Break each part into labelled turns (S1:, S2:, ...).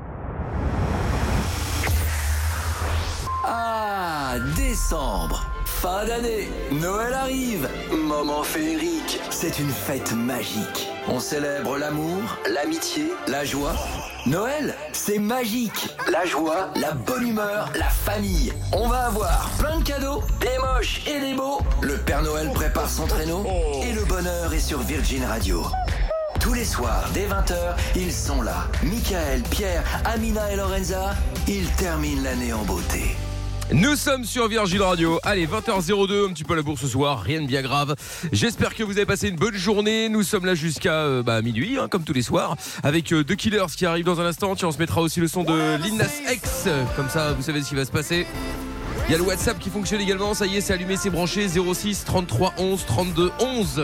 S1: à Ah, décembre. Fin d'année, Noël arrive. Moment féerique, c'est une fête magique. On célèbre l'amour, l'amitié, la joie. Noël, c'est magique. La joie, la bonne humeur, la famille. On va avoir plein de cadeaux, des moches et des beaux. Le Père Noël prépare son traîneau et le bonheur est sur Virgin Radio. Tous les soirs, dès 20h, ils sont là. Michael, Pierre, Amina et Lorenza, ils terminent l'année en beauté.
S2: Nous sommes sur Virgil Radio. Allez, 20h02, un petit peu à la bourse ce soir, rien de bien grave. J'espère que vous avez passé une bonne journée. Nous sommes là jusqu'à euh, bah, minuit, hein, comme tous les soirs, avec euh, The Killers qui arrive dans un instant. Tiens, on se mettra aussi le son de Lil Nas X. Comme ça, vous savez ce qui va se passer. Il y a le WhatsApp qui fonctionne également. Ça y est, c'est allumé, c'est branché. 06 33 11 32 11.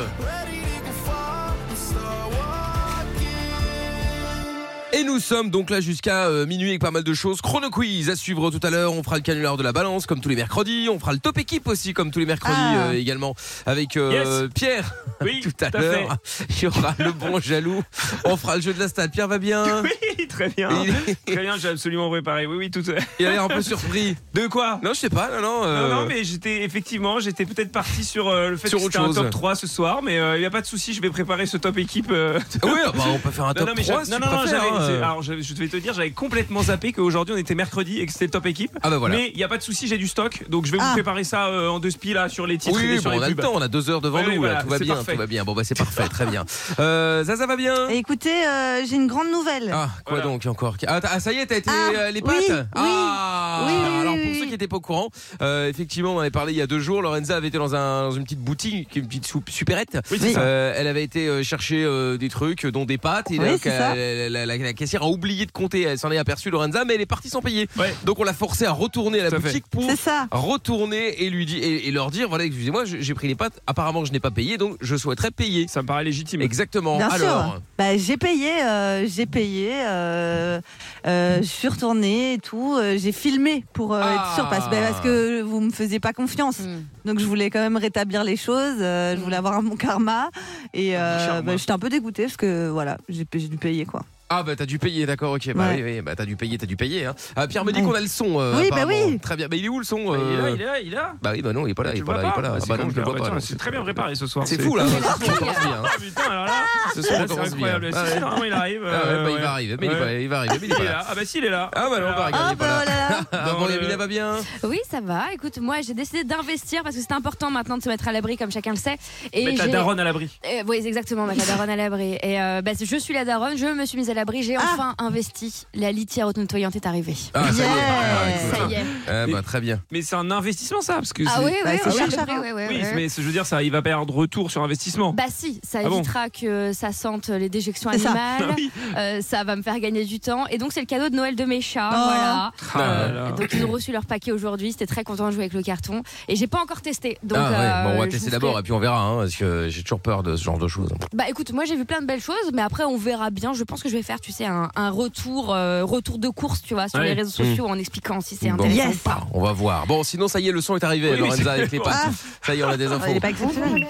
S2: Et nous sommes donc là jusqu'à euh, minuit avec pas mal de choses. Chrono quiz à suivre tout à l'heure. On fera le canular de la balance comme tous les mercredis. On fera le top équipe aussi comme tous les mercredis
S3: Ah.
S2: euh, également avec euh, Pierre.
S4: Oui,
S2: tout à l'heure, il y aura le bon jaloux. On fera le jeu de la stade. Pierre va bien.
S4: Oui, très bien.
S2: Il,
S4: Très bien, j'ai absolument préparé. Oui, oui, tout.
S2: il a l'air un peu surpris.
S4: De quoi
S2: Non, je sais pas. Non, non. euh,
S4: Non, non, mais j'étais effectivement, j'étais peut-être parti sur euh, le fait
S2: Sur
S4: que
S2: autre
S4: c'était un
S2: chose.
S4: top 3 ce soir, mais euh, il n'y a pas de souci, je vais préparer ce top équipe. euh,
S2: ah Oui, bah, on peut faire un top
S4: mais
S2: 3
S4: j'avais-
S2: si
S4: non,
S2: tu
S4: non, non,
S2: préfères,
S4: j'avais-
S2: hein.
S4: c'est- alors, j'avais- je devais te dire, j'avais complètement zappé qu'aujourd'hui on était mercredi et que c'était le top équipe.
S2: Ah bah voilà.
S4: Mais il n'y a pas de souci, j'ai du stock, donc je vais
S3: Ah.
S4: vous préparer ça euh, en deux spies là sur les titres
S2: oui,
S4: et
S2: oui,
S4: sur
S2: bon,
S4: les
S2: on a le
S4: pubs.
S2: temps, on a deux heures devant
S4: Oui,
S2: nous,
S4: oui,
S2: là,
S4: voilà,
S2: tout va
S4: c'est
S2: bien,
S4: parfait.
S2: tout va bien. Bon, bah, c'est parfait, très bien. Euh, Zaza va bien
S3: Et Écoutez, euh, j'ai une grande nouvelle.
S2: Ah, quoi
S4: Voilà.
S2: donc encore ah, t'as- ah, ça y est, t'as été
S3: Ah,
S2: euh, les
S3: oui,
S2: pattes
S3: oui,
S2: Ah
S3: oui, oui,
S2: Alors,
S3: oui,
S2: pour
S3: oui.
S2: ceux qui n'étaient pas au courant, euh, effectivement, on en avait parlé il y a deux jours. Lorenza avait été dans, un- dans une petite boutique, une petite soupe- supérette.
S4: Oui, c'est
S3: Oui.
S4: ça.
S2: Euh, elle avait été euh, chercher euh, des trucs, dont des pâtes. Et
S3: Oui,
S2: donc,
S3: c'est
S2: euh,
S3: ça.
S2: la, la- la- la caissière a oublié de compter. Elle s'en est aperçue, Lorenza, mais elle est partie sans payer.
S4: Ouais.
S2: Donc, on l'a forcée à retourner à la
S4: Tout à fait.
S2: boutique pour
S3: C'est ça.
S2: retourner et lui dire et, et leur dire voilà excusez-moi je- j'ai pris les pâtes apparemment je n'ai pas payé donc je souhaiterais payer
S4: Ça me paraît légitime.
S2: exactement
S3: Bien
S2: alors
S3: sûr. Bah, j'ai payé, euh, j'ai payé, euh, euh, je suis retournée et tout. euh, j'ai filmé pour euh,
S2: Ah.
S3: être sûre parce, bah, parce que vous me faisiez pas confiance. Donc je voulais quand même rétablir les choses. euh, je voulais avoir mon karma et
S4: Ah,
S3: euh,
S4: karma.
S3: bah, j'étais un peu dégoûtée parce que voilà, j'ai j'ai dû payer quoi.
S2: Ah bah t'as dû payer, d'accord, ok. Bah
S3: Ouais.
S2: oui, oui, bah t'as dû payer, t'as dû payer. Hein. Ah, Pierre me dit
S3: Ouais.
S2: qu'on a le son. euh,
S3: Oui, bah
S2: apparemment.
S3: oui.
S2: Très bien. Bah il est où le son
S4: Il est
S2: euh
S4: là, il est là, il est là.
S2: Bah oui, bah non, il est pas là, il
S4: Tu
S2: est
S4: le
S2: pas là,
S4: vois
S2: il est
S4: pas
S2: pas là.
S4: Bah,
S2: Ah,
S4: c'est
S2: bah
S4: con,
S2: non, je
S4: je
S2: le
S4: l'ai-
S2: vois
S4: bah,
S2: pas.
S4: tiens,
S2: non.
S4: C'est très bien préparé ce soir.
S2: C'est fou là. Ce son commence bien. hein.
S4: Ah, putain, alors là,
S2: Ce son
S4: là, c'est
S2: commence bien.
S4: incroyable.
S2: Ah,
S4: Si,
S2: ouais.
S4: normalement, il arrive.
S2: Ah ouais,
S4: euh,
S2: bah, il
S4: ouais.
S2: va arriver, mais il est
S4: Ouais.
S2: pas- il va arriver, mais il est pas
S4: Il est
S2: là.
S4: là. Ah bah si, il est là.
S2: Ah bah non, on va regarder.
S3: Ah
S2: est pas
S3: bah
S2: là.
S3: oh là là.
S2: Ah, bon,
S4: Dans
S2: Yamina
S4: le-
S2: va bien
S5: Oui, ça va. Écoute, moi, j'ai décidé d'investir parce que c'est important maintenant de se mettre à l'abri, comme chacun le sait. Et
S4: Mais ta
S5: j'ai-
S4: daronne à l'abri.
S5: Euh, oui, exactement, mettre la daronne à l'abri. Et euh, bah, je suis la daronne, je me suis mise à l'abri, j'ai
S3: Ah.
S5: enfin investi. La litière auto-nettoyante est arrivée.
S2: Ah, ça y est.
S3: Yeah.
S2: Ah, écoute.
S5: Ça y est.
S2: Ah, bah très bien.
S4: Mais c'est un investissement ça, parce que
S5: Ah
S4: c'est-
S5: oui,
S3: bah,
S5: oui,
S3: c'est
S5: oui,
S3: cher,
S5: j'ai
S3: cher,
S5: pris,
S3: hein.
S5: oui, oui,
S4: Oui,
S5: oui.
S4: mais je veux dire, ça, il va perdre retour sur investissement.
S5: Bah si, ça
S4: Ah bon
S5: évitera que ça sente les déjections
S3: C'est ça.
S5: animales,
S4: Ah oui.
S5: euh, ça va me faire gagner du temps. Et donc c'est le cadeau de Noël de mes chats,
S3: Oh.
S5: voilà.
S4: Ah là
S5: Euh,
S4: là.
S5: donc ils ont reçu leur paquet aujourd'hui, c'était très content de jouer avec le carton. Et j'ai pas encore testé. Donc,
S2: ah, ouais.
S5: euh,
S2: bon, on va
S5: je
S2: tester
S5: vous
S2: d'abord
S5: ferai-
S2: et puis on verra, hein, parce que j'ai toujours peur de ce genre de choses.
S5: Bah écoute, moi j'ai vu plein de belles choses, mais après on verra bien. Je pense que je vais faire, tu sais, un, un retour, euh, retour de course, tu vois, sur
S4: Ouais. Mmh.
S5: les réseaux sociaux en expliquant si c'est
S2: Bon.
S5: intéressant
S3: Yes.
S5: ou pas.
S2: On va voir. Bon, sinon, ça y est, le son est arrivé,
S4: Oui, oui, c'est-
S2: Lorenza, avec les
S3: Ah,
S2: pattes. Ça y est, on a des infos.
S3: il est pas exceptionnel.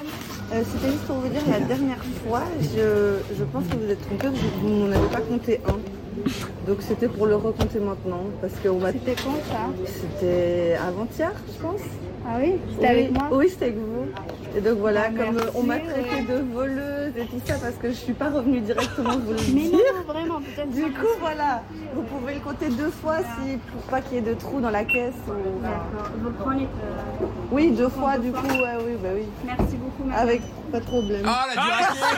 S6: Euh, C'était juste pour vous dire, la dernière fois, je, je pense que vous êtes trompé, vous, vous n'en avez pas compté un. Donc c'était pour le recompter maintenant, parce qu'on m'a...
S7: C'était quand ça
S6: C'était avant-hier, je pense.
S7: Ah oui C'était
S6: Oui,
S7: avec moi
S6: Oui, c'était avec vous. Et donc voilà,
S7: Ah,
S6: comme
S7: merci,
S6: euh, on m'a
S7: ouais.
S6: traité de voleuse et tout ça, parce que je suis pas revenue directement vous le
S7: Mais
S6: dire.
S7: non, vraiment, peut-être.
S6: Du coup, voilà, vous pouvez le compter deux fois si, pour pas qu'il y ait de trous dans la caisse. ou-
S7: D'accord, je vous prends les. euh,
S6: Oui, deux fois, du coup, ouais, oui, bah oui.
S7: Merci beaucoup, madame.
S6: Avec pas de problème.
S2: Ah, la durée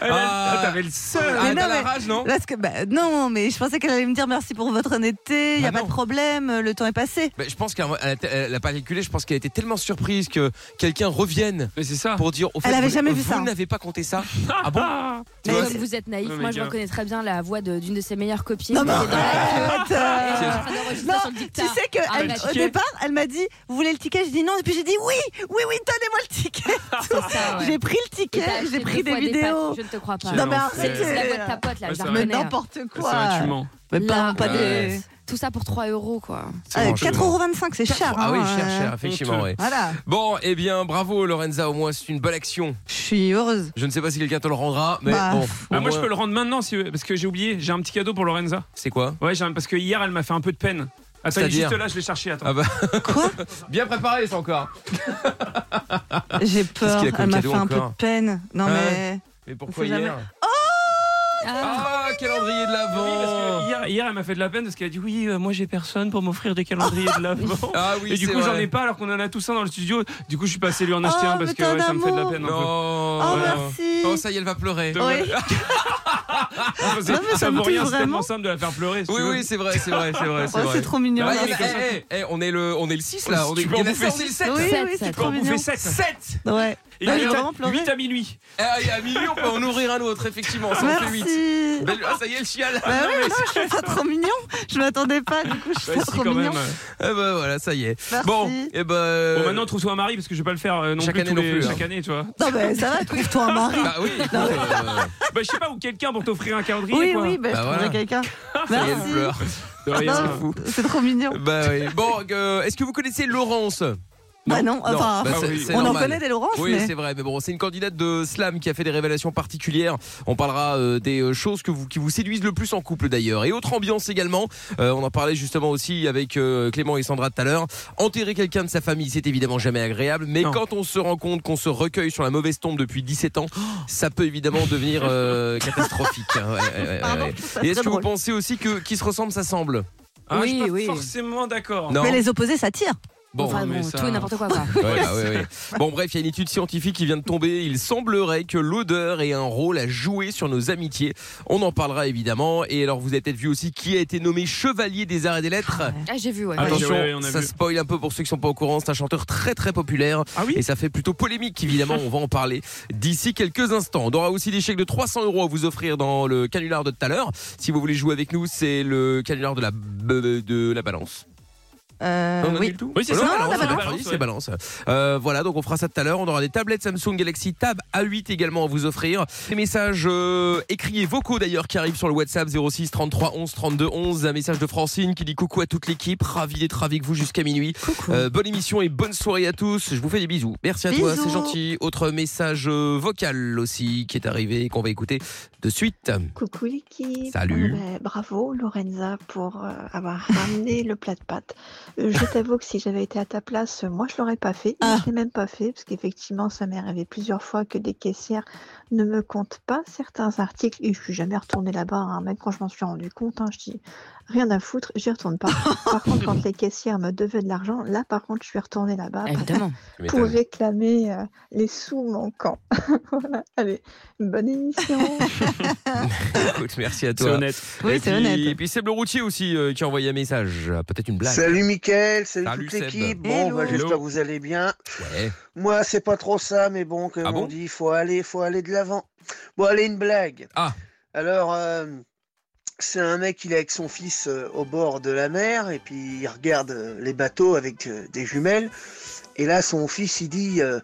S4: Elle a-
S2: Ah.
S4: ah, t'avais le seul.
S3: Mais
S2: Ah,
S3: non,
S2: t'as la
S3: mais-
S2: rage, non
S3: Parce que, bah, non, mais je pensais qu'elle allait me dire merci pour votre honnêteté, il n'y a
S2: Bah
S3: pas
S2: non.
S3: de problème, le temps est passé.
S2: Bah, je pense qu'elle elle a, elle a pas calculé, je pense qu'elle était tellement surprise que quelqu'un revienne
S4: Mais c'est ça.
S2: pour dire au fait,
S3: Elle avait
S2: vous,
S3: jamais
S2: vous
S3: vu ça.
S2: n'avez pas compté ça Ah bon
S4: Ah.
S2: Tu
S3: Mais
S2: vois,
S5: Comme vous êtes naïf,
S4: Non, mais
S5: moi je
S4: gars.
S5: reconnais très bien la voix de- d'une de ses meilleures copines.
S3: Non, mais
S5: qui était dans la queue.
S3: arrête,
S5: Ah, Et
S3: euh,
S5: elle est en train d'enregistrer
S3: Non,
S5: sur le dictat.
S3: Tu sais que
S5: Ah,
S3: elle-
S5: le
S3: au
S5: ticket.
S3: départ, elle m'a dit Vous voulez le ticket Je dis non. Et puis j'ai dit Oui, oui, oui, donnez-moi le ticket.
S5: C'est ça, ouais.
S3: J'ai pris le
S5: Et t'as
S3: ticket,
S5: acheté
S3: j'ai pris
S5: deux
S3: des
S5: fois
S3: vidéos.
S5: pâtes, je ne te crois pas.
S4: Quel
S3: non, mais
S4: enfer.
S3: arrête,
S5: C'est la voix de ta
S3: euh,
S5: pote là,
S4: Ouais,
S5: je
S4: c'est
S5: la
S4: vrai.
S3: Mais
S5: reconnais. hein.
S3: n'importe
S4: C'est vrai,
S3: quoi.
S4: tu mens.
S3: Mais pas,
S5: Là.
S3: pas des.
S2: Ouais.
S5: Tout ça pour 3 euros quoi.
S2: c'est
S3: Euh,
S2: bon, je vois.
S3: 4,25€, c'est cher.
S2: Ah oui,
S3: hein,
S2: cher,
S3: euh,
S2: cher, effectivement,
S4: honteux.
S2: ouais.
S3: Voilà,
S2: Bon, eh bien, bravo Lorenza, au moins c'est une bonne action.
S3: je suis heureuse.
S2: Je ne sais pas si quelqu'un te le rendra, mais
S3: Bah.
S2: bon.
S4: Ah, moi, je peux le rendre maintenant si, parce que j'ai oublié. J'ai un petit cadeau pour Lorenza.
S2: C'est quoi
S4: Ouais, j'ai un- parce que hier, elle m'a fait un peu de peine. Attends, il est
S2: C'est-à-dire
S4: juste là, je l'ai cherché. Attends.
S2: Ah bah,
S3: Quoi
S2: bien préparé ça encore. Qu'est-ce
S3: J'ai peur.
S2: qu'il a comme
S3: Elle m'a fait
S2: cadeau
S3: un peu
S2: encore
S3: de peine. Non
S2: Ah
S4: Hein
S3: mais.
S2: Mais pourquoi
S3: Il faut
S2: hier
S3: jamais-
S5: Ah.
S2: Ah, calendrier de
S4: Oui, parce que
S2: l'avant.
S4: hier, hier, elle m'a fait de la peine parce qu'elle a dit Oui, euh, moi j'ai personne pour m'offrir des calendriers de l'avant.
S2: Ah oui,
S4: Et du
S2: c'est
S4: coup, j'en
S2: vrai.
S4: ai pas alors qu'on en a tous un dans le studio. Du coup, je suis passé lui en acheter
S3: Oh,
S4: un parce que
S3: mais t'es un
S4: ouais, ça me fait de la
S3: amour.
S4: peine. un peu.
S2: Non.
S3: Oh,
S4: ouais.
S3: merci.
S2: Oh, ça y est, elle va pleurer.
S4: De-
S3: Oui.
S4: Ah, parce que
S3: Ah, mais ça
S4: ça
S3: me
S4: vaut rien,
S3: touche
S4: c'est tellement
S3: vraiment.
S4: simple de la faire pleurer. si
S2: Oui,
S4: tu veux.
S2: oui, c'est vrai, c'est vrai, c'est vrai.
S3: Oh,
S2: vrai.
S3: c'est trop mignon.
S2: Bah,
S3: là.
S2: eh, eh, eh, eh, on est le, on est le 6 là.
S4: Oh,
S2: On est,
S4: tu peux en
S2: il y en a
S4: bouffer
S2: sept, on est le 7.
S3: Oui,
S5: Sept,
S3: oui, c'est
S5: sept.
S4: On
S3: trop
S4: en
S3: mignon.
S4: bouffait 7.
S2: Sept.
S3: Ouais.
S4: Et
S3: Bah,
S4: 8,
S3: j'ai vraiment pleuré.
S4: à minuit.
S2: Eh, et à minuit, on peut en nourrir un autre, effectivement. Ça en fait 8.
S3: Merci.
S2: Ah, ça y est, le chial.
S3: Bah oui, non, je trouve ça trop mignon. Je m'attendais pas, du coup, je
S4: Ouais,
S3: trouve ça
S4: Bah, si,
S3: trop
S4: quand
S3: mignon.
S4: même.
S2: Eh ben voilà, ça y est.
S3: Merci.
S2: Bon, et ben.
S4: Bon, maintenant, trouve-toi un mari parce que je vais pas le faire euh, non
S2: Chaque
S4: plus
S2: année
S4: tous
S2: non
S4: les-
S2: plus, hein.
S4: chaque année, tu vois.
S3: Non, mais ça va, trouve-toi un mari.
S2: Bah oui, écoute, euh,
S4: Bah, je sais pas, ou quelqu'un pour t'offrir un calendrier,
S3: Oui,
S4: quoi.
S3: oui, bah, je
S2: Bah,
S3: trouverai
S2: voilà.
S3: quelqu'un.
S2: Ah, ça y est, elle
S3: Merci.
S2: pleure.
S4: De rien.
S3: Non, Ah, C'est trop mignon.
S2: Bah oui. Bon, euh, est-ce que vous connaissez Laurence
S3: Bah non, enfin,
S2: Bah,
S4: Ah
S2: c'est-
S4: oui.
S2: c'est
S3: on en
S2: normal.
S3: connaît des Laurence,
S2: Oui,
S3: mais.
S2: c'est vrai, mais bon, c'est une candidate de slam qui a fait des révélations particulières. On parlera euh, des euh, choses que vous, qui vous séduisent le plus en couple d'ailleurs. Et autre ambiance également, euh, on en parlait justement aussi avec euh, Clément et Sandra tout à l'heure. Enterrer quelqu'un de sa famille, c'est évidemment jamais agréable, mais
S4: Non.
S2: quand on se rend compte qu'on se recueille sur la mauvaise tombe depuis 17 ans, ça peut évidemment devenir euh, catastrophique. hein. Ouais, ouais, ouais, ouais,
S3: Pardon,
S2: ouais.
S3: je trouve ça
S2: Et
S3: très
S2: est-ce que vous
S3: drôle.
S2: pensez aussi que qui se ressemble, ça semble
S4: Ah, je suis
S5: Oui,
S4: pas
S5: oui.
S4: forcément d'accord.
S2: Non.
S3: Mais les opposés, ça tire.
S2: Bon,
S5: Enfin,
S4: mais
S5: bon,
S4: ça-
S5: tout et n'importe quoi. quoi.
S2: Ouais, bah ouais, ouais. Bon bref, il y a une étude scientifique qui vient de tomber. Il semblerait que l'odeur ait un rôle à jouer sur nos amitiés. On en parlera évidemment. Et alors vous avez peut-être vu aussi qui a été nommé chevalier des arts et des lettres.
S5: Ah, j'ai vu, ouais.
S4: Ah,
S2: Attention,
S4: ouais, ouais, on a
S2: ça
S4: vu.
S2: spoil un peu pour ceux qui sont pas au courant. C'est un chanteur très très populaire
S4: Ah oui
S2: et ça fait plutôt polémique. Évidemment, on va en parler d'ici quelques instants. On aura aussi des chèques de 300 euros à vous offrir dans le canular de tout à l'heure. Si vous voulez jouer avec nous, c'est le canular de la de la balance.
S3: Euh,
S2: Non, non,
S3: oui.
S2: du tout. Oh
S4: Oui, c'est
S2: Non,
S4: ça,
S2: non,
S4: balance,
S2: la
S4: la
S2: balance,
S4: balance,
S2: oui, c'est
S4: ouais.
S2: balance. Euh, voilà, donc on fera ça tout à l'heure. On aura des tablettes Samsung Galaxy Tab A8 également à vous offrir. Des messages euh, écrits et vocaux d'ailleurs qui arrivent sur le WhatsApp 06 33 11 32 11. Un message de Francine qui dit coucou à toute l'équipe. Ravi d'être avec vous jusqu'à minuit.
S3: Coucou.
S2: Euh, bonne émission et bonne soirée à tous. Je vous fais des bisous. Merci à toi,
S3: Bisous.
S2: c'est gentil. Autre message euh, vocal aussi qui est arrivé et qu'on va écouter de suite.
S8: Coucou l'équipe.
S2: Salut.
S8: Ah ben, bravo Lorenza pour euh, avoir ramené le plat de pâtes. Euh, Je t'avoue que si j'avais été à ta place, euh, moi je l'aurais pas fait.
S3: Ah.
S8: Je l'ai même pas fait parce qu'effectivement ça m'est arrivé plusieurs fois que des caissières ne me comptent pas certains articles et je suis jamais retournée là-bas. hein. Même quand je m'en suis rendu compte, hein, je dis rien à foutre, j'y retourne pas. Par contre quand les caissières me devaient de l'argent, là par contre je suis retournée là-bas. parce-
S5: Évidemment.
S8: Pour réclamer euh, les sous manquants. voilà. Allez, bonne émission.
S2: Écoute, merci à
S4: C'est
S2: toi.
S4: honnête.
S3: Oui,
S2: et puis,
S3: c'est
S2: Et
S3: honnête.
S2: puis Seb le routier aussi euh, qui a envoyé un message. Peut-être une blague.
S9: Salut Mickaël, salut,
S2: Salut
S9: toute
S2: Seb.
S9: l'équipe. Bon,
S3: Hello.
S9: bah, j'espère que
S4: Hello.
S9: vous allez bien.
S2: Ouais.
S9: Moi, c'est pas trop ça, mais bon, comme
S2: Ah
S9: on
S2: bon
S9: dit, faut aller, faut aller de l'avant. Bon, allez, une blague.
S2: Ah.
S9: Alors, euh, c'est un mec, il est avec son fils euh, au bord de la mer, et puis il regarde euh, les bateaux avec euh, des jumelles. Et là, son fils, il dit euh,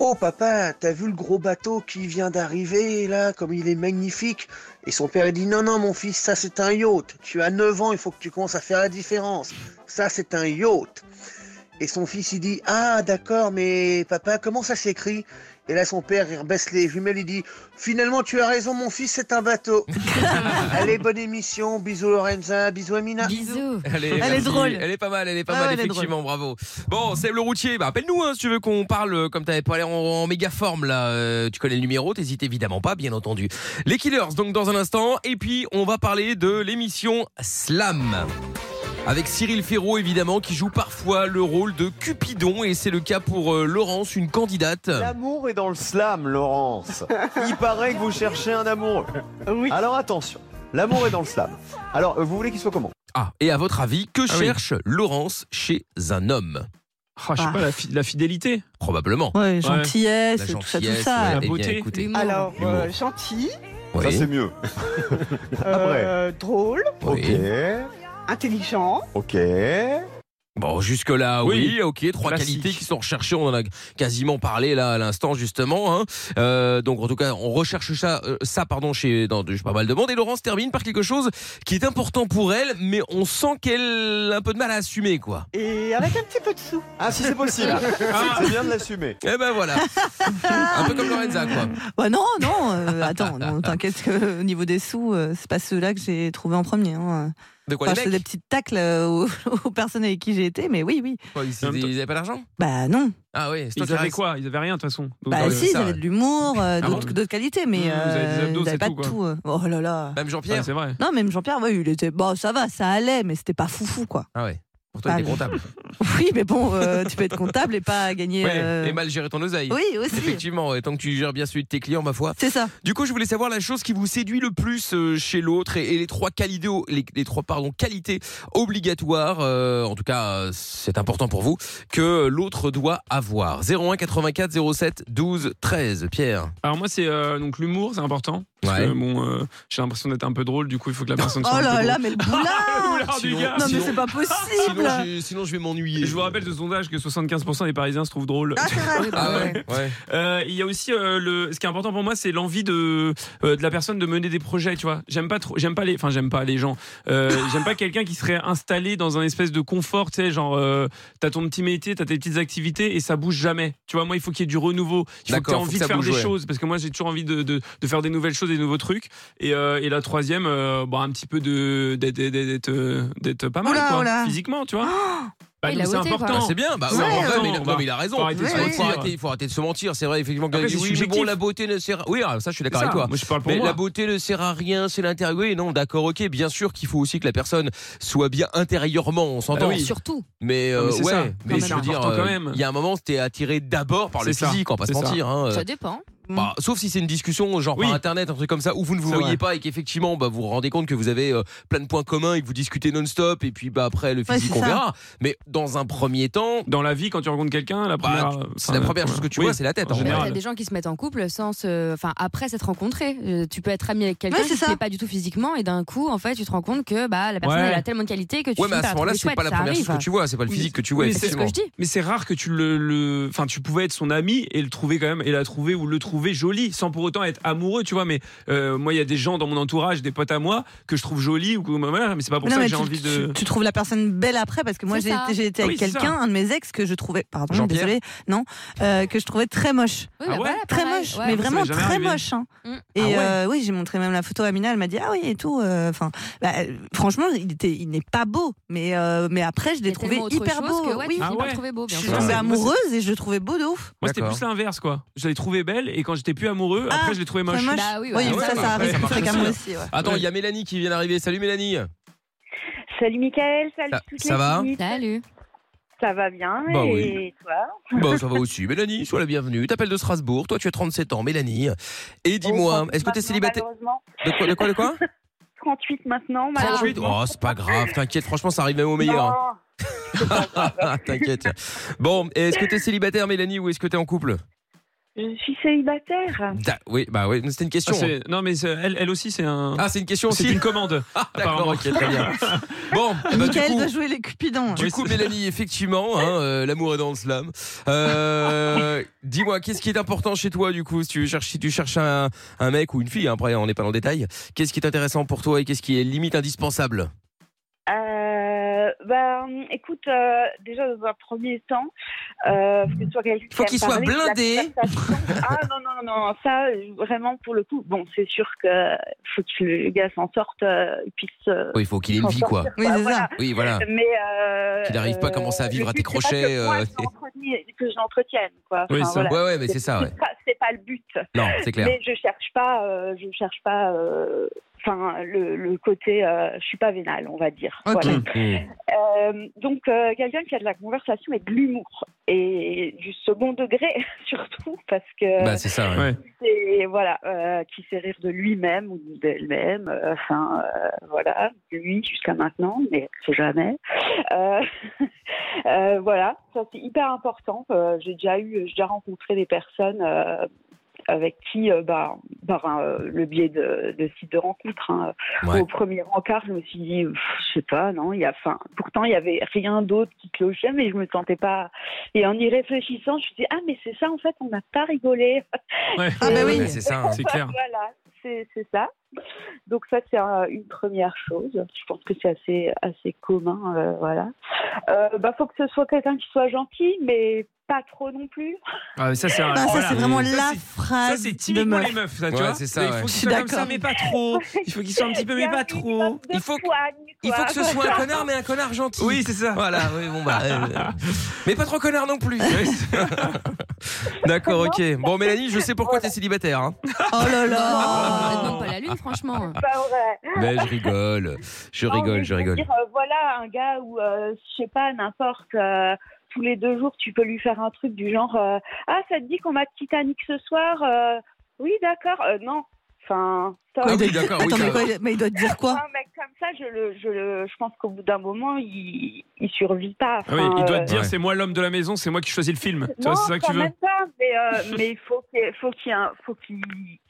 S9: Oh papa, t'as vu le gros bateau qui vient d'arriver, là, comme il est magnifique Et son père, il dit Non, non, mon fils, ça c'est un yacht. Tu as 9 ans, il faut que tu commences à faire la différence. Ça, c'est un yacht. Et son fils, il dit Ah, d'accord, mais papa, comment ça s'écrit Et là, son père, il rebaisse les jumelles, il dit Finalement, tu as raison, mon fils, c'est un bateau. Allez, bonne émission. Bisous, Lorenza. Bisous, Amina.
S5: Bisous.
S2: Elle est,
S3: est
S2: merci.
S3: drôle.
S2: Elle est pas mal, elle est pas
S3: Ouais,
S2: mal,
S3: ouais, elle est
S2: effectivement, bravo. Bon, Seb le routier, bah, appelle-nous hein, si tu veux qu'on parle euh, comme t'avais parlé en, en méga forme là. euh, tu connais le numéro, t'hésites évidemment pas, bien entendu. Les Killers, donc dans un instant. Et puis, on va parler de l'émission Slam. Avec Cyril Ferraud, évidemment, qui joue parfois le rôle de Cupidon. Et c'est le cas pour euh, Laurence, une candidate.
S10: L'amour est dans le slam, Laurence. Il paraît que vous cherchez un amoureux. Alors attention, l'amour est dans le slam. Alors, euh, vous voulez qu'il soit comment
S2: Ah, et à votre avis, que
S4: Ah oui.
S2: cherche Laurence chez un homme
S4: Ah, je sais pas, la, fi- la fidélité.
S2: Probablement.
S3: Ouais,
S2: La
S3: gentillesse, tout ça, tout
S2: gentillesse, ouais,
S3: ça.
S4: La
S2: eh bien,
S4: beauté.
S2: écoutez,
S5: L'humour.
S11: Alors,
S2: L'humour.
S11: euh, gentil,
S2: oui,
S10: Ça, c'est mieux. Après.
S11: euh, drôle,
S2: oui.
S11: intelligent.
S10: Ok, ok.
S2: Bon, jusque-là, oui,
S4: Oui.
S2: ok, trois
S4: Classique.
S2: qualités qui sont recherchées, on en a quasiment parlé là à l'instant justement. hein. Euh, donc en tout cas, on recherche ça, euh, ça pardon, chez, dans, chez pas mal de monde. Et Laurence termine par quelque chose qui est important pour elle, mais on sent qu'elle a un peu de mal à assumer, quoi.
S11: Et avec un petit peu de sous.
S10: Ah, si c'est possible.
S4: Ah.
S10: C'est bien de l'assumer.
S2: Eh ben voilà, un peu comme Lorenza, quoi.
S3: Bah non, euh, non, euh, attends, non, t'inquiète que au niveau des sous, euh, c'est pas ceux-là que j'ai trouvé en premier. hein.
S2: De quoi,
S3: Enfin,
S2: les
S3: je fais
S2: mecs
S3: des petites tacles euh, aux, aux personnes avec qui j'ai été, mais oui, oui.
S2: Quoi, ils, ils- ils avaient pas d'argent
S3: Bah non.
S2: Ah oui, c'est
S4: Ils
S2: toi qui
S4: avaient
S2: reste.
S4: quoi Ils avaient rien de toute façon. Donc,
S3: Bah
S4: euh,
S3: si, ils
S4: ça,
S3: avaient de l'humour, euh,
S4: Ah
S3: d'autres
S4: bon
S3: d'autres qualités, mais
S4: Mmh, vous avez des
S3: euh,
S4: abdos,
S3: ils
S4: c'est
S3: avaient pas
S4: tout,
S3: de
S4: quoi.
S3: tout. euh. Oh là là.
S2: Même Jean-Pierre
S4: Ouais, c'est vrai.
S3: Non, même Jean-Pierre, ouais, il était. Bon, ça va, ça allait, mais c'était pas foufou, quoi.
S2: Ah ouais. Pour toi, il
S3: Ah,
S2: était comptable.
S3: Oui, mais bon, euh, tu peux être comptable et pas gagner.
S2: Ouais,
S3: euh,
S2: Et mal gérer ton oseille.
S3: Oui, aussi.
S2: Effectivement, et tant que tu gères bien celui de tes clients, ma foi.
S3: C'est ça.
S2: Du coup, je voulais savoir la chose qui vous séduit le plus euh, chez l'autre et, et les trois qualités, les, les trois pardon qualités obligatoires. euh, en tout cas, euh, c'est important pour vous que l'autre doit avoir. 01 84 07 12 13. Pierre.
S4: Alors moi c'est euh, donc l'humour c'est important parce que
S2: Ouais.
S4: bon euh, j'ai l'impression d'être un peu drôle du coup il faut que la personne soit
S3: Oh
S4: un peu
S3: là
S4: drôle.
S3: là, mais le boulard
S4: du gars.
S3: Non, mais
S4: Sinon-
S3: c'est pas possible
S4: Sinon,
S2: je, vais m'ennuyer.
S4: Je vous rappelle de ce sondage que 75% des Parisiens se trouvent drôles.
S2: Ah ouais. ouais.
S4: Euh, il y a aussi euh, le ce qui est important pour moi c'est l'envie de euh, de la personne de mener des projets tu vois j'aime pas trop j'aime pas les enfin j'aime pas les gens Euh, j'aime pas quelqu'un qui serait installé dans un espèce de confort tu sais genre euh, t'as ton petit métier t'as tes petites activités et ça bouge jamais tu vois moi il faut qu'il y ait du renouveau il faut que t'aies
S2: D'accord, faut que
S4: envie de
S2: ça
S4: faire
S2: bouge,
S4: des
S2: ouais.
S4: choses parce que moi j'ai toujours envie de, de, de faire des nouvelles choses des nouveaux trucs et, euh, et la troisième euh, bon un petit peu de d'être- d'être- d'être euh, d'être pas mal
S3: Oula,
S4: quoi,
S3: oula. Oh
S4: physiquement tu vois Bah,
S5: Il
S4: donc,
S5: a
S4: c'est
S5: voté, quoi.
S4: important
S2: Bah, c'est bien, bah,
S4: C'est
S2: ouais, en vrai,
S4: important,
S2: mais il a-
S4: on
S2: non,
S4: va-
S2: mais il a raison.
S4: faut arrêter de se
S2: Ouais,
S4: mentir.
S2: faut arrêter- il faut arrêter de se mentir, c'est vrai, effectivement. quand
S4: Après,
S2: il dit,
S4: c'est
S2: oui, mais bon,
S4: subjectif.
S2: la beauté ne sert. Oui, alors ça, je suis d'accord
S4: C'est
S2: avec
S4: ça.
S2: toi.
S4: Moi, je parle pour
S2: mais
S4: moi.
S2: la beauté ne sert à rien, c'est l'intérieur. Oui, non, d'accord, ok, bien sûr qu'il faut aussi que la personne soit bien intérieurement, on s'entend.
S5: oui. Surtout.
S2: Mais, euh,
S4: Bah Non, mais c'est
S2: ouais,
S4: ça.
S2: mais,
S4: Non, mais
S2: je
S4: c'est
S2: veux dire,
S4: important quand
S2: euh,
S4: même.
S2: il y a un moment, t'es attiré d'abord par le
S4: C'est ça,
S2: physique, on va pas se
S4: c'est ça.
S2: mentir. hein, euh.
S5: Ça dépend.
S2: Bah, sauf si c'est une discussion genre
S4: Mm. Oui.
S2: par internet, un truc comme ça, où vous ne vous
S4: C'est
S2: voyez
S4: vrai.
S2: pas et qu'effectivement bah, vous vous rendez compte que vous avez euh, plein de points communs et que vous discutez non-stop et puis bah, après le
S3: Ouais,
S2: physique
S3: c'est
S2: on
S3: ça.
S2: verra. Mais dans un premier temps,
S4: dans la vie quand tu rencontres quelqu'un la
S2: Bah,
S4: première
S2: tu-
S4: enfin,
S2: c'est la première chose que tu vois, c'est la tête, hein. en
S4: en
S5: Il y a
S4: général
S5: des gens qui se mettent en couple sans se... enfin, après s'être rencontrés. Euh, Tu peux être ami avec quelqu'un
S3: Ouais,
S5: qui
S3: c'est
S5: ne te
S3: ça.
S5: plaît pas du tout physiquement et d'un coup, en fait, tu te rends compte que bah, la personne
S4: Ouais.
S5: elle a tellement de qualités que tu
S2: ouais, mais
S5: finis
S2: à
S5: par
S2: ce moment-là,
S5: trouver
S2: c'est pas la
S5: chouette, ça
S2: première chose que
S5: arrive.
S2: tu vois, c'est pas le
S4: Oui,
S2: physique que tu vois,
S4: oui, mais c'est
S5: C'est ce que
S2: effectivement.
S5: je dis.
S4: Mais c'est rare que tu le, le- enfin, tu pouvais être son ami et le trouver quand même, et la trouver ou le trouver joli, sans pour autant être amoureux, tu vois. Mais euh, moi, il y a des gens dans mon entourage, des potes à moi, que je trouve jolis ou que- voilà, mais c'est pas pour
S3: Non,
S4: ça
S3: mais
S4: que
S3: tu,
S4: j'ai envie
S3: tu-
S4: de.
S3: tu trouves la personne belle après parce que moi
S5: C'est
S3: j'ai
S5: ça.
S3: été, j'ai été avec
S4: Oui, c'est
S3: quelqu'un,
S4: ça.
S3: un de mes ex que je trouvais, pardon,
S2: Jean-Pierre
S3: désolé, non, euh, que je trouvais très moche,
S4: Ah
S5: Oui, bah,
S4: ouais
S5: voilà,
S3: très
S5: pareil.
S3: moche,
S5: Ouais.
S3: mais
S4: ça
S3: vraiment
S4: m'est jamais
S3: très
S4: arrivé.
S3: moche. hein.
S5: Mm.
S3: Et
S4: Ah ouais.
S3: euh, oui, j'ai montré même la photo à Mina, elle m'a dit ah oui et tout. euh, Enfin, bah, euh, franchement, il était, il n'est pas beau, mais euh, mais après je
S5: Il y
S3: l'ai
S5: a
S3: trouvé
S5: tellement autre
S3: hyper
S5: chose
S3: beau.
S5: que, ouais, tu
S3: oui.
S5: finis par
S4: Ah
S5: le
S4: ouais.
S5: trouver beau,
S3: Je
S5: bien
S3: suis
S5: sûr.
S2: Ah,
S3: tombée
S4: c'est- moi, c'est-
S3: amoureuse et je le trouvais beau de ouf.
S4: Moi, c'était
S2: D'accord.
S4: plus l'inverse, quoi. Je l'ai trouvé belle, et quand j'étais plus amoureux,
S3: Ah,
S4: après, je l'ai trouvé moche.
S3: Très moche.
S5: Bah oui, ouais.
S3: oui,
S5: Ah ouais,
S3: ça,
S2: bah,
S3: ça
S2: après,
S3: arrive
S2: ça marche
S3: fréquemment
S2: aussi,
S3: aussi. ouais.
S2: Attends,
S4: Ouais.
S2: il y a Mélanie qui vient d'arriver. Salut Mélanie.
S12: Salut Michael, salut
S2: Ça-
S12: toute
S2: ça va
S12: l'équipe.
S5: Salut.
S12: Ça va bien
S2: Bah
S12: et
S2: oui.
S12: toi
S2: Bon, Bah, ça va aussi. Mélanie, sois la bienvenue. T'appelles de Strasbourg. Toi, tu as 37 ans, Mélanie. Et dis-moi,
S12: Oh,
S2: est-ce que t'es
S12: maintenant,
S2: célibataire
S12: Malheureusement,
S2: De quoi, de quoi, de quoi
S12: 38 maintenant,
S4: Ah,
S12: malheureusement.
S2: 38 Oh, c'est pas grave. T'inquiète, franchement, ça arrive même au meilleur.
S12: Non,
S2: T'inquiète. Bon, et est-ce que t'es célibataire, Mélanie, ou est-ce que t'es en couple
S12: je suis célibataire.
S2: Da- Oui, bah oui, c'était une
S4: Ah,
S2: question.
S4: c'est- non, mais c'est- elle, elle aussi, c'est un.
S2: Ah, c'est une question
S4: c'est
S2: aussi. Ah,
S4: une commande.
S2: D'accord,
S4: apparemment.
S2: ok, très bien. Bon, eh ben, du
S3: Michael
S2: coup,
S3: doit jouer les cupidons.
S2: Du
S4: Oui,
S2: coup,
S4: c'est-
S2: Mélanie, effectivement, hein, euh, l'amour est dans le slam. Euh, Dis-moi, qu'est-ce qui est important chez toi, du coup, si tu cherches, si tu cherches un, un mec ou une fille, hein, après, on n'est pas dans le détail, qu'est-ce qui est intéressant pour toi et qu'est-ce qui est limite indispensable
S12: Euh, ben, écoute, euh, déjà dans un premier temps, euh, faut que ce soit quelqu'un
S2: Faut
S12: qui
S2: qu'il soit
S12: aime parler,
S2: blindé.
S12: la conversation. Ah non non non non, ça euh, vraiment pour le coup, bon c'est sûr que faut que le gars s'en sorte, euh, il puisse. euh,
S2: Oui, il faut qu'il ait une
S12: s'en
S2: vie,
S12: sortir,
S2: quoi.
S3: Oui, c'est ça.
S2: Oui, voilà.
S12: Mais euh,
S2: Qu'il n'arrive pas à commencer à
S12: euh,
S2: vivre
S12: le
S2: à tes
S12: but, c'est pas
S2: crochets,
S12: Que, moi,
S2: euh,
S12: je l'entretienne- que je l'entretienne, quoi.
S4: Oui,
S12: Enfin,
S4: ça.
S12: voilà.
S2: Ouais, ouais, mais c'est ça, ouais.
S12: C'est pas- C'est pas le but.
S2: Non, c'est clair.
S12: Mais je cherche pas, euh, je cherche pas, euh, enfin le, le côté, euh, je suis pas vénale, on va dire.
S3: Ok.
S12: Voilà.
S2: Mm.
S12: Euh, donc euh, quelqu'un qui a de la conversation et de l'humour et du second degré surtout parce que
S2: Bah, c'est ça, ouais.
S4: Ouais.
S12: c'est voilà euh, qui sait rire de lui-même ou d'elle-même. euh, Enfin euh, voilà lui jusqu'à maintenant, mais c'est jamais. Euh, euh, voilà, ça c'est hyper important. Euh, j'ai déjà eu, j'ai déjà rencontré des personnes. euh, avec qui, euh, bah, par euh, le biais de, de sites de rencontre, hein,
S2: Ouais.
S12: au premier rencard, je me suis dit, pff, je sais pas, non, il y a, enfin, pourtant il y avait rien d'autre qui clochait, mais je me sentais pas. Et en y réfléchissant, je me suis dit, ah, mais c'est ça, en fait, on n'a pas rigolé.
S4: Ouais.
S3: Ah bah oui.
S2: Ouais, c'est ça. hein.
S4: C'est clair.
S12: Voilà, c'est c'est ça. Donc ça, c'est euh, une première chose. Je pense que c'est assez, assez commun, euh, voilà. Euh, bah, faut que ce soit quelqu'un qui soit gentil, mais
S7: pas trop non plus.
S4: Ah, mais ça, c'est un-
S3: Bah, ça,
S4: voilà.
S3: c'est vraiment
S4: Ça,
S3: la
S4: c'est-
S3: phrase
S4: Ça, c'est
S3: de
S4: typiquement
S3: meuf.
S4: les meufs, ça, tu
S2: Ouais,
S4: vois.
S2: c'est ça,
S4: Il
S2: ouais.
S4: faut
S2: Je
S4: qu'ils
S2: suis
S4: soient comme ça,
S2: d'accord.
S4: mais pas trop. Il faut qu'ils soient un petit peu, mais pas trop.
S2: Il faut, que- il faut que ce soit un connard, mais un connard gentil.
S4: Oui, c'est ça.
S2: Voilà, oui, bon, bah. euh, mais pas trop connard non plus. D'accord, ok. Bon, Mélanie, je sais pourquoi t'es célibataire. hein.
S3: Oh là
S5: là
S2: Non.
S5: demande pas la lune, franchement.
S7: Pas vrai.
S2: Mais je rigole. Je
S7: Non, mais
S2: rigole, je
S7: veux
S2: rigole.
S7: dire, euh, voilà, un gars où, euh, je sais pas, n'importe, euh, tous les deux jours, tu peux lui faire un truc du genre euh, Ah, ça te dit qu'on va Titanic ce soir euh, Oui, d'accord. Euh, non. Enfin, stop.
S2: Ah oui, d'accord, oui,
S3: Attends, mais,
S2: ça-
S3: quoi, il- mais il doit te dire quoi
S7: Un mec comme ça, je, le, je, le, je pense qu'au bout d'un moment, il, il survit pas.
S4: Ah oui,
S7: Enfin,
S4: il doit
S7: euh,
S4: te dire, c'est moi l'homme de la maison, c'est moi qui choisis le film. Tu
S7: non,
S4: vois, c'est ça que
S7: quand
S4: tu veux.
S7: même pas, mais euh, mais il faut qu'il faut qu'il y ait un- faut qu'il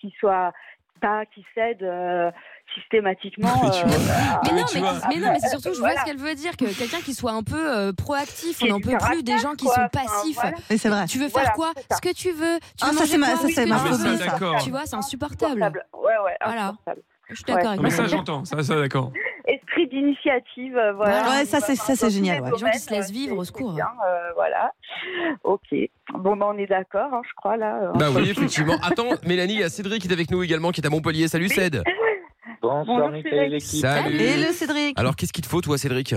S7: qu'il soit pas qu'il cède euh, systématiquement. euh,
S4: Mais tu vois-
S12: Ah,
S7: à-
S5: Mais non,
S4: tu
S5: mais,
S4: vois.
S5: mais non, mais c'est surtout, je vois
S7: Voilà.
S5: ce qu'elle veut dire, que quelqu'un qui soit un peu euh, proactif, on
S7: Qui ait
S5: n'en
S7: du
S5: peut plus des
S7: caractère,
S5: gens qui
S7: quoi.
S5: sont
S7: Enfin,
S5: passifs.
S7: voilà.
S3: Mais c'est vrai.
S5: Tu veux faire
S7: Voilà,
S5: quoi
S7: c'est ça.
S5: Ce que tu veux Tu
S3: Ah, ça,
S5: veux manger
S3: c'est ma-
S5: quoi
S3: ça, c'est
S5: Ce que
S3: ma
S5: tu veux.
S3: phobie, ça.
S4: D'accord.
S5: Tu vois, c'est insupportable.
S7: Insupportable. Ouais, ouais,
S5: Voilà.
S7: insupportable.
S5: Je suis d'accord
S7: Ouais.
S5: avec
S4: Mais
S5: toi.
S4: ça, j'entends. Ça, ça, d'accord.
S7: Esprit d'initiative, euh, voilà.
S3: Ouais,
S7: On
S3: ça,
S7: y va dans-
S3: c'est- ça, c'est
S7: dans tous
S3: génial,
S7: les
S3: ouais.
S5: Les gens qui se
S7: domaines,
S5: laissent vivre,
S7: c'est-
S5: au
S7: c'est
S5: secours.
S7: bien, euh, voilà. Ok. Bon, ben on est d'accord, hein, je crois là. euh,
S2: Bah
S7: entre-
S2: oui, effectivement. Attends, Mélanie, il y a Cédric qui est avec nous également, qui est à Montpellier. Salut, Céd.
S7: Bonjour,
S13: Bonsoir, Mickaël et l'équipe.
S2: Salut.
S3: Et le Cédric
S2: Alors, qu'est-ce qu'il te faut, toi, Cédric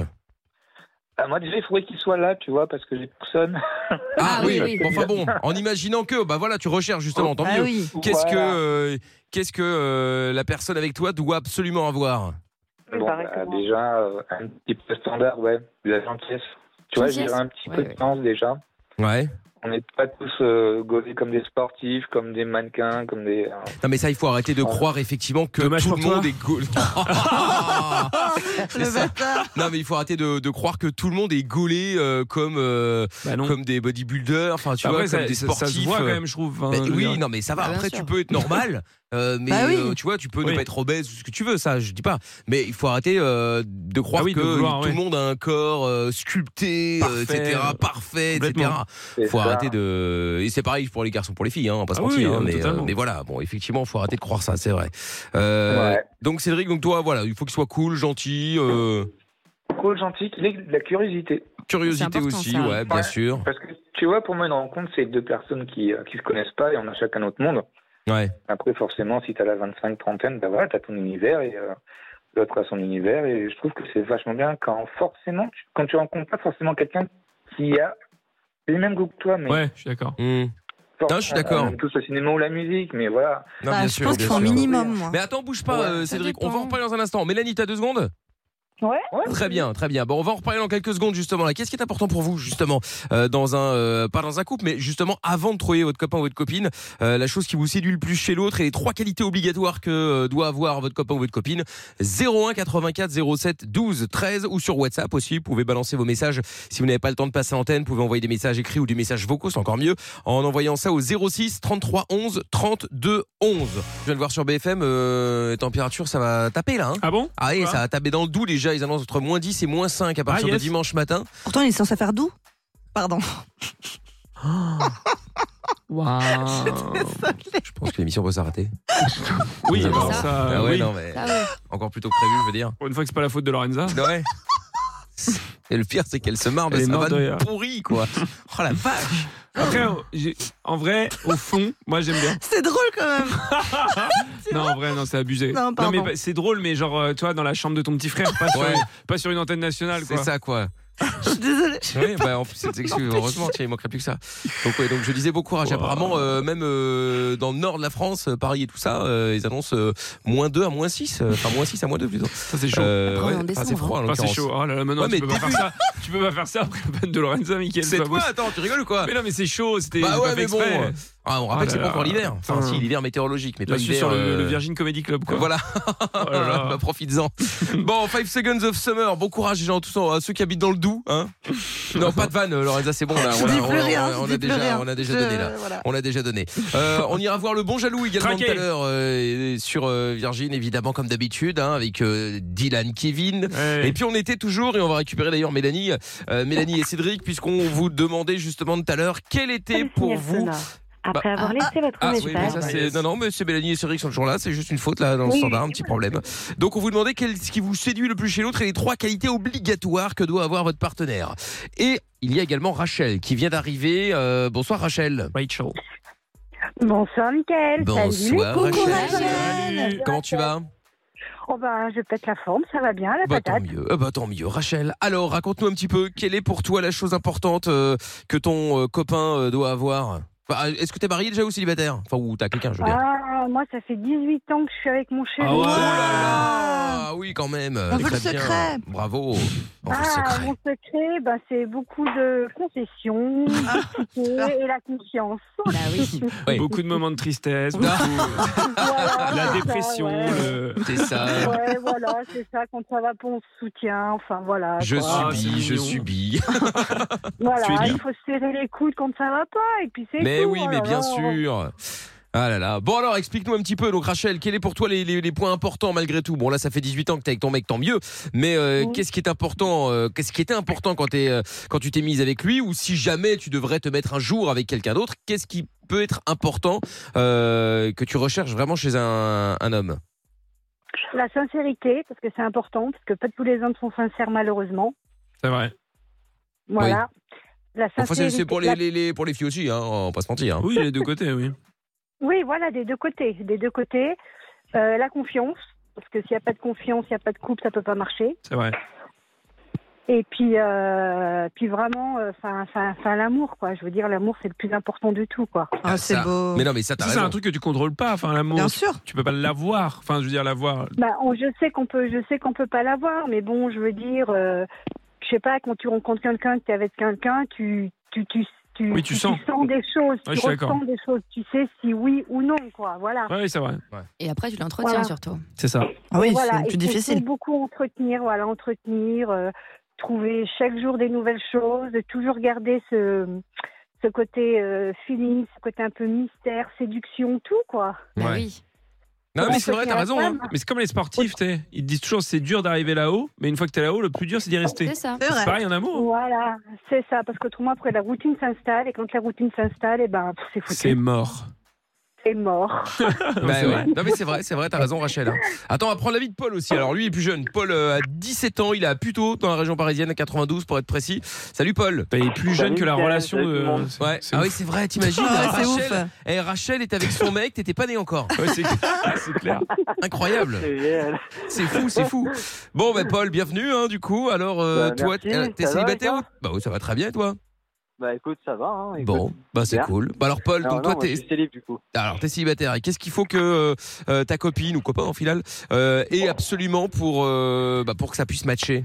S13: Ah, moi, déjà, il faudrait qu'il soit là, tu vois, parce que j'ai personne.
S2: Ah,
S5: Ah
S2: oui,
S5: oui.
S2: bon, enfin bon, en imaginant que, bah voilà, tu recherches justement, tant
S3: Ah
S2: mieux.
S3: oui.
S2: Qu'est-ce que,
S13: Voilà.
S2: euh, qu'est-ce que euh, la personne avec toi doit absolument avoir
S7: Mais
S13: Bon,
S7: pareil que
S13: bah,
S7: moi.
S13: déjà, euh, un petit peu standard, ouais. De la gentillesse. Tu vois, j'ai
S5: Gentillesse.
S13: un petit
S5: Ouais,
S13: peu de
S5: ouais.
S13: chance, déjà.
S2: Ouais.
S13: On n'est pas tous euh, gaulés comme des sportifs, comme des mannequins, comme des. euh,
S2: Non, mais ça, il faut arrêter de croire effectivement que
S4: Oh. Dommage
S2: tout
S4: pour
S2: le
S4: toi.
S2: monde est gaulé. C'est
S3: Le
S2: ça.
S3: bâtard.
S2: non, mais il faut arrêter de, de croire que tout le monde est gaulé euh, comme, euh,
S4: Bah non. Bah
S2: comme des bodybuilders, enfin, tu
S4: Après,
S2: vois, comme
S4: ça,
S2: des
S4: ça- ça
S2: sportifs.
S4: se voit quand
S2: euh,
S4: même, je trouve. hein,
S2: Bah
S4: je veux
S2: oui,
S4: dire.
S2: non, mais ça va.
S5: Bah, bien
S2: Après, tu
S5: sûr.
S2: peux être normal, euh, mais
S3: Bah oui.
S2: euh, tu vois, tu peux ne
S4: Oui.
S2: pas être obèse ou ce que tu veux, ça, je dis pas. Mais il faut arrêter euh, de croire
S4: Ah oui, de
S2: que
S4: vouloir,
S2: tout
S4: ouais.
S2: le monde a un corps euh, sculpté, euh,
S4: Parfait.
S2: etc., parfait, etc.
S4: Complètement.
S13: c'est
S2: Faut
S13: ça.
S2: arrêter de. Et c'est pareil pour les garçons, pour les filles, hein, on va pas se
S4: Ah oui,
S2: mentir. hein,
S4: euh,
S2: mais,
S4: totalement.
S2: mais voilà, bon, effectivement, faut arrêter de croire ça, c'est vrai. Euh,
S13: Ouais.
S2: Donc Cédric, donc toi, voilà, il faut qu'il soit cool, gentil, euh,
S13: Cool, gentil, qu'il ait de la curiosité.
S2: curiosité
S5: important,
S2: aussi,
S5: ça.
S2: ouais, bien
S13: Ouais.
S2: sûr.
S13: Parce que, tu vois, pour moi, une rencontre, c'est deux personnes qui, euh, qui se connaissent pas et on a chacun notre monde.
S2: Ouais.
S13: Après, forcément, si t'as la 25, trentaine, bah voilà, t'as ton univers et euh, l'autre a son univers. Et je trouve que c'est vachement bien quand forcément, tu, quand tu rencontres pas forcément quelqu'un qui a les mêmes goûts que toi, mais
S4: Ouais, je suis d'accord.
S2: Hmm.
S13: forcément,
S2: je suis d'accord.
S13: on aime tous le cinéma ou la musique, mais voilà.
S2: Non,
S3: Bah,
S2: bien
S3: je
S2: sûr,
S3: pense qu'il
S2: bien
S3: faut un
S2: sûr.
S3: minimum, moi.
S2: Mais attends, bouge pas,
S13: Ouais.
S2: euh,
S5: Ça
S2: Cédric. On va
S5: dépend.
S2: en reparler dans un instant. Mélanie, t'as deux secondes
S7: Ouais.
S2: Très bien, très bien. Bon, on va en reparler dans quelques secondes justement. Là, qu'est-ce qui est important pour vous justement euh, dans un, euh, pas dans un couple, mais justement avant de trouver votre copain ou votre copine, euh, la chose qui vous séduit le plus chez l'autre et les trois qualités obligatoires que euh, doit avoir votre copain ou votre copine. 01 84 07 12 13 ou sur WhatsApp aussi. Vous pouvez balancer vos messages si vous n'avez pas le temps de passer à l'antenne. Vous pouvez envoyer des messages écrits ou des messages vocaux, c'est encore mieux. En envoyant ça au 06 33 11 32 11. Je viens de voir sur BFM, euh, température, ça va taper là. Hein
S4: Ah bon
S2: ah oui,
S4: Quoi
S2: ça a tapé dans le doux déjà. Ils annoncent entre moins 10 et moins 5 à partir
S4: Ah, yes.
S2: de dimanche matin.
S3: Pourtant, il est censé faire doux. Pardon.
S4: Ah.
S2: Je pense que l'émission peut s'arrêter.
S4: Oui,
S2: Ah,
S4: alors
S5: ça.
S4: ça.
S2: Ah ouais,
S4: oui.
S2: non, mais
S5: Ah ouais.
S2: encore plus tôt que prévu, je veux dire.
S4: Pour une fois que c'est pas la faute de Lorenza.
S2: Ouais. Et le pire, c'est qu'elle se marre de
S4: Elle est
S2: sa
S4: morte de
S2: vanne
S4: rire.
S2: pourrie, quoi. Oh la vache.
S4: Après, euh, j'ai- en vrai, au fond, moi j'aime bien.
S3: C'est drôle quand même.
S4: Non, en vrai, non, c'est abusé.
S3: Non, pardon.
S4: mais bah, c'est drôle, mais genre, euh, tu vois, dans la chambre de ton petit frère, pas, sur,
S2: Ouais.
S4: pas sur une antenne nationale,
S2: C'est
S4: quoi.
S2: ça, quoi.
S3: Je suis désolée.
S2: Oui, bah, en plus, c'est excuse. Heureusement, tiens, il manquerait plus que ça. Donc, ouais, donc je disais bon courage.
S4: Wow.
S2: Apparemment, euh, même euh, dans le nord de la France, euh, Paris et tout ça, euh, ils annoncent euh, moins 2 à moins 6. euh, Enfin, moins 6 à moins 2 plutôt.
S4: Ça, c'est chaud.
S2: Euh,
S5: Après, on est en
S2: enfin, c'est
S5: décembre, hein.
S2: froid, en
S4: Enfin, c'est
S2: l'occurrence.
S4: chaud. Oh là là, maintenant,
S2: Ouais,
S4: tu
S2: mais
S4: peux pas faire ça. Tu peux pas faire ça après la peine de Lorenza, Michael.
S2: C'est
S4: pas
S2: toi,
S4: possible.
S2: attends, tu rigoles ou quoi
S4: Mais non, mais c'est chaud. C'était
S2: Bah
S4: j'ai
S2: ouais,
S4: pas fait
S2: mais bon,
S4: exprès.
S2: euh, Ah, on rappelle
S4: Oh
S2: que c'est
S4: là
S2: pas
S4: là.
S2: encore l'hiver. Enfin,
S4: Putain.
S2: si, l'hiver météorologique, mais
S4: Là,
S2: pas
S4: je suis
S2: l'hiver.
S4: sur le, le
S2: euh,
S4: Virgin Comedy Club, quoi.
S2: Voilà,
S4: Oh là là.
S2: bah, profites-en. Bon, 5 Seconds of Summer, bon courage les gens, tous en- à ceux qui habitent dans le Doubs. Hein non, pas de vanne, euh, Lorenza, c'est bon, là.
S3: Je
S2: On a-
S3: dis
S2: on
S3: plus
S2: a-
S3: rien.
S2: on a-
S3: je
S2: on
S3: dis
S2: a
S3: plus
S2: déjà-
S3: rien.
S2: on a déjà
S3: Je-
S2: donné, là.
S3: voilà.
S2: On l'a déjà donné. Euh, on ira voir le bon jaloux également
S4: Traqué.
S2: tout à l'heure euh, et sur euh, Virgin, évidemment, comme d'habitude, hein, avec euh, Dylan Kevin.
S4: Ouais.
S2: Et puis on était toujours, et on va récupérer d'ailleurs Mélanie, euh, Mélanie et Cédric, puisqu'on vous demandait justement tout à l'heure quelle était pour vous
S11: Après
S2: Bah,
S11: avoir laissé votre
S2: Ah oui, mais
S11: message.
S2: ça c'est non non, mais c'est Mélanie et Cédric qui sont toujours là. C'est juste une faute là dans le
S11: Oui.
S2: standard, un petit problème. Donc on vous demandait quel, ce qui vous séduit le plus chez l'autre et les trois qualités obligatoires que doit avoir votre partenaire. Et il y a également Rachel qui vient d'arriver. Euh, bonsoir Rachel.
S4: Rachel.
S11: Bonsoir, Mickaël.
S2: Bonsoir
S11: Salut.
S2: Rachel.
S11: Salut.
S2: Euh, Comment tu vas
S11: Oh ben, je pète la forme, ça va bien, la
S2: Bah, tant
S11: patate.
S2: mieux. Ah, bah, tant mieux. Rachel, alors raconte-nous un petit peu quelle est pour toi la chose importante euh, que ton euh, copain euh, doit avoir. Enfin, euh, Est-ce que t'es marié déjà ou célibataire Enfin ou t'as quelqu'un, je veux dire.
S11: Ah, moi, ça fait 18 ans que je suis avec mon chéri.
S2: Ah ouais. Ah oui, quand même.
S11: On
S2: les
S11: veut le
S2: chrétiens.
S11: secret.
S2: Bravo.
S11: Ah, mon secret, ben, c'est beaucoup de concessions, et la confiance.
S4: Beaucoup de moments de tristesse, beaucoup- la dépression. le-
S2: C'est ça.
S11: Ouais, voilà, c'est ça. Quand ça va pas, on se soutient. Enfin, voilà.
S2: Je
S11: Ah, quoi.
S4: Ah,
S2: subis, je subis. Tu es
S11: Voilà,
S2: bien.
S11: il faut se serrer les coudes quand ça va pas. Et puis c'est
S2: Mais
S11: tout,
S2: oui,
S11: oh
S2: mais
S11: là
S2: bien
S11: là.
S2: sûr. Ah là là. Bon alors, explique-nous un petit peu. Donc Rachel, quels est pour toi les, les- les points importants malgré tout Bon là, ça fait 18 ans que t'es avec ton mec, tant mieux. Mais euh, qu'est-ce qui est important euh, Qu'est-ce qui était important quand t'es euh, quand tu t'es mise avec lui Ou si jamais tu devrais te mettre un jour avec quelqu'un d'autre, qu'est-ce qui peut être important euh, que tu recherches vraiment chez un, un homme
S11: La sincérité, parce que c'est important, parce que pas tous les hommes sont sincères, malheureusement.
S4: C'est vrai.
S11: Voilà. La
S2: Enfin,
S11: sincérité.
S2: c'est c'est pour les,
S11: la-
S2: les- les- pour les filles aussi, hein, on va pas se mentir.
S4: Oui, les deux côtés, oui.
S11: Oui, voilà, des deux côtés. Des deux côtés. Euh, la confiance, parce que s'il n'y a pas de confiance, il n'y a pas de couple, ça peut pas marcher.
S4: C'est vrai.
S11: Et puis, euh, puis vraiment, enfin, l'amour, quoi. Je veux dire, l'amour, c'est le plus important de tout, quoi.
S4: Ah,
S2: ça. Mais non, mais ça, t'as
S4: Ça, C'est
S2: raison.
S4: un truc que tu contrôles pas, enfin l'amour.
S11: Bien
S4: tu- Tu peux pas l'avoir. Enfin, je veux dire l'avoir.
S11: Bah, on- je sais qu'on peut, je sais qu'on peut pas l'avoir, mais bon, je veux dire, euh, je sais pas, quand tu rencontres quelqu'un, que tu es avec quelqu'un, tu, tu, tu, tu,
S4: Oui, tu sens.
S11: des choses,
S4: Ouais, je
S11: tu
S4: suis d'accord.
S11: ressens des choses, tu sais si oui ou non, quoi. Voilà.
S4: Ouais, oui, c'est vrai.
S5: Et après, tu l'entretiens
S11: Voilà.
S5: surtout.
S4: Ah C'est ça.
S11: Et voilà, et faut- faut beaucoup entretenir, voilà, entretenir, euh, trouver chaque jour des nouvelles choses, toujours garder ce, ce côté euh, feeling, ce côté un peu mystère, séduction, tout, quoi.
S5: Bah
S4: Ouais. Non, mais c'est vrai, t'as raison. hein. Mais c'est comme les sportifs, tu sais. Ils disent toujours c'est dur d'arriver là-haut, mais une fois que t'es là-haut, le plus dur c'est d'y rester. C'est pareil en amour. hein.
S11: Voilà, c'est ça, parce qu'autrement, après, la routine s'installe, et quand la routine s'installe, et ben, pff, c'est foutu.
S4: C'est mort.
S11: C'est mort.
S2: Bah ouais. Non mais c'est vrai, c'est vrai, t'as raison Rachel. hein. Attends, on va prendre la vie de Paul aussi. Alors lui il est plus jeune. Paul euh, a 17 ans, il est à Puteaux dans la région parisienne, à 92 pour être précis. Salut Paul.
S4: Bah, il est plus jeune Salut, que la Pierre, relation salut de- tout le monde.
S2: Ouais.
S4: c'est
S2: Ah
S4: ouf.
S2: oui c'est vrai, t'imagines
S4: Ah,
S2: Rachel,
S4: c'est ouf.
S2: eh, Rachel est avec son mec, t'étais pas né encore.
S4: Ouais, c'est c'est clair.
S2: Incroyable. C'est fou, c'est fou. Bon bah Paul, bienvenue hein, du coup. Alors euh,
S14: Bah,
S2: toi,
S14: merci,
S2: t'es- t'es
S14: ça va,
S2: célibataire
S14: les
S2: ou... Bah oui ça va très bien et toi
S14: Bah écoute, ça va. Hein, écoute.
S2: Bon, bah c'est
S14: Super.
S2: cool. Bah alors Paul,
S14: Non,
S2: donc
S14: non,
S2: toi
S14: moi,
S2: t'es
S14: je suis célib, du coup.
S2: Alors t'es célibataire. Et qu'est-ce qu'il faut que euh, euh, ta copine ou copain en final euh, ait absolument pour euh, bah, pour que ça puisse matcher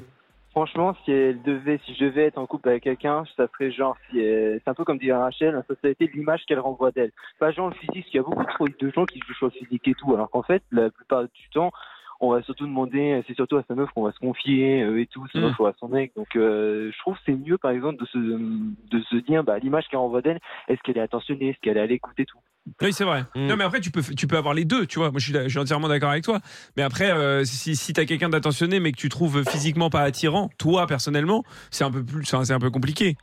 S14: Franchement, si elle devait, si je devais être en couple avec quelqu'un, ça serait genre, si elle- c'est un peu comme dit Rachel, hein, la société, l'image qu'elle renvoie d'elle. Pas genre le physique, parce qu'il y a beaucoup trop de gens qui jouent sur le physique et tout, alors qu'en fait, la plupart du temps, on va surtout demander, c'est surtout à sa meuf qu'on va se confier euh, et tout, sa
S10: Mm.
S14: meuf ou à son mec. Donc, euh, je trouve que c'est mieux, par exemple, de se, de se dire, bah, l'image qu'elle renvoie d'elle, est-ce qu'elle est attentionnée, est-ce qu'elle est à l'écoute et tout.
S4: Oui, c'est vrai.
S2: Mm.
S4: Non, mais après, tu peux, tu peux avoir les deux, tu vois. Moi, je suis, je suis entièrement d'accord avec toi. Mais après, euh, si, si t'as quelqu'un d'attentionné, mais que tu trouves physiquement pas attirant, toi, personnellement, c'est un peu plus, c'est un- c'est un peu compliqué.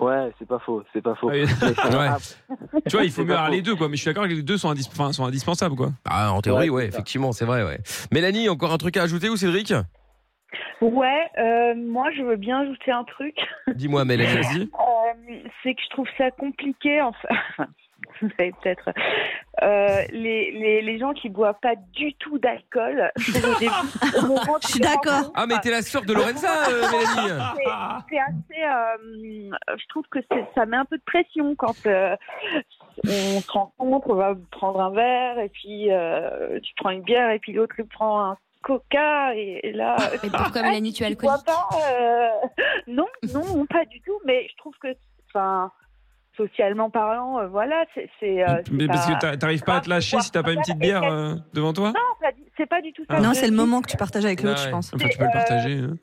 S14: Ouais, c'est pas faux, c'est pas faux.
S4: Ah Ouais.
S14: Mais ça-
S4: Tu vois, il faut
S14: C'est
S4: mieux
S14: pas
S4: avoir
S14: faux.
S4: les deux, quoi. Mais je suis d'accord que les deux sont, indis- enfin, sont indispensables, quoi.
S2: Ah, en théorie, ouais, effectivement, c'est vrai, ouais. Mélanie, encore un truc à ajouter ou Cédric
S12: Ouais, euh, moi je veux bien ajouter un truc.
S2: Dis-moi, Mélanie. Vas-y.
S12: Euh, c'est que je trouve ça compliqué, enfin, vous savez peut-être, Euh, les, les, les gens qui boivent pas du tout d'alcool. Je trouve au début, au moment où
S3: Je suis
S12: tu les
S3: d'accord.
S2: Ah, mais t'es la sœur de Lorenza, euh, Mélanie.
S12: C'est- C'est assez. euh, je trouve que c'est- ça met un peu de pression quand euh, on se rencontre, on va prendre un verre, et puis euh, tu prends une bière, et puis l'autre il prend un coca, et, et là.
S5: Mais pourquoi, Mélanie, tu es
S12: bois pas, euh, Non, non, pas du tout, mais je trouve que. Enfin, socialement parlant, euh, voilà, c'est. c'est, euh, c'est
S4: Mais parce
S12: pas-
S4: que t'a- t'arrives pas à te lâcher si t'as pas une petite bière euh, devant toi.
S12: Non, pas du- c'est pas du tout ça.
S3: Non,
S12: Je-
S3: c'est le moment que tu partages avec l'autre,
S4: Ah
S3: je
S4: ouais.
S3: pense.
S4: Enfin, tu peux le
S12: C'est, euh,
S4: partager. hein.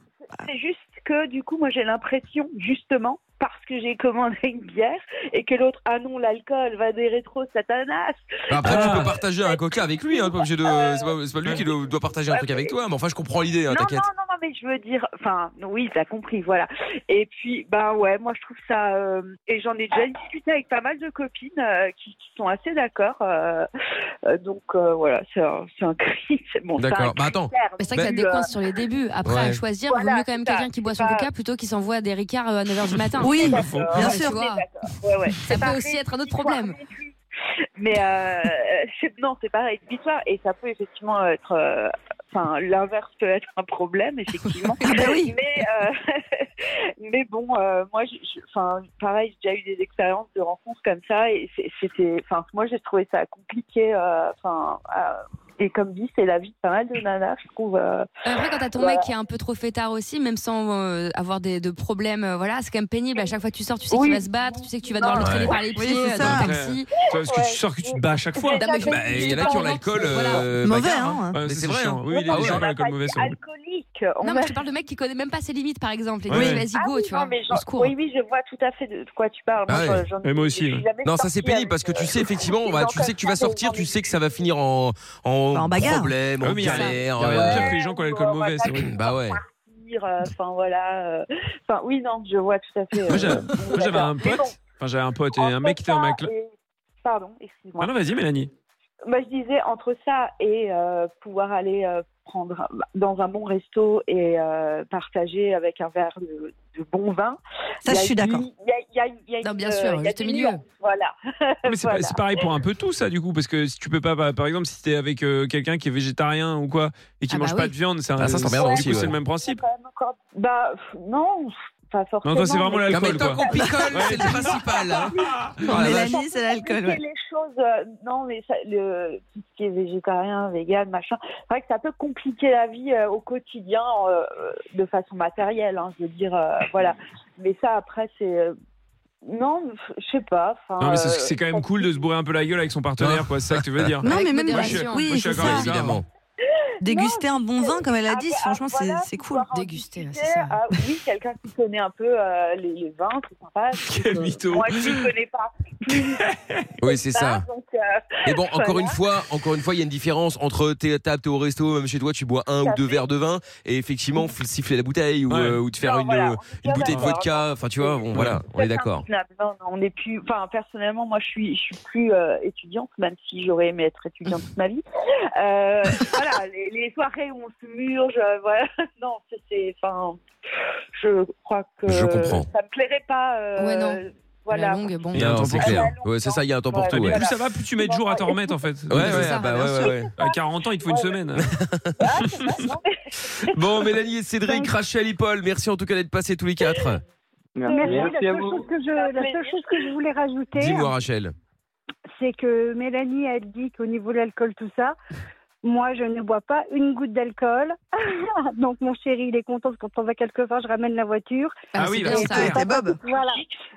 S12: C'est juste que du coup, moi j'ai l'impression, justement, parce que j'ai commandé une bière et que l'autre, ah non, l'alcool va des rétro satanas.
S2: Après,
S4: Ah.
S2: tu peux partager un coca avec lui, hein, t'es pas obligé de. C'est pas, c'est pas lui qui doit doit partager un truc avec toi, mais enfin, je comprends l'idée, hein,
S12: Euh, non, non,
S4: Eh, oh,
S2: t'inquiète.
S12: non, non, mais mais je veux dire, enfin, oui, t'as compris, voilà. Et puis, ben ouais, moi je trouve ça, euh, et j'en ai déjà discuté avec pas mal de copines euh, qui, qui sont assez d'accord. euh, euh, donc euh, voilà, c'est un, c'est un cri. c'est- Bon, c'est un
S4: Ben,
S2: D'accord, bah, attends.
S12: critère,
S5: Mais c'est vrai que ça
S12: mais, euh,
S5: décoince sur les débuts. Après,
S2: Ouais.
S5: à choisir, il vaut mieux quand même quelqu'un qui boit son coca plutôt qu'il s'envoie des ricards à 9h du matin.
S12: Oui,
S5: Ouais,
S12: bien
S5: tu
S12: sûr.
S5: vois. Ça peut aussi être un autre problème.
S12: Mais euh, c'est- non, c'est pareil, une victoire. Et ça peut effectivement être. euh, Enfin, l'inverse peut être un problème, effectivement.
S5: Ah bah
S12: mais, euh, mais bon, euh, moi, je- je- enfin, pareil, j'ai déjà eu des expériences de rencontres comme ça. Et c'est- c'était. Enfin, moi, j'ai trouvé ça compliqué. euh, Enfin. euh, et comme dit, c'est la vie de pas mal de nanas, je trouve. euh,
S5: Après, quand t'as ton mec qui est un peu trop fêtard aussi, même sans euh, avoir des, de problèmes, euh, voilà, c'est quand même pénible. À chaque fois que tu sors, tu sais
S12: Oui.
S5: qu'il va se battre, tu sais que tu vas devoir le
S2: Ouais.
S5: traîner par les
S2: Oui,
S5: pieds
S2: c'est
S5: euh, dans
S2: ça.
S5: le taxi.
S4: Toi, Parce que tu sors que tu te bats à chaque fois.
S5: Non, mais je-
S2: Bah, il y en a qui ont l'alcool. euh,
S5: Mauvais,
S2: bagarre,
S5: hein.
S2: Ouais,
S4: Mais
S2: c'est
S4: c'est
S2: vrai.
S4: chiant.
S2: hein.
S4: Oui, les
S2: Ah ouais.
S4: gens à l'alcool mauvais sont-
S12: alcoolique.
S5: Non, mais je te parle de mec qui connaît même pas ses limites, par exemple. Et
S4: Oui.
S5: qui dit, vas-y,
S12: Ah
S5: go,
S12: oui,
S5: tu
S12: non,
S5: vois.
S12: mais j'en- Oui, oui, je vois tout à fait de quoi tu parles.
S2: Ah ouais.
S12: je- j'en-
S2: Et moi aussi,
S12: je
S4: hein.
S12: suis
S2: ouais.
S12: jamais
S2: Non, ça c'est
S12: sortie
S2: pénible
S12: avec,
S2: parce que tu
S12: euh,
S2: sais effectivement, on va- tu sais que tu vas sortir, tu sais que ça va finir en, Bah, en,
S12: en Bah, bagarre.
S2: problème,
S4: Ah
S2: en
S4: oui, mais il y a-
S2: galère.
S4: il y a rien de
S2: euh,
S4: pire que les gens qui ont l'alcool mauvais, c'est vrai.
S2: Bah ouais.
S12: dire, euh, Enfin, voilà. euh, Enfin, oui, non, je vois tout à fait. euh,
S4: Moi, j'avais moi, j'avais un
S12: Mais bon,
S4: pote. Enfin, j'avais un pote et un mec qui était dans ma classe.
S12: et- Pardon, excuse-moi.
S4: Ah non, vas-y, Mélanie.
S12: Moi, Bah, je disais, entre ça et euh, pouvoir aller euh, prendre un- dans un bon resto et euh, partager avec un verre de, de bon vin.
S3: Ça,
S12: il y
S3: je
S12: a
S3: suis
S12: une-
S3: d'accord.
S12: il y a- il y a- il y a
S5: Non,
S12: une- euh,
S5: bien sûr,
S12: il y a
S5: juste
S12: des
S5: milieu.
S12: nuances, Voilà.
S4: Mais c'est
S12: Voilà.
S4: pas- c'est pareil pour un peu tout ça du coup parce que si tu peux pas bah, par exemple si t'es avec euh, quelqu'un qui est végétarien ou quoi et qui
S12: Ah bah
S4: mange pas
S12: oui.
S4: de viande c'est un-
S2: Ah, ça, c'est emmerdant
S4: du
S2: aussi,
S4: coup, c'est
S2: ouais.
S4: le même principe
S12: Quand même encore- Bah, pff, non, pas forcément.
S4: non toi c'est vraiment
S12: mais-
S4: l'alcool
S2: mais tant
S4: quoi.
S2: qu'on picole,
S4: Ouais.
S2: c'est le principal. hein.
S12: Non, mais
S2: vache.
S12: la nuit,
S3: l'alcool, ouais.
S12: compliquer les choses, euh, non, mais ça, le, tout ce qui est végétarien, vegan, machin, c'est vrai que ça peut compliquer la vie euh, au quotidien euh, de façon matérielle, hein, je veux dire, euh, voilà. Mais ça, après, c'est. euh, non, je sais pas. enfin,
S4: Non mais c'est-
S12: euh,
S4: c'est quand même cool de se bourrer un peu la gueule avec son partenaire quoi c'est ça que tu veux dire.
S3: Non, mais même
S4: Moi, je suis-
S3: modération.
S4: moi, je
S3: Oui,
S4: suis
S3: c'est
S4: d'accord avec
S3: ça.
S4: ça.
S2: Évidemment.
S3: Déguster un bon vin, comme elle
S5: Ah,
S3: a dit, franchement, c'est- c'est cool.
S5: Déguster,
S12: tu sais, ah oui, quelqu'un qui connaît un peu euh, les, les vins, c'est sympa. euh,
S2: Quel mytho.
S12: Moi, je ne connais pas.
S2: Oui, c'est ça.
S12: donc, euh,
S2: Mais bon, encore
S12: voilà.
S2: une fois, encore une fois, il y a une différence entre t'es t'es t'es au resto, même chez toi, tu bois un ou
S12: Ça
S2: deux
S12: fait.
S2: verres de vin, et effectivement, f- siffler la bouteille ou,
S4: Ouais.
S2: euh, ou te faire
S12: Non,
S2: une,
S12: voilà,
S2: euh,
S12: on est
S2: une
S12: bien
S2: bouteille de
S12: d'accord.
S2: vodka. Enfin, tu vois, bon,
S4: Ouais.
S2: voilà, on est
S12: C'est
S2: d'accord.
S12: insoutenable. Non, non, on n'est plus. Enfin, personnellement, moi, je suis, je suis plus euh, étudiante, même si j'aurais aimé être étudiante toute ma vie. Euh, voilà, les, les soirées où on se murge, euh, voilà. Non, c'est- c'est. Enfin, je crois que
S2: Je comprends.
S12: ça me plairait pas. euh,
S5: Ouais, non.
S12: Voilà.
S5: La longue, bon.
S4: Il y a un
S2: Non,
S4: temps
S2: c'est
S4: pour
S2: clair.
S12: tout.
S2: Ouais, c'est ça, il y a un temps pour
S12: Ouais,
S2: tout.
S4: Mais
S2: Ouais,
S4: plus ça va plus tu mets de jours à t'en remettre en fait.
S2: ouais, ouais,
S4: C'est ça.
S2: ah bah, ouais, ouais, ouais.
S4: À 40 ans il te faut une semaine.
S2: Bon, Mélanie et Cédric, Rachel et Paul, merci en tout cas d'être passés tous les quatre.
S14: Merci,
S11: Merci.
S14: Merci
S11: la,
S14: à
S11: seule
S14: vous.
S11: chose que je, la seule chose que je voulais rajouter,
S2: Dis-moi, Rachel.
S11: c'est que Mélanie a dit qu'au niveau de l'alcool, tout ça, moi, je ne bois pas une goutte d'alcool. Donc, mon chéri, il est content parce que quand on va quelque part, je ramène la voiture.
S4: Ah oui,
S11: Et
S4: là,
S11: c'est
S4: c'est
S11: pas
S4: clair.
S11: parce-
S3: Et Bob.
S11: Voilà.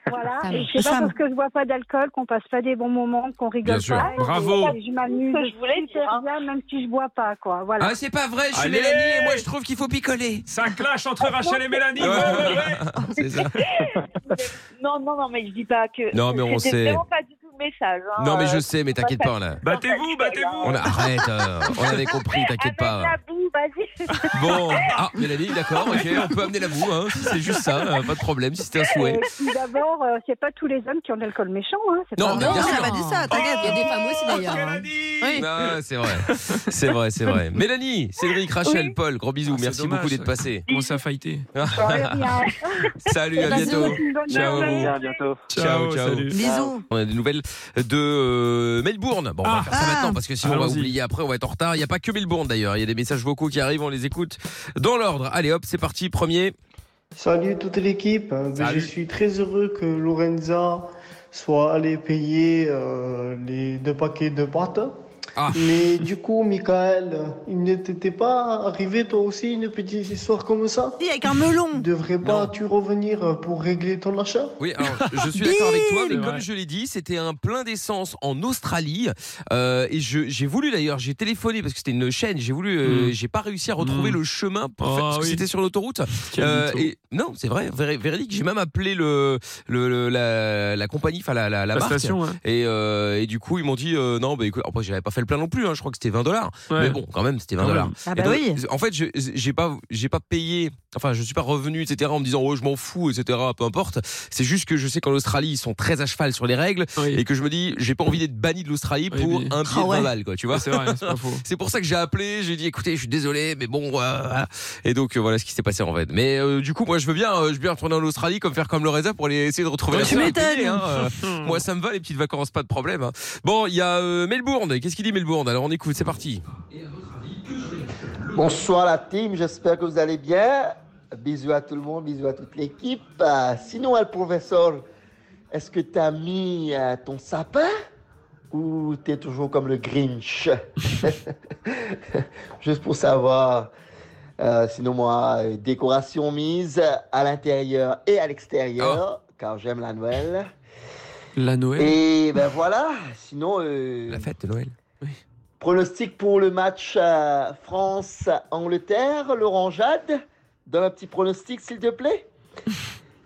S11: voilà.
S3: Ça
S11: Et
S3: va.
S11: c'est
S3: Sam.
S11: pas parce que je bois pas d'alcool qu'on passe pas des bons moments, qu'on rigole
S2: Bien sûr.
S11: pas.
S4: Bravo.
S11: Et je m'amuse.
S12: Ce que je voulais dire,
S11: super
S12: hein.
S11: bien, même si je bois pas, quoi. Voilà.
S2: Ah, c'est pas vrai, je suis
S4: Allez
S2: Mélanie et moi je trouve qu'il faut picoler.
S4: Ça clash entre Rachel et Mélanie.
S2: Ouais.
S4: Ouais, ouais, ouais.
S2: C'est ça.
S12: Non, non, non, mais je dis pas que.
S2: Non, mais on
S12: C'était
S2: sait.
S12: vraiment pas du tout le message. hein.
S2: Non, mais je
S12: Euh,
S2: sais, mais
S12: on va
S2: t'inquiète pas, là.
S4: Battez-vous, battez-vous.
S2: On a- arrête, euh, on avait compris, t'inquiète
S12: Avec
S2: pas.
S12: la boue, vas-y.
S2: Bon, ah, Mélanie, d'accord, ok, on peut amener la boue, hein, si c'est juste ça, euh, pas de problème, si c'était un souhait.
S11: Et puis d'abord, euh, c'est pas tous les hommes qui ont de l'alcool méchant. Hein. C'est
S2: Non,
S11: pas
S2: mais
S11: vrai. Oh,
S2: bien sûr.
S3: Elle
S5: Ah,
S3: m'a
S5: bah,
S3: dit ça, t'inquiète.
S5: Il y a des femmes aussi d'ailleurs. hein.
S4: Mélanie.
S2: Ah, c'est vrai, c'est vrai, c'est vrai. Mélanie, Cédric, Rachel, Paul, gros bisous,
S4: Ah, c'est
S2: merci
S4: dommage,
S2: beaucoup d'être
S4: ça.
S2: passé.
S4: On s'est fighté.
S2: Salut, à
S11: Bah,
S2: bientôt.
S11: c'est une bonne
S2: Ciao.
S11: journée.
S14: Bien, à bientôt.
S2: Ciao, ciao.
S4: salut.
S3: Bisous.
S2: On a des nouvelles de euh, Melbourne. Bon, on va
S4: Ah.
S2: faire ça maintenant parce que sinon on va
S4: Allons-y.
S2: oublier après, on va être en retard. Il n'y a pas que Melbourne d'ailleurs, il y a des messages vocaux qui arrivent, on les écoute dans l'ordre. Allez hop, c'est parti, premier.
S10: Salut toute l'équipe, Euh, ben,
S2: Salut.
S10: je suis très heureux que Lorenza soit allée payer euh, les deux paquets de pâtes.
S2: Ah.
S10: Mais du coup, Michael, euh, il ne t'était pas arrivé toi aussi une petite histoire comme ça
S3: Si, avec un melon.
S10: Devrais pas-tu revenir euh, pour régler ton achat
S2: Oui, alors je suis d'accord avec toi, mais
S4: Bim
S2: comme je l'ai dit, c'était un plein d'essence en Australie. Euh, et je- j'ai voulu d'ailleurs, j'ai téléphoné parce que c'était une chaîne, j'ai voulu, euh,
S4: Mm.
S2: j'ai pas réussi à retrouver
S4: Mm.
S2: le chemin pour faire-
S4: Ah
S2: parce que
S4: oui.
S2: c'était sur l'autoroute. Euh,
S4: Quel mytho.
S2: et non, c'est vrai, vrai- véridique. J'ai même appelé le, le- le- la, la compagnie, enfin la, la, la
S4: La
S2: marque.
S4: station, hein.
S2: Et, euh, et du coup, ils m'ont dit euh, non, bah écoute, après j'avais pas fait le plein non plus. hein. Je crois que c'était 20 dollars. Mais bon, quand même, c'était 20
S4: Quand
S2: dollars.
S4: même. Ah bah oui.
S2: En fait, je- j'ai pas, j'ai pas payé. Enfin, je suis pas revenu, etc. En me disant, oh, je m'en fous, etc. Peu importe. C'est juste que je sais qu'en Australie, ils sont très à cheval sur les règles et que je me dis, j'ai pas envie d'être banni de l'Australie pour un billet
S4: Ah
S2: de 20
S4: ouais.
S2: balles, quoi. Tu vois.
S4: C'est vrai, c'est pas faux.
S2: C'est pour ça que j'ai appelé. J'ai dit, écoutez, je suis désolé, mais bon. euh, voilà. Et donc euh, voilà ce qui s'est passé en fait. Mais euh, du coup, moi, je veux bien, euh, je veux bien retourner en Australie, comme faire comme le réserve pour aller essayer de retrouver. la
S4: Oh, Tu
S2: somme à
S4: m'étonnes.
S2: payer, hein. Euh, Moi, ça me va les petites vacances, pas de problème. hein. Bon, il y a euh, Melbourne. Qu'est-ce qu'il dit Melbourne Alors on écoute. C'est parti.
S15: Bonsoir la team, j'espère que vous allez bien. Bisous à tout le monde, bisous à toute l'équipe. Euh, sinon, hein, le professeur, est-ce que tu as mis euh, ton sapin ou tu es toujours comme le Grinch Juste pour savoir. Euh, sinon, moi, euh, décoration mise à l'intérieur et à l'extérieur, car j'aime la Noël.
S4: La Noël.
S15: Et ben voilà, sinon. euh,
S2: La fête de Noël.
S15: Pronostic pour le match euh, France-Angleterre, Laurent Jade. Donne un petit pronostic, s'il te plaît.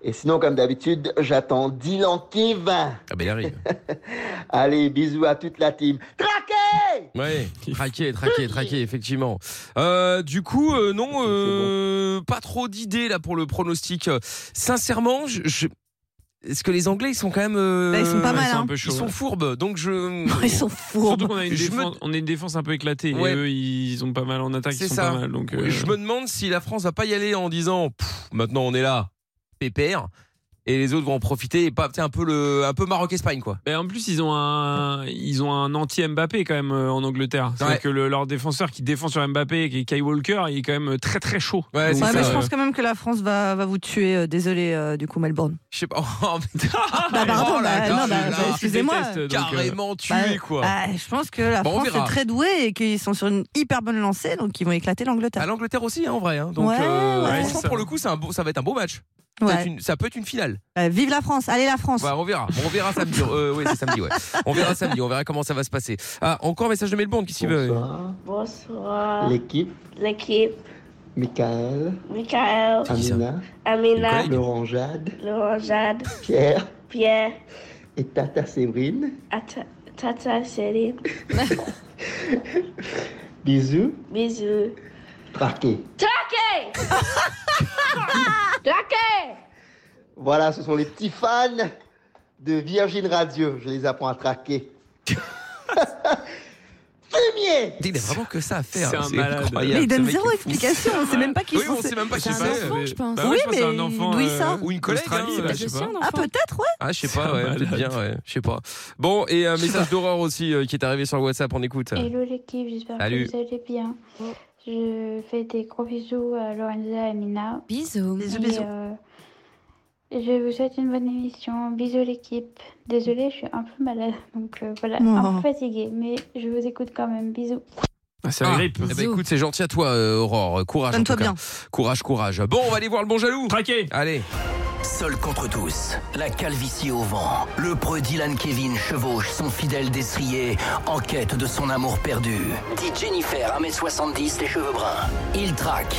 S15: Et sinon, comme d'habitude, j'attends Dylan Kevin.
S2: Ah ben il arrive.
S15: Allez, bisous à toute la team. Traqué
S2: Ouais, traqué, traqué, traqué, effectivement. Euh, du coup, euh, non, euh, pas trop d'idées là pour le pronostic. Euh, Sincèrement, je. je- Est-ce que les Anglais ils sont quand même euh,
S4: Bah, ils sont pas mal,
S2: sont un
S4: hein.
S2: peu chauds,
S4: Ils sont
S2: ouais. fourbes donc je
S4: ils sont Surtout qu'on a, une
S2: Je me-
S4: défense- on a une défense un peu éclatée.
S2: Ouais.
S4: Et eux, ils ont pas mal en attaque.
S2: C'est
S4: Ils sont
S2: ça.
S4: pas mal. Donc, euh,
S2: Je me demande si la France va pas y aller en disant Pff, maintenant on est là, pépère, et les autres vont en profiter et pas c'est un peu le un peu Maroc Espagne quoi.
S4: Ben, en plus, ils ont un, ils ont un anti Mbappé quand même euh, en Angleterre. C'est
S2: Ouais.
S4: que le- leur défenseur qui défend sur Mbappé, qui est Kai Walker, il est quand même très très chaud.
S3: Ouais,
S4: Donc,
S3: mais
S4: euh,
S3: je pense quand même que la France va, va vous tuer. euh, désolé, euh, du coup, Melbourne.
S2: Je sais pas. Oh, mais-
S3: Bah, pardon,
S2: Oh là,
S3: bah,
S2: grave,
S3: non,
S2: là.
S3: bah, bah, excusez-moi.
S2: Tu détestes, donc, euh, Carrément tué,
S3: Bah,
S2: quoi.
S3: bah, je pense que la
S2: Bon, on
S3: France
S2: verra.
S3: est très douée et qu'ils sont sur une hyper bonne lancée, donc ils vont éclater l'Angleterre.
S2: À l'Angleterre aussi, hein, en vrai. hein. Donc,
S3: Ouais,
S2: euh,
S3: ouais.
S2: franchement, pour le coup, c'est un beau- ça va être un beau match. Ça, va
S3: Ouais.
S2: être une- ça peut être une finale.
S3: Euh, vive la France, allez la France.
S2: Ouais, Bah, on verra. Bon, on verra samedi. Euh, ouais, c'est samedi, ouais. On verra samedi. On verra comment ça va se passer. Ah, encore un message de Melbourne, qui s'y veut
S16: Bonsoir.
S15: L'équipe,
S16: L'équipe.
S15: Michael,
S16: Michael.
S15: Amina,
S16: Amina.
S15: Laurent Jade,
S16: Laurent Jade.
S15: Pierre
S16: Pierre.
S15: et Tata Séverine.
S16: Ata- Tata Chérie.
S15: Bisous,
S16: Bisous.
S15: traqué.
S16: Traqué Traqué
S15: Voilà, ce sont les petits fans de Virgin Radio. Je les apprends à traquer. Fumier
S2: Il a vraiment que ça à faire.
S4: C'est un
S2: C'est
S4: malade.
S2: incroyable.
S3: Mais il donne
S2: Ce mec
S3: zéro
S2: est fou.
S3: explication, on sait même pas qui
S2: Oui,
S3: sont
S2: on sait
S3: ces-
S2: même pas qui
S3: C'est un
S2: c'est.
S3: enfant, je pense.
S2: Bah ouais,
S3: Oui,
S2: je pense que c'est
S3: mais
S2: un enfant,
S3: d'où il
S2: euh,
S3: sort
S2: Ou une collègue. hein,
S3: Australie,
S2: je sais pas.
S3: Ah, peut-être, ouais.
S2: Ah, je sais
S4: C'est
S2: pas,
S4: un
S2: ouais, peut-être
S4: malade.
S2: bien, ouais, je sais pas. Bon, et un message d'Aurore aussi euh, qui est arrivé sur le WhatsApp, on écoute.
S17: Hello l'équipe, j'espère
S2: Salut.
S17: que vous allez bien. Je fais des gros bisous à Lorenza et Mina. Bisous.
S3: Bisous, bisous.
S17: je vous souhaite une bonne émission. Bisous l'équipe. Désolée, je suis un peu malade, donc euh, voilà, un
S2: Oh.
S17: peu fatiguée, mais je vous écoute quand même. Bisous.
S4: Ah,
S2: c'est la grippe. Ah, eh ben, écoute, c'est gentil à toi, euh, Aurore. Courage. en
S17: Donne-toi
S2: tout cas.
S17: bien.
S2: Courage, courage. Bon, on va aller voir le bon jaloux. Traqué. Allez.
S1: Seul contre tous, la calvitie au vent, le preux Dylan Kevin chevauche son fidèle destrier en quête de son amour perdu. Dit Jennifer, 1m70, les cheveux bruns. Il traque.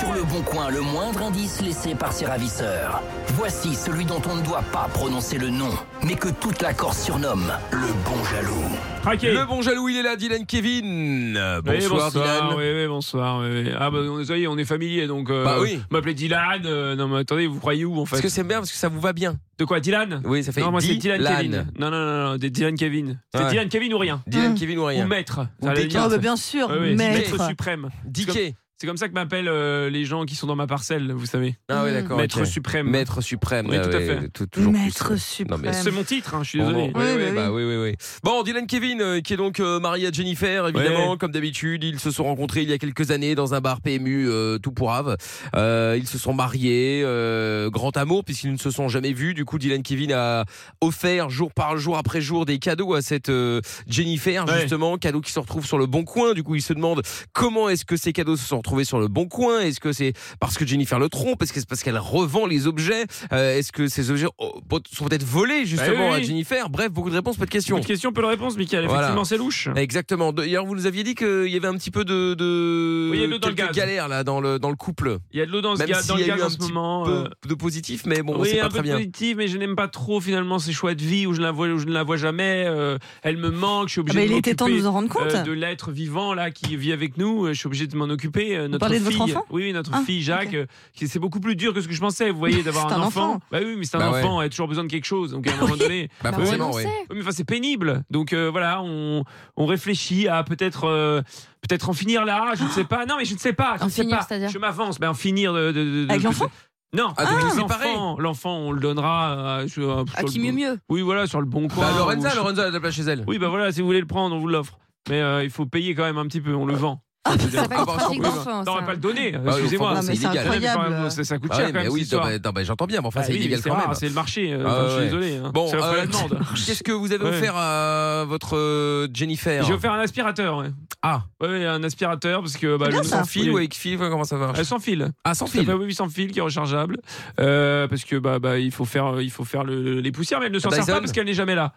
S1: Sur le bon coin, le moindre indice laissé par ses ravisseurs. Voici celui dont on ne doit pas prononcer le nom, mais que toute la Corse surnomme le bon jaloux.
S2: Le bon jaloux, il est là, Dylan Kevin. Euh,
S4: Oui,
S2: Bonsoir, Dylan.
S4: Oui, oui, bonsoir. oui, oui. Ah, bah, on- ça y est, on est familier, donc. euh,
S2: Bah oui.
S4: M'appeler Dylan. euh, non, mais attendez, vous croyez où en fait
S2: Parce que c'est bien, parce que ça vous va bien.
S4: De quoi, Dylan
S2: Oui, ça fait
S4: Non, moi c'est
S2: Dylan.
S4: Dylan Kevin. Non, non, non, non, des Dylan Kevin. C'est
S2: Ouais.
S4: Dylan Kevin ou rien
S2: Dylan Kevin ou rien.
S4: Ou maître.
S2: Ou
S4: à la
S2: Descartes.
S4: limite.
S2: Ah, bah, bien sûr,
S4: Ouais, ouais, c'est
S2: maître.
S4: Maître suprême.
S2: Diquet.
S4: C'est comme- C'est comme ça que m'appellent euh, les gens qui sont dans ma parcelle, vous savez.
S2: Ah ouais, d'accord.
S4: Maître
S2: ok.
S4: suprême.
S2: Maître suprême.
S4: Oui,
S2: ah
S4: tout à
S2: ouais,
S4: fait.
S2: tout- toujours plus. euh,
S4: Maître
S2: Non, mais-
S4: suprême. C'est mon titre, hein, je suis
S2: Bon,
S4: désolé.
S2: bon, oui, oui, bah oui, oui, oui. Bon, Dylan Kevin, euh, qui est donc euh, marié à Jennifer, évidemment, comme d'habitude, ils se sont rencontrés il y a quelques années dans un bar PMU euh, tout pourrave. Euh, ils se sont mariés, euh, grand amour, puisqu'ils ne se sont jamais vus. Du coup, Dylan Kevin a offert jour par jour après jour des cadeaux à cette euh, Jennifer, justement, cadeaux qui se retrouvent sur le bon coin. Du coup, ils se demandent comment est-ce que ces cadeaux se sont retrouvé sur le bon coin Est-ce que c'est parce que Jennifer le trompe Est-ce que c'est parce qu'elle revend les objets Euh, Est-ce que ces objets oh, sont peut-être volés justement
S4: Bah oui, oui.
S2: à Jennifer Bref, beaucoup de réponses, pas de questions.
S4: Beaucoup de questions, peu de réponses, Michael.
S2: Voilà.
S4: Effectivement, c'est louche.
S2: Exactement. D'ailleurs, vous nous aviez dit qu'il y avait un petit peu de, de
S4: Oui, il y a de l'eau dans le
S2: quelques
S4: gaz.
S2: galères là dans le dans le couple.
S4: Il y a de l'eau dans ce
S2: Même
S4: gaz-
S2: s'il
S4: dans
S2: y
S4: le
S2: a
S4: gaz
S2: eu
S4: en
S2: un
S4: ce
S2: petit
S4: moment,
S2: peu
S4: euh,
S2: de positif, mais bon,
S4: oui,
S2: c'est pas
S4: un peu
S2: très
S4: de
S2: bien.
S4: positif, mais je n'aime pas trop finalement ses choix de vie où je la vois, où je ne la vois jamais. euh, elle me manque, je suis obligé.
S3: Ah, mais
S4: de
S3: il était temps de
S4: m'occuper,
S3: nous en rendre compte.
S4: euh, de l'être vivant là qui vit avec nous, euh, je suis obligé de m'en occuper. euh, notre
S3: parlez de
S4: fille,
S3: votre enfant
S4: oui, oui, notre
S3: Ah,
S4: fille Jacques, euh, qui c'est beaucoup plus dur que ce que je pensais. Vous voyez, d'avoir
S2: C'est
S4: un,
S2: un
S4: enfant.
S2: enfant.
S4: Bah oui, mais c'est un
S2: Bah ouais.
S4: enfant, elle a toujours besoin de quelque chose. Donc à un moment donné,
S2: Bah,
S4: Oui,
S2: forcément,
S4: oui.
S2: ouais.
S4: Oui, mais enfin c'est pénible. Donc euh, voilà, on, on réfléchit à peut-être. euh, Peut-être en finir là, je ne sais pas. Non, mais je ne sais pas. Je
S5: En
S4: ne sais
S5: finir,
S4: pas.
S5: c'est-à-dire
S4: Je m'avance. Ben, en finir de. de, de-
S5: Avec
S4: de-
S5: l'enfant
S4: Non,
S2: Ah, donc vous séparez.
S4: l'enfant, Oh, l'enfant, on le donnera à, sur- euh, sur
S5: À
S4: le
S5: qui
S4: bon-
S5: mieux mieux
S4: Oui, voilà, sur le bon coin.
S2: Bah, Lorenza,
S4: ou-
S2: Lorenza elle a de la place chez elle.
S4: Oui, bah voilà, si vous voulez le prendre, on vous l'offre. Mais euh, il faut payer quand même un petit peu, on le vend.
S5: Ah, Ça va être
S2: bah,
S5: tragique
S2: oui, bah.
S5: d'enfant,
S4: Non, on va
S5: ça.
S4: pas le donner,
S2: Ah oui,
S4: excusez-moi.
S2: enfin, bon, c'est illégal.
S4: Ça, ça coûte
S2: Bah
S4: cher quand
S2: oui, mais
S4: même.
S2: oui,
S4: cette
S2: non,
S4: histoire.
S2: mais- non, mais j'entends bien, mais enfin,
S4: Bah
S2: c'est
S4: oui, mais
S2: illégal
S4: c'est
S2: quand
S4: rare,
S2: même.
S4: c'est le marché, euh,
S2: Ah
S4: enfin, je suis
S2: ouais.
S4: désolé, hein.
S2: Bon,
S4: Ça va faire
S2: euh,
S4: la demande.
S2: Qu'est-ce que vous avez
S4: Ouais.
S2: offert à votre euh, Jennifer
S4: J'ai offert un aspirateur. ouais.
S2: Ah.
S4: Ouais, ouais, un aspirateur parce que bah,
S2: C'est bien,
S4: le-
S2: ça.
S4: sans fil
S2: Oui, ou avec fil, comment ça marche
S4: Euh, Sans fil.
S2: Ah, sans
S4: Tout à
S2: fil.
S4: fait, Oui, oui, sans fil qui est rechargeable Euh, parce que bah bah il faut faire euh, il faut faire le- les poussières mais elle ne s'en
S2: Un
S4: sert pas
S2: Ah, Dyson
S4: parce qu'elle n'est jamais là.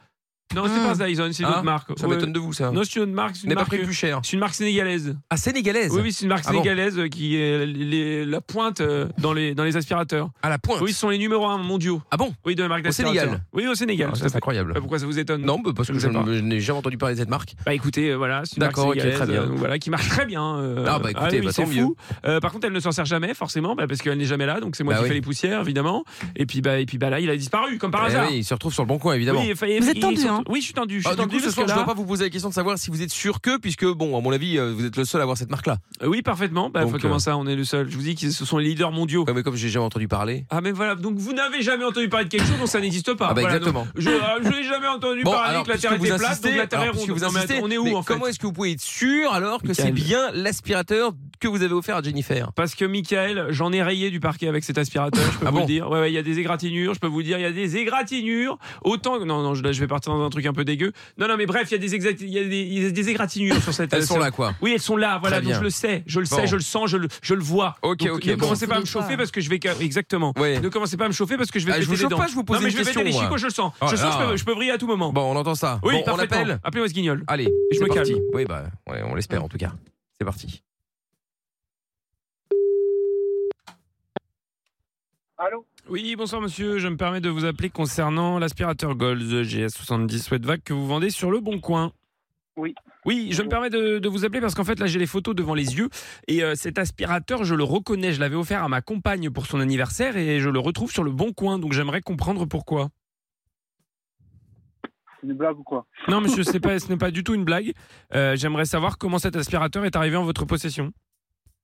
S4: Non, c'est
S2: Hmm.
S4: pas un Dyson, c'est une
S2: Ah,
S4: autre marque.
S2: ça
S4: Ouais.
S2: m'étonne de vous, ça.
S4: Non, c'est une autre marque, c'est une
S2: N'est pas
S4: marque
S2: pris plus cher.
S4: C'est une marque sénégalaise.
S2: Ah, sénégalaise
S4: Oui, oui, c'est une marque
S2: Ah bon
S4: sénégalaise euh, qui est les- la pointe euh, dans les dans les aspirateurs.
S2: À Ah, la pointe.
S4: Oui, ils sont les numéros 1 mondiaux.
S2: Ah bon
S4: Oui, de la marque
S2: Au
S4: d'aspirateur.
S2: Sénégal.
S4: Oui, au Sénégal.
S2: Ah,
S4: tout
S2: ça,
S4: à
S2: c'est
S4: fait.
S2: incroyable.
S4: Pourquoi ça vous étonne
S2: Non, bah, parce
S4: Je
S2: que
S4: sais
S2: je
S4: pas.
S2: je n'ai jamais entendu parler de cette marque.
S4: Bah écoutez, euh, voilà, c'est une marque
S2: D'accord, ok,
S4: sénégalaise,
S2: très bien.
S4: euh, donc voilà, qui marche très bien. euh,
S2: Ah, bah, écoutez,
S4: oui,
S2: bah,
S4: c'est
S2: tant
S4: fou. Euh, par contre, elle ne s'en sert jamais, forcément, bah, parce qu'elle n'est jamais là, donc c'est moi
S2: Bah
S4: qui
S2: oui.
S4: fais les poussières, évidemment. Et puis, bah, et puis bah, là, il a disparu, comme par
S2: Eh
S4: hasard.
S2: oui, il se retrouve sur le bon coin, évidemment.
S4: Oui, enfin, et-
S3: Vous êtes
S4: et-
S3: tendu,
S4: et surtout-
S3: hein
S4: Oui, je suis tendu. Je suis
S2: Ah, du
S4: tendu
S2: coup, ce
S4: parce
S2: soir,
S4: que
S2: je ne
S4: là-
S2: dois pas vous poser la question de savoir si vous êtes sûr que, puisque, bon, à mon avis, euh, vous êtes le seul à avoir cette marque-là.
S4: Euh, Oui, parfaitement. Bah,
S2: Donc,
S4: enfin,
S2: euh, Ah,
S4: comment ça, on est le seul Je vous dis que ce sont les leaders mondiaux.
S2: mais comme j'ai jamais entendu parler.
S4: Ah, mais voilà, donc vous n'avez jamais entendu parler de quelque chose, donc ça n'existe pas.
S2: Ah, bah,
S4: Voilà,
S2: exactement.
S4: donc, je euh, je n'ai jamais entendu
S2: Bon,
S4: parler que la
S2: puisque
S4: Terre
S2: vous
S4: était plate,
S2: insistez-
S4: donc la Terre est
S2: alors,
S4: ronde.
S2: puisque vous
S4: Non, mais
S2: insistez,
S4: attends, on est où,
S2: mais
S4: en fait
S2: Comment est-ce que vous pouvez être sûr alors que c'est
S4: Michael.
S2: bien l'aspirateur que vous avez offert à Jennifer
S4: Parce que Michael, j'en ai rayé du parquet avec cet aspirateur, je peux
S2: Ah
S4: vous
S2: bon
S4: le dire. Ouais, ouais, il y a des égratignures, je peux vous le dire, il y a des égratignures. Autant que. Non, non, je, là, je vais partir dans un truc un peu dégueu. Non, non, mais bref, il y a des, exacti- il y a des, il y a des égratignures sur cette.
S2: Elles sont
S4: sur-
S2: là, quoi.
S4: Oui, elles sont là, voilà,
S2: Très
S4: donc
S2: bien.
S4: je le sais, je le
S2: Bon.
S4: sais, je le sens, je le, je le vois.
S2: Ok,
S4: Donc,
S2: ok,
S4: Ne
S2: bon.
S4: commencez pas à me
S2: Vous voulez
S4: chauffer
S2: pas.
S4: parce que je vais. ca- Exactement.
S2: Ouais.
S4: Ne commencez pas à me chauffer parce que je vais
S2: Ah,
S4: péter
S2: je vous
S4: les
S2: chauffe
S4: dents.
S2: pas, je vous pose
S4: non, mais
S2: une
S4: je vais péter
S2: question,
S4: les
S2: moi.
S4: chicots, je le sens.
S2: Oh
S4: je
S2: là
S4: sens, je
S2: là.
S4: peux, je peux briller à tout moment.
S2: Bon, on entend ça.
S4: Oui,
S2: Ah, Bon, on
S4: parfaitement.
S2: appelle
S4: Appelez Wesguignol.
S2: Allez,
S4: Je
S2: c'est
S4: me
S2: parti.
S4: calme.
S2: Oui, bah, ouais, on l'espère en tout cas. C'est parti.
S4: Allô Oui, bonsoir monsieur, je me permets de vous appeler concernant l'aspirateur Golds GS70 Sweatvac que vous vendez sur le Bon Coin.
S13: Oui.
S4: Oui, je me permets de, de vous appeler parce qu'en fait là j'ai les photos devant les yeux et euh, cet aspirateur je le reconnais, je l'avais offert à ma compagne pour son anniversaire et je le retrouve sur le Bon Coin donc j'aimerais comprendre pourquoi.
S13: C'est une blague ou quoi
S4: Non monsieur, c'est pas, ce n'est pas du tout une blague, Euh, j'aimerais savoir comment cet aspirateur est arrivé en votre possession.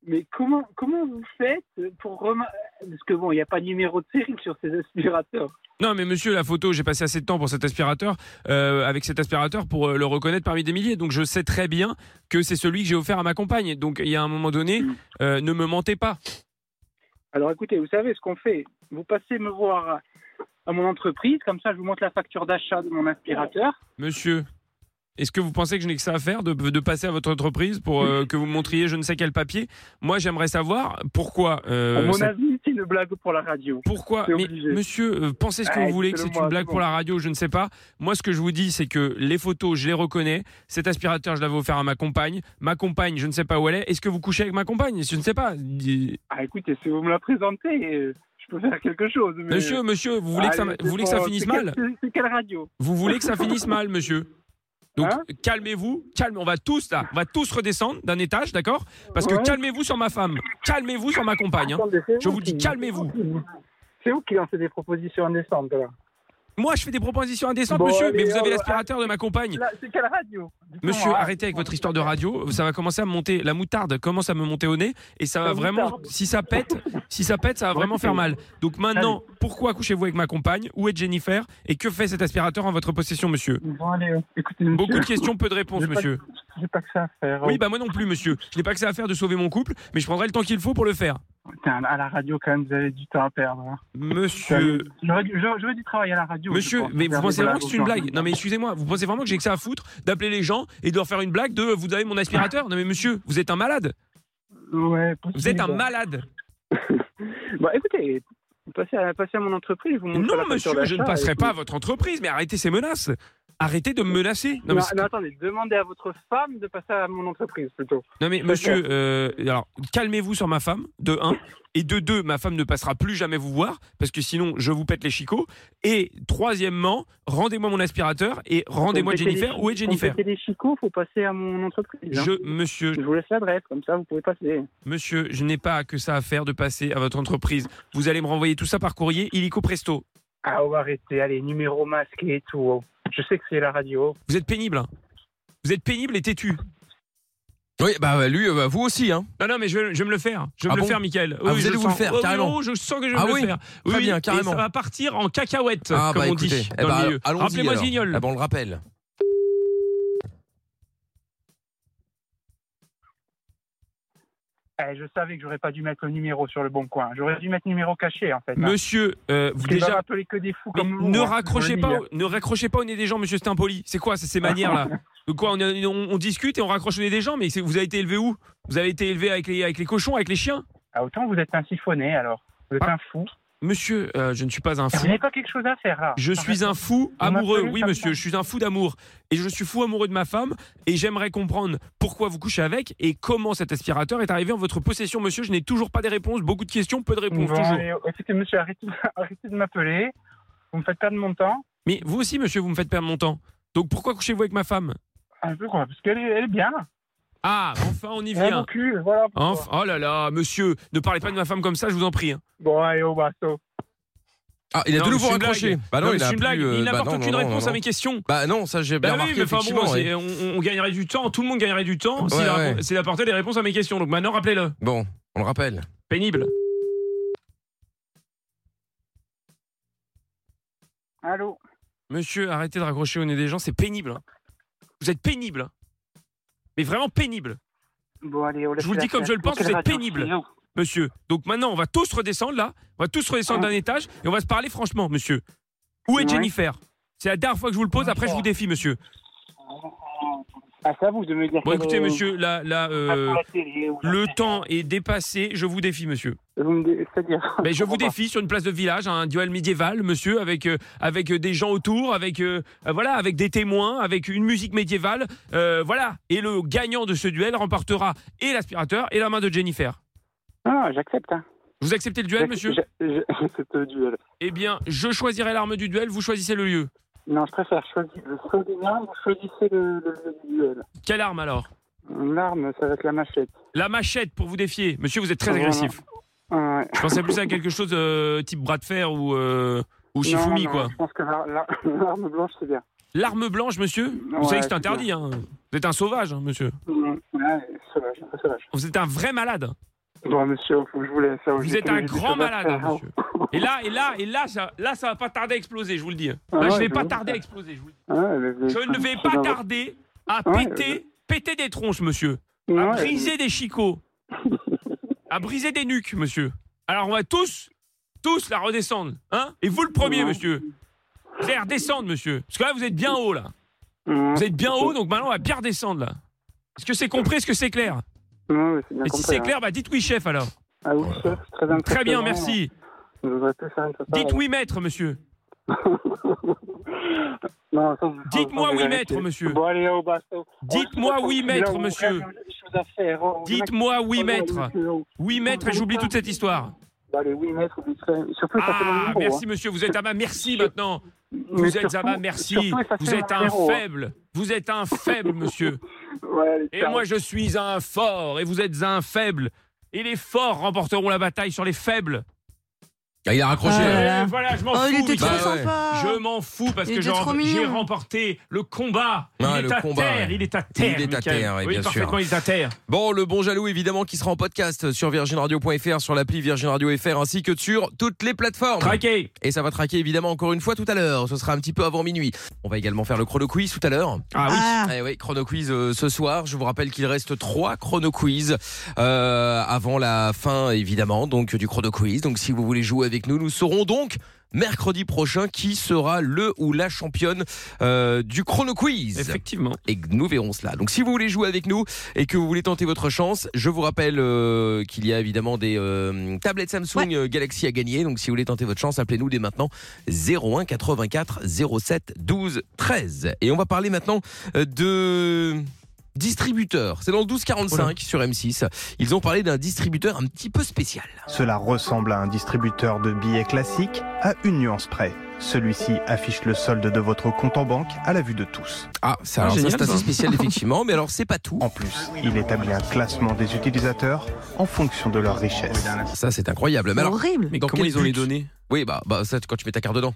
S13: Mais comment, comment vous faites pour remarquer Parce que bon, il n'y a pas de numéro de série sur ces aspirateurs.
S4: Non mais monsieur, la photo, j'ai passé assez de temps pour cet aspirateur, euh, avec cet aspirateur pour euh, le reconnaître parmi des milliers. Donc je sais très bien que c'est celui que j'ai offert à ma compagne. Donc il y a un moment donné, euh, ne me mentez pas.
S13: Alors écoutez, vous savez ce qu'on fait Vous passez me voir à mon entreprise, comme ça je vous montre la facture d'achat de mon aspirateur.
S4: Monsieur, est-ce que vous pensez que je n'ai que ça à faire de, de passer à votre entreprise pour euh, que vous me montriez je ne sais quel papier Moi j'aimerais savoir pourquoi... euh,
S13: à mon
S4: cette-
S13: avis, c'est une blague pour la radio.
S4: Pourquoi Ah, Mais monsieur, euh, pensez ce que
S13: Ah,
S4: vous voulez, que c'est
S13: dites-le-moi,
S4: une blague
S13: c'est
S4: pour
S13: bon.
S4: la radio, je ne sais pas. Moi, ce que je vous dis, c'est que les photos, je les reconnais. Cet aspirateur, je l'avais offert à ma compagne. Ma compagne, je ne sais pas où elle est. Est-ce que vous couchez avec ma compagne Je ne sais pas. Dis-
S13: Ah écoutez, si vous me la présentez, euh, je peux faire quelque chose. mais-
S4: Monsieur, monsieur, vous voulez que ça-
S13: Allez,
S4: vous voulez que
S13: c'est
S4: ça
S13: bon,
S4: finisse
S13: c'est quelle-
S4: mal
S13: c'est- C'est quelle radio
S4: Vous voulez que ça finisse mal, monsieur donc
S13: Hein?
S4: calmez-vous, calme, on va tous là, on va tous redescendre d'un étage, d'accord Parce que
S13: Ouais.
S4: calmez-vous sur ma femme, calmez-vous sur ma compagne. hein.
S13: Attendez, c'est
S4: Je vous
S13: qui-
S4: dis calmez-vous.
S13: C'est vous qui lancez des propositions indécentes là.
S4: Moi, je fais des propositions indécentes,
S13: Bon,
S4: monsieur, mais
S13: allez,
S4: vous avez
S13: euh,
S4: l'aspirateur de ma compagne.
S13: Là, C'est quelle radio Dites-moi,
S4: Monsieur,
S13: hein.
S4: arrêtez avec votre histoire de radio. Ça va commencer à me monter. La moutarde commence à me monter au nez et ça va
S13: La
S4: vraiment.
S13: moutarde.
S4: Si ça pète, si ça pète, ça va vraiment faire mal. Donc maintenant, pourquoi couchez-vous avec ma compagne Où est Jennifer Et que fait cet aspirateur en votre possession, monsieur
S13: Bon, allez, euh, écoutez, monsieur.
S4: Beaucoup de questions, peu de réponses,
S13: J'ai pas-
S4: monsieur.
S13: J'ai pas que ça à faire.
S4: Oui, bah moi non plus, monsieur. Je n'ai pas que ça à faire de sauver mon couple, mais je prendrai le temps qu'il faut pour le faire.
S13: Putain, à la radio, quand même, vous avez du temps à perdre. hein.
S4: Monsieur.
S13: J'aurais du- j'aurais- j'aurais du travail à la radio.
S4: Monsieur,
S13: je pense,
S4: mais
S13: pour
S4: vous
S13: faire
S4: pensez
S13: des
S4: vraiment
S13: blagues
S4: que c'est
S13: aux
S4: une
S13: gens.
S4: blague Non, mais excusez-moi, vous pensez vraiment que j'ai que ça à foutre d'appeler les gens et de leur faire une blague de vous avez mon aspirateur Non, mais monsieur, vous êtes un malade.
S18: Ouais,
S4: Vous êtes un
S18: possible.
S4: malade.
S18: Bah écoutez, passez à, passez à mon entreprise, je vous montre
S4: Non,
S18: la facture
S4: monsieur, je ne
S18: d'achat
S4: passerai
S18: et
S4: pas à
S18: puis-
S4: votre entreprise, mais arrêtez ces menaces. Arrêtez de me menacer.
S18: Non,
S4: mais
S18: mais,
S4: c'est-
S18: attendez, demandez à votre femme de passer à mon entreprise plutôt.
S4: Non mais
S18: Parce
S4: monsieur,
S18: que-
S4: euh, alors calmez-vous sur ma femme, de 1. Et de 2, ma femme ne passera plus jamais vous voir, parce que sinon je vous pète les chicots. Et troisièmement, rendez-moi mon aspirateur et rendez-moi
S18: Pour péter
S4: Jennifer.
S18: les-
S4: Où est Jennifer
S18: Pour péter les chicots, faut passer à mon entreprise. hein.
S4: Je, monsieur.
S18: Je vous laisse l'adresse, comme ça vous pouvez passer.
S4: Monsieur, je n'ai pas que ça à faire de passer à votre entreprise. Vous allez me renvoyer tout ça par courrier, illico presto.
S18: Ah, on va arrêter, allez, numéro masqué et tout. oh. Je sais que c'est la radio.
S4: Vous êtes pénible. hein. Vous êtes pénible et têtu. Oui, bah lui, vous aussi. Hein. Non, non, mais je vais, je vais me le faire. Je vais
S2: euh, Ah
S4: me
S2: bon
S4: le faire, Michael.
S2: Ah, vous allez vous le faire, carrément.
S4: oh, je sens que je vais
S2: Ah
S4: me
S2: oui
S4: le faire.
S2: Très bien,
S4: et
S2: carrément.
S4: ça va partir en cacahuète,
S2: Ah,
S4: comme
S2: bah,
S4: on
S2: écoutez,
S4: dit.
S2: eh
S4: dans
S2: bah,
S4: le milieu.
S2: allons-y,
S4: Rappelez-moi ce
S2: alors.
S4: guignol.
S2: Ah, bah,
S4: on le rappelle.
S18: Eh, je savais que j'aurais pas dû mettre le numéro sur le bon coin. J'aurais dû mettre numéro caché en fait. hein.
S4: Monsieur, euh, vous
S18: Parce qu'il va
S4: déjà.
S18: m'appeler que des fous
S4: Mais
S18: comme vous,
S4: ne
S18: hein,
S4: raccrochez
S18: je
S4: pas,
S18: le
S4: au-
S18: dis, hein.
S4: ne raccrochez pas au nez des gens, monsieur, c'est impoli. C'est quoi
S18: Ah,
S4: ça, ces manières là De Quoi, on, on- on discute et on raccroche au nez des gens, mais c'est- vous avez été élevé où Vous avez été élevé avec les, avec les cochons, avec les chiens Ah.
S18: Ah, autant vous êtes un siphonné alors. Vous êtes un fou.
S4: Monsieur, euh, je ne suis pas un
S18: Vous
S4: fou.
S18: n'avez pas quelque chose à faire là
S4: Je suis un fou
S18: Vous
S4: amoureux,
S18: m'appelez
S4: oui
S18: comme
S4: monsieur, je suis un fou d'amour. Et je suis fou amoureux de ma femme, et j'aimerais comprendre pourquoi vous couchez avec et comment cet aspirateur est arrivé en votre possession, monsieur. Je n'ai toujours pas des réponses, beaucoup de questions, peu de réponses,
S18: Bon,
S4: toujours.
S18: allez, euh, écoutez, monsieur, arrêtez, arrêtez de m'appeler. Vous me faites perdre mon temps.
S4: Mais vous aussi, monsieur, vous me faites perdre mon temps. Donc pourquoi couchez-vous avec ma femme
S18: Un peu quoi, parce qu'elle est, elle est bien.
S4: Ah, enfin, on y
S18: Elle a
S4: vient.
S18: Eh, mon cul, voilà.
S4: Enf- oh là là, monsieur, ne parlez pas de ma femme comme ça, je vous en prie. hein.
S18: Bon, allez, au bateau.
S4: Ah,
S18: il a de
S4: mais
S18: nouveau
S4: c'est une blague.
S18: raccroché. Bah non,
S4: mais
S18: il a
S4: c'est une
S18: plus,
S4: blague.
S18: euh,
S4: il
S18: bah
S4: n'apporte
S18: non,
S4: aucune
S18: non, non,
S4: réponse
S18: non.
S4: à mes questions.
S2: Bah non, ça, j'ai bien
S4: Bah oui,
S2: remarqué,
S4: mais enfin bon,
S2: effectivement,
S4: c'est-
S18: hein.
S2: ouais.
S4: on, on gagnerait du temps, tout le monde gagnerait du temps
S2: Ouais,
S4: s'il a-
S2: ouais.
S4: s'il apportait les réponses à mes questions. Donc maintenant, rappelez-le.
S2: Bon, on le rappelle.
S4: Pénible.
S18: Allô
S4: Monsieur, arrêtez de raccrocher au nez des gens, c'est pénible. hein. Vous êtes pénible. hein. Mais vraiment pénible.
S18: Bon, allez, on laisse
S4: Je vous le
S18: la
S4: dis comme
S18: place.
S4: je le pense,
S18: Quelle
S4: vous êtes
S18: radio hein.
S4: pénible,
S18: suivante
S4: monsieur. Donc maintenant, on va tous redescendre là, on va tous redescendre d'un étage et on va se parler franchement, monsieur. Où est
S18: Ouais.
S4: Jennifer C'est la dernière fois que je vous le pose, après je vous défie, monsieur.
S18: Ah, c'est à vous de me dire.
S4: Bon,
S18: quelle-
S4: écoutez, monsieur, là, là, euh,
S18: la télé ou-
S4: le temps est dépassé, je vous défie, monsieur.
S18: Vous me dé- C'est-à-dire.
S4: Mais je vous défie sur une place de village, un duel médiéval, monsieur, avec euh, avec euh, des gens autour, avec euh, euh, voilà, avec des témoins, avec une musique médiévale, euh, voilà. Et le gagnant de ce duel remportera et l'aspirateur et la main de Jennifer.
S18: Ah, j'accepte. hein.
S4: Vous acceptez le duel,
S18: J'ac-
S4: monsieur
S18: j'a- j'a- J'accepte le duel.
S4: Eh bien, je choisirai l'arme du duel, vous choisissez le lieu.
S18: Non, je préfère choisir. Choisissez l'arme, choisissez le, le, le duel.
S4: Quelle arme alors
S18: L'arme, ça va être la machette.
S4: La machette pour vous défier, monsieur. Vous êtes très
S18: Voilà.
S4: agressif.
S18: Ah, ouais.
S4: Je pensais plus à quelque chose euh, type bras de fer ou euh, ou
S18: Non,
S4: Shifumi
S18: non,
S4: quoi.
S18: Je pense que la- la- l'arme blanche, c'est bien.
S4: L'arme blanche, monsieur. Vous
S18: Ouais,
S4: savez que c'est
S18: c'est
S4: interdit.
S18: bien.
S4: hein. Vous êtes un sauvage, hein, monsieur.
S18: Mm, Ouais, sauvage, un peu sauvage.
S4: Vous êtes un vrai malade.
S18: Bon, monsieur, faut que je vous laisse. hein,
S4: Vous
S18: j'ai
S4: êtes
S18: tout-
S4: un
S18: j'ai tout
S4: grand
S18: ça à
S4: malade, hein,
S18: faire.
S4: monsieur. Et là, et là, et là, ça, là, ça va pas tarder à exploser, je vous le dis. hein. Là,
S18: Ah ouais,
S4: je vais
S18: je
S4: pas
S18: vois.
S4: tarder à exploser. Je, vous le dis.
S18: Ah Ouais, mais vous-
S4: Je ne vais
S18: c'est
S4: pas
S18: dans-
S4: tarder à
S18: Ouais,
S4: péter, péter des tronches, monsieur.
S18: Ah Ouais,
S4: à briser des chicots. à briser des nuques, monsieur. Alors on va tous, tous la redescendre, hein Et vous le premier, monsieur. Vous allez redescendre, monsieur. Parce que là, vous êtes bien haut, là. Vous êtes bien haut, donc maintenant, on va bien redescendre, là. Est-ce que c'est compris Est-ce que c'est clair
S18: Ouais, ouais, c'est bien
S4: Et si
S18: compris,
S4: c'est
S18: hein.
S4: clair, bah dites oui, chef, alors.
S18: Ah oui, chef, c'est très
S4: Très bien,
S18: impressionnant. hein.
S4: merci.
S18: Je voudrais plus faire une chose
S4: Dites
S18: pareille.
S4: oui, maître, monsieur.
S18: Non, ça, vous-
S4: Dites-moi
S18: ça, vous
S4: oui,
S18: arrêtez.
S4: maître, monsieur.
S18: hein. Bon, allez, au bateau.
S4: Dites-moi oui, maître, monsieur. Dites-moi oui, maître. Oui, maître, et j'oublie toute cette histoire.
S18: Bah, les oui, maître, vous serez- surtout, ça fait mon
S4: Ah,
S18: numéro,
S4: merci
S18: hein.
S4: monsieur, vous êtes à ma merci maintenant.
S18: Mais
S4: Vous êtes à
S18: surtout-
S4: ma merci.
S18: surtout, effacez
S4: Vous êtes
S18: mon
S4: un
S18: numéro, hein.
S4: faible. Vous êtes un faible monsieur.
S18: Ouais, allez,
S4: Et
S18: ciao.
S4: moi je suis un fort et vous êtes un faible. Et les forts remporteront la bataille sur les faibles.
S2: Ah, il a
S4: Eh,
S2: raccroché.
S4: Voilà, je m'en
S2: Oh,
S4: fous.
S2: il était
S4: Michel.
S2: trop Bah ouais. sympa.
S4: Je m'en fous parce
S2: Il
S4: que j'ai
S2: était trop
S4: j'ai
S2: mignon.
S4: remporté le combat.
S2: Ah,
S4: il,
S2: le
S4: est à
S2: combat,
S4: terre,
S2: ouais.
S4: il est à terre.
S2: Il est à
S4: Michael.
S2: terre, ouais,
S4: oui,
S2: bien sûr.
S4: parfaitement, il est à terre.
S2: Bon, le bon jaloux, évidemment, qui sera en podcast sur virginradio.fr, sur l'appli Virgin Radio FR, ainsi que sur toutes les plateformes.
S4: Traqué
S2: Et ça va traquer, évidemment, encore une fois tout à l'heure. Ce sera un petit peu avant minuit. On va également faire le chrono quiz tout à l'heure.
S4: Ah
S2: oui Eh oui, chrono quiz euh, ce soir. Je vous rappelle qu'il reste trois chrono quiz euh, avant la fin, évidemment, donc du chrono quiz. Donc si vous voulez jouer avec nous, nous serons donc mercredi prochain qui sera le ou la championne euh, du chrono quiz.
S4: Effectivement.
S2: Et nous verrons cela. Donc si vous voulez jouer avec nous et que vous voulez tenter votre chance, je vous rappelle euh, qu'il y a évidemment des euh, tablettes Samsung euh, Galaxy à gagner. Donc si vous voulez tenter votre chance, appelez-nous dès maintenant 01 84 07 12 13. Et on va parler maintenant euh, de distributeur. C'est dans le 1245 sur M6. Ils ont parlé d'un distributeur un petit peu spécial.
S19: Cela ressemble à un distributeur de billets classique à une nuance près. Celui-ci affiche le solde de votre compte en banque à la vue de tous.
S2: Ah, ça, alors ça, c'est assez spécial effectivement, mais alors c'est pas tout.
S19: En plus, il établit un classement des utilisateurs en fonction de leur richesse.
S2: Ça, c'est incroyable. Mais alors,
S19: Horrible.
S2: dans
S19: Mais comment
S2: quel
S19: ils ont les
S2: but
S19: données
S2: Oui, bah, bah ça, quand tu mets ta carte dedans.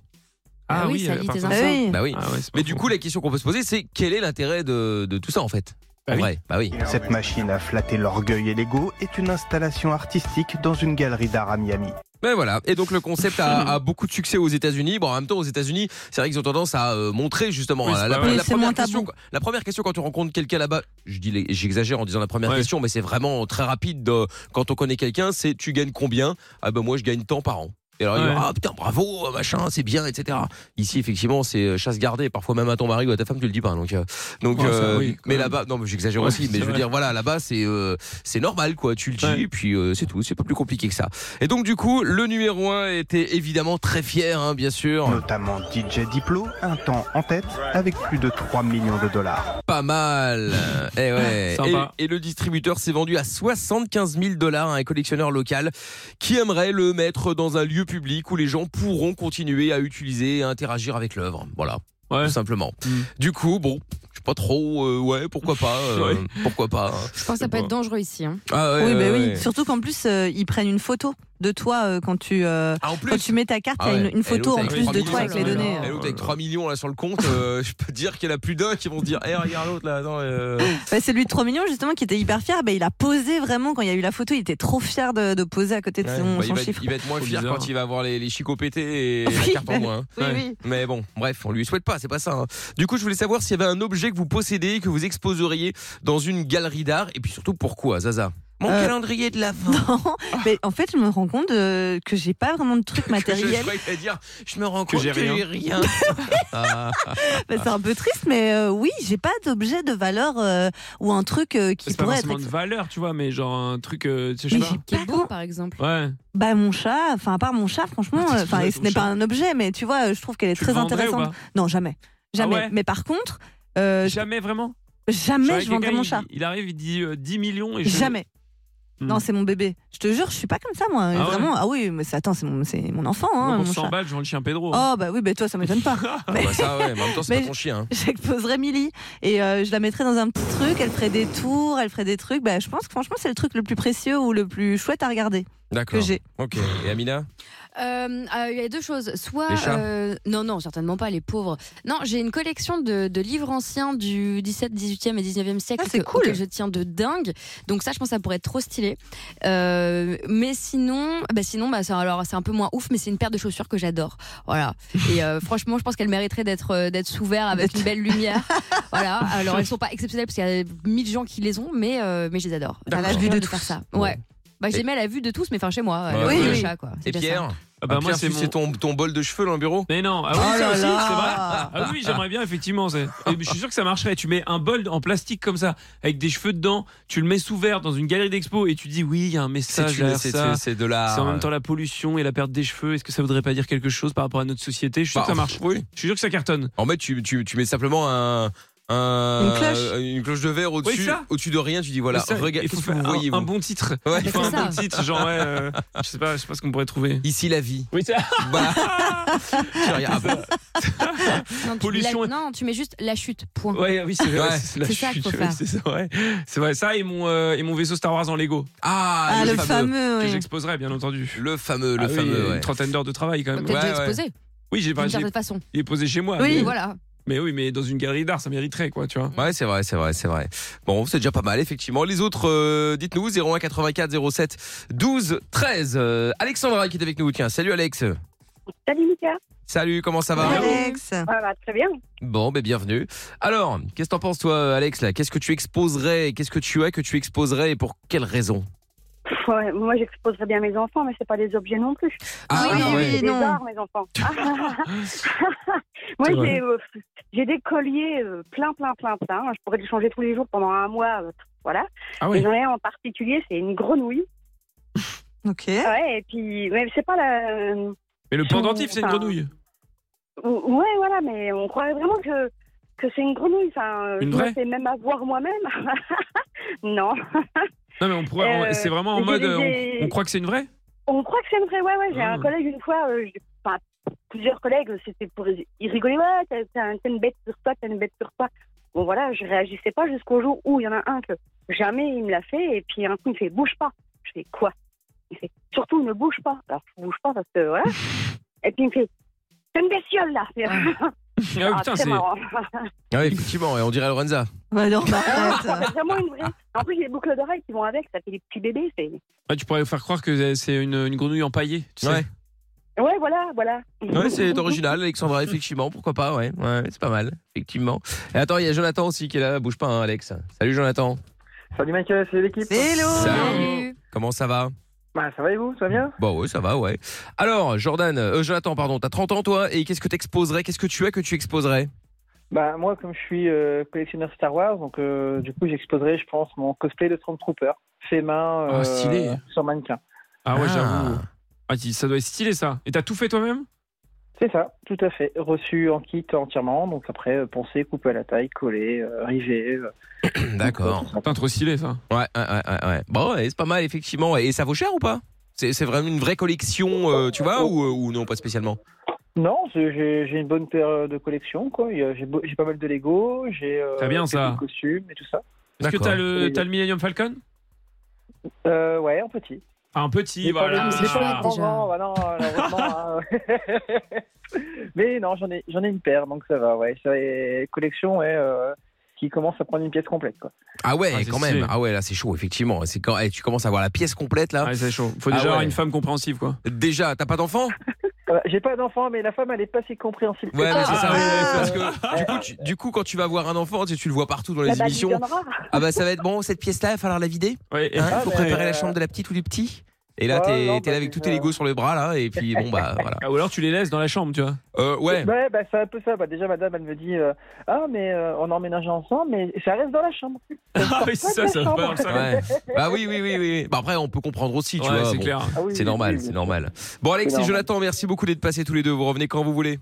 S4: Ah Ah oui, oui, ça euh, lit par tes contre, infos. ça.
S2: Bah oui. mais du coup, la question qu'on peut se poser, c'est quel est l'intérêt de, de tout ça en fait En vrai, bah oui.
S19: Cette machine à flatter l'orgueil et l'ego est une installation artistique dans une galerie d'art à Miami.
S2: Ben voilà. Et donc le concept a, a beaucoup de succès aux États-Unis. Bon, en même temps, aux États-Unis, c'est vrai qu'ils ont tendance à euh, montrer justement
S4: Oui,
S2: la,
S4: c'est
S2: la-
S4: pas vrai.
S2: la
S4: Oui, c'est
S2: première
S4: moins
S2: question.
S4: tabou.
S2: quoi. La première question quand on rencontre quelqu'un là-bas, je dis, les- j'exagère en disant la première question, mais c'est vraiment très rapide. euh, quand on connaît quelqu'un, c'est tu gagnes combien Ah ben moi, je gagne tant par an. Et alors, il
S4: Ouais.
S2: dit, ah putain, bravo, euh, machin, c'est bien, etc. Ici, effectivement, c'est euh, chasse gardée. Parfois, même à ton mari ou à ta femme, tu le dis pas. Donc, euh, donc
S4: Ouais, Oh, ça,
S2: euh,
S4: oui, quand
S2: mais
S4: même.
S2: là-bas, non, mais j'exagère
S4: Ouais,
S2: aussi, mais
S4: c'est
S2: je veux
S4: vrai.
S2: dire, voilà, là-bas, c'est euh, c'est normal, quoi. Tu le dis, puis euh, c'est tout. C'est pas plus compliqué que ça. Et donc, du coup, le numéro 1 était évidemment très fier, hein, bien sûr.
S19: Notamment DJ Diplo, un temps en tête avec plus de 3 millions de dollars.
S2: Pas mal. Eh ouais.
S19: Sympa.
S2: Et, et le distributeur s'est vendu à 75 000 dollars à un collectionneur local qui aimerait le mettre dans un lieu public où les gens pourront continuer à utiliser et à interagir avec l'œuvre. Voilà. Tout simplement. Du coup, bon, je sais pas trop. euh, ouais, pourquoi pas. euh, Pourquoi pas. hein.
S5: Je pense que ça peut être dangereux ici. hein.
S2: Ah ouais,
S3: oui,
S2: ouais,
S3: bah
S2: ouais.
S3: oui. Surtout qu'en plus, euh, ils prennent une photo de toi euh, quand tu euh, quand tu mets ta carte, il
S2: Ah
S3: y a
S2: ouais.
S3: une, une
S2: Et l'autre
S3: photo en
S2: avec
S3: plus
S2: 3
S3: de
S2: millions,
S3: toi avec les
S2: ouais.
S3: données.
S2: Et l'autre avec 3 millions là sur le compte, euh, je peux te dire qu'il y en a plus d'un qui vont se dire Eh, regarde l'autre là, attends. euh.
S3: Bah, celui de 3 millions justement qui était hyper fier, bah, il a posé vraiment quand il y a eu la photo, il était trop fier de, de poser à côté de son,
S2: Bah, il,
S3: son
S2: va,
S3: chiffre.
S2: il va être moins fier quand il va avoir les, les chicots pétés et
S3: Oui,
S2: la carte en
S3: bah,
S2: moins. hein.
S3: oui, oui.
S2: Mais bon, bref, on lui souhaite pas, c'est pas ça. hein. Du coup, je voulais savoir s'il y avait un objet que vous possédez, que vous exposeriez dans une galerie d'art, et puis surtout pourquoi, Zaza Mon
S3: Euh,
S2: calendrier de la
S3: Non, mais en fait, je me rends compte euh, que j'ai pas vraiment de truc
S2: Je,
S3: matériel.
S2: croyais que t'allais dire, je me rends
S4: Que
S2: compte
S4: j'ai
S2: que
S4: rien.
S2: j'ai rien. Ah.
S3: Bah, c'est un peu triste, mais euh, oui, j'ai pas d'objet de valeur euh, ou un truc euh, qui
S4: C'est pas
S3: pourrait être.
S4: forcément de valeur, tu vois, mais genre un truc, euh, tu sais,
S3: Mais
S4: je sais
S3: j'ai pas
S5: Beau, par exemple.
S4: pas. Ouais.
S3: Bah mon chat, enfin à part mon chat, franchement,
S4: Ah,
S3: euh, enfin et ce n'est pas un objet, mais tu vois, euh, je trouve qu'elle est
S4: Tu le
S3: très
S4: vendrais ou pas
S3: intéressante.
S4: Ah
S3: Non jamais, jamais.
S4: ouais
S3: mais par contre, euh,
S4: Jamais vraiment.
S3: jamais
S4: Genre,
S3: je vendrais
S4: quelqu'un,
S3: mon
S4: il-
S3: chat.
S4: Il, arrive, il dit euh, 10 millions et je. Hmm.
S3: Jamais. Non, c'est mon bébé. Je te jure, je suis pas comme ça moi.
S4: Ah ouais
S3: Vraiment, ah oui, mais c'est- attends, c'est mon, c'est mon enfant,
S4: Moi,
S3: hein,
S4: pour
S3: mon chat.
S4: 100 balles, hein. je vends le chien Pedro.
S3: Oh bah oui, bah toi ça m'étonne pas.
S2: Ah bah ça, ouais, mais en même temps, c'est
S3: Mais
S2: pas ton chien. hein.
S3: J'exposerais Milly et euh, je la mettrais dans un petit truc, elle ferait des tours, elle ferait des trucs. Bah, je pense que franchement, c'est le truc le plus précieux ou le plus chouette à regarder.
S2: D'accord.
S3: Que j'ai.
S2: Ok. Et Amina
S5: Euh, euh, Il y a deux choses. Soit.
S2: Les chats
S5: euh, non, non, certainement pas, les pauvres. Non, j'ai une collection de, de livres anciens du 17, 18e et 19e siècle
S2: Ah,
S5: que, auxquels je tiens de dingue. Donc, ça, je pense que ça pourrait être trop stylé. Euh, mais sinon, bah, sinon bah, c'est- alors, c'est un peu moins ouf, mais c'est une paire de chaussures que j'adore. Voilà. Et euh, franchement, je pense qu'elles mériteraient d'être euh, d'être sous verre avec une belle lumière. voilà. Alors, elles sont pas exceptionnelles parce qu'il y a mille gens qui les ont, mais, euh, mais je les adore.
S2: D'accord.
S5: J'ai
S2: À la vue
S5: envie
S2: de
S5: faire ça.
S2: tous.
S5: Ouais. Bah,
S2: Et-
S5: j'aimais la vue de tous, mais enfin chez moi.
S2: Ouais,
S5: euh,
S2: ouais.
S5: le chat, quoi. C'est
S2: Et
S5: déjà ça.
S2: Pierre
S4: Ah bah, moi,
S2: Ah, Pierre,
S4: c'est
S2: si
S4: mon-
S2: c'est ton, ton bol de cheveux, là, au bureau
S4: Mais non, ah oui,
S2: Oh
S4: ça
S2: là
S4: aussi, c'est vrai.
S2: là.
S4: Ah oui, j'aimerais bien, effectivement. c'est- Et Je suis sûr que ça marcherait. Tu mets un bol en plastique comme ça, avec des cheveux dedans, tu le mets sous verre dans une galerie d'expo et tu dis oui, il y a un message.
S2: une-
S4: derrière
S2: c'est-
S4: ça.
S2: c'est- c'est de l'art.
S4: C'est en même temps la pollution et la perte des cheveux. Est-ce que ça voudrait pas dire quelque chose par rapport à notre société
S2: Bah,
S4: Je suis sûr que ça marche.
S2: Oui.
S4: Je suis sûr que ça cartonne.
S2: En fait, tu, tu, tu mets simplement un. un- euh,
S4: Une cloche.
S2: une cloche de verre
S4: Oui,
S2: au-dessus
S4: ça.
S2: au-dessus de rien tu dis voilà
S4: Mais ça,
S2: regarde
S4: il faut
S2: qu'est-ce que
S4: faire un-
S2: vous voyez
S4: un
S2: vous
S4: bon titre
S2: Ouais.
S4: Il faut un bon titre, genre ouais, euh, je sais pas, je sais pas ce qu'on pourrait trouver.
S2: Ici la vie. Bah.
S4: Oui, ça.
S2: Tu regardes.
S5: Non, tu-
S4: Pollution.
S5: la- non, tu mets juste la chute. Point.
S4: Ouais, oui, c'est vrai.
S5: Ouais.
S4: c'est la
S5: C'est ça qu'il faut
S4: chute,
S5: faire.
S4: ouais, C'est vrai. C'est vrai. Ça et mon euh, et mon vaisseau Star Wars en Lego.
S2: Ah, Ah, le le fameux. fameux,
S4: que
S2: oui.
S4: j'exposerai bien entendu.
S2: Le fameux, le
S4: Ah oui,
S2: fameux, ouais.
S4: Une trentaine d'heures de travail quand même.
S5: Peut-être déjà exposé.
S4: Oui, j'ai pas.
S5: D'une
S4: j'ai-
S5: certaine façon.
S4: Il est posé chez moi.
S5: Oui,
S4: mais-
S5: voilà.
S4: Mais oui, mais dans une galerie d'art, ça mériterait quoi, tu vois.
S2: Ouais, c'est vrai, c'est vrai, c'est vrai. Bon, c'est déjà pas mal, effectivement. Les autres, euh, dites-nous, 01 84 07 12 13. Euh, Alexandra qui est avec nous, tiens. Salut Alex.
S20: Salut Mika.
S2: Salut, comment ça va
S20: Ah bah, très bien.
S2: Bon, ben bienvenue. Alors, qu'est-ce que t'en penses, toi, Alex, là Qu'est-ce que tu exposerais Qu'est-ce que tu as que tu exposerais et pour quelle raison
S20: Pff,
S12: Ouais, moi, j'exposerais bien mes enfants, mais c'est pas des objets non plus.
S2: Ah,
S12: oui,
S2: ah, ouais.
S12: j'ai des
S2: non.
S12: arts, mes enfants. moi,
S2: C'est vrai.
S12: j'ai, euh, j'ai des colliers euh, plein, plein, plein, plein. Je pourrais les changer tous les jours pendant un mois. euh, voilà.
S17: Ah oui.
S12: Et J'en ai un en particulier, c'est une grenouille.
S21: ok.
S12: Ouais, et puis, mais c'est pas la.
S4: Mais le pendentif, c'est une
S12: Enfin,
S4: grenouille.
S12: Ou- Ouais, voilà, mais on croirait vraiment que, que c'est une grenouille. Enfin, euh,
S4: Une
S12: je me
S4: vraie
S12: fais même avoir moi-même. non.
S4: Non, mais on pourrait. on-
S12: euh,
S4: c'est vraiment en
S12: j'ai
S4: mode.
S12: des-
S4: euh, on- On, croit que c'est une vraie
S12: On croit que c'est une vraie. Ouais, ouais. J'ai
S4: Ah.
S12: un collègue une fois, euh, j'ai- enfin, plusieurs collègues, c'était pour. Ils rigolaient, ouais, t'as- t'as un- t'as une bête sur toi, t'as une bête sur toi. Bon, voilà, je réagissais pas jusqu'au jour où il y en a un que jamais il me l'a fait, et puis un coup, il me fait bouge pas. Je fais quoi Il fait surtout ne bouge pas. Alors, je bouge pas parce que voilà. et puis il me fait t'es une bestiole là.
S2: Ah, putain,
S12: très
S2: c'est-
S12: marrant.
S2: Ah oui, effectivement, et on dirait Lorenza.
S3: Bah,
S2: Bah,
S12: C'est vraiment une vraie. En plus, j'ai des boucles d'oreilles qui vont avec, ça fait des petits bébés. c'est-
S4: Ouais, tu pourrais faire croire que c'est une, une grenouille empaillée. Tu sais.
S12: Ouais, voilà, voilà.
S2: Ouais, c'est original, Alexandra, effectivement, pourquoi pas, ouais, ouais c'est pas mal, effectivement. Et attends, il y a Jonathan aussi qui est là, bouge pas, hein, Alex. Salut Jonathan.
S22: Salut Michael, salut l'équipe. Hello.
S2: Salut. Comment ça va
S22: Bah, ça va et vous, ça va bien
S2: Bah ouais, ça va, ouais. Alors, Jordan, euh, Jonathan, pardon, t'as 30 ans toi, et qu'est-ce que t'exposerais Qu'est-ce que tu as que tu exposerais
S22: Bah moi, comme je suis euh, collectionneur Star Wars, donc euh, du coup j'exposerai, je pense, mon cosplay de Stormtrooper, fait main
S4: Ah, stylé.
S22: sur mannequin.
S4: Ah ouais,
S22: Ah.
S4: j'avoue. Ah, dis- ça doit être stylé ça. Et t'as tout fait toi-même
S22: C'est ça, tout à fait. Reçu en kit entièrement, donc après euh, poncer, couper à la taille, coller, euh, river. euh.
S2: D'accord.
S4: Putain, trop stylé ça.
S2: Ouais, ouais, ouais, ouais, ouais. Bon, ouais, c'est pas mal, effectivement. Et ça vaut cher ou pas C'est c'est vraiment une vraie collection, euh, tu vois, ou, ou non, pas spécialement
S22: Non, c'est- j'ai j'ai une bonne paire euh, de collection, quoi. Il y a- J'ai beau- j'ai pas mal de Lego, j'ai euh,
S4: T'as bien,
S22: quelques
S4: ça.
S22: costumes et tout ça.
S4: Est-ce que t'as le, t'as le Millennium Falcon
S22: Euh, ouais, en petit.
S4: Ah, Un petit,
S22: J'ai pas
S4: voilà.
S22: les- j'ai pas les prendre,
S12: Oh,
S22: bah non, malheureusement, hein. Mais non, j'en ai, j'en ai une paire, donc ça va, ouais. C'est une collection ouais, euh, qui commence à prendre une pièce complète, quoi.
S2: Ah ouais,
S22: Ah, c'est
S2: quand même.
S22: stylé.
S2: Ah ouais, là c'est chaud, effectivement. C'est quand eh, tu commences à avoir la pièce complète là. Ah
S4: Ouais, Ah, c'est chaud. Faut déjà avoir une femme compréhensive, quoi.
S2: Déjà, t'as pas d'enfant
S22: Euh, J'ai pas d'enfant, mais la femme, elle est pas si compréhensible.
S2: Ouais, mais c'est
S4: Ah,
S2: ça. Parce
S22: Euh,
S2: que du coup, tu- du coup, quand tu vas voir un enfant, tu, tu le vois partout dans les
S22: Bah, bah,
S2: émissions.
S22: tu viendras.
S2: Ah bah ça va être bon, cette pièce-là, il va falloir la vider.
S4: Ouais,
S2: Hein,
S22: Ah,
S2: faut
S22: mais,
S2: préparer la
S22: euh,
S2: chambre de la petite ou du petit. Et là,
S22: Ouais,
S2: t'es
S22: non,
S2: t'es là
S22: bah,
S2: avec
S22: c'est
S2: tous tes
S22: ça.
S2: Legos sur le bras là, et puis bon bah voilà.
S4: Ah, ou alors tu les laisses dans la chambre, tu vois.
S2: Euh, ouais.
S22: Ouais, bah, c'est un peu ça. Bah, déjà, madame, elle me dit euh, Ah, mais euh, on a emménagé ensemble, mais ça reste dans la chambre.
S4: Ah oui, c'est ça, ça va pas dans le salon.
S2: Ouais. Bah oui, oui, oui, oui. Bah après, on peut comprendre aussi, tu
S4: Ouais,
S2: vois.
S4: c'est
S2: bon.
S4: clair. Ah oui,
S2: C'est
S4: oui,
S2: normal,
S4: oui,
S2: c'est normal. Bon, Alex
S22: C'est
S2: et
S22: normal.
S2: Jonathan, merci beaucoup d'être passés tous les deux. Vous revenez quand vous voulez.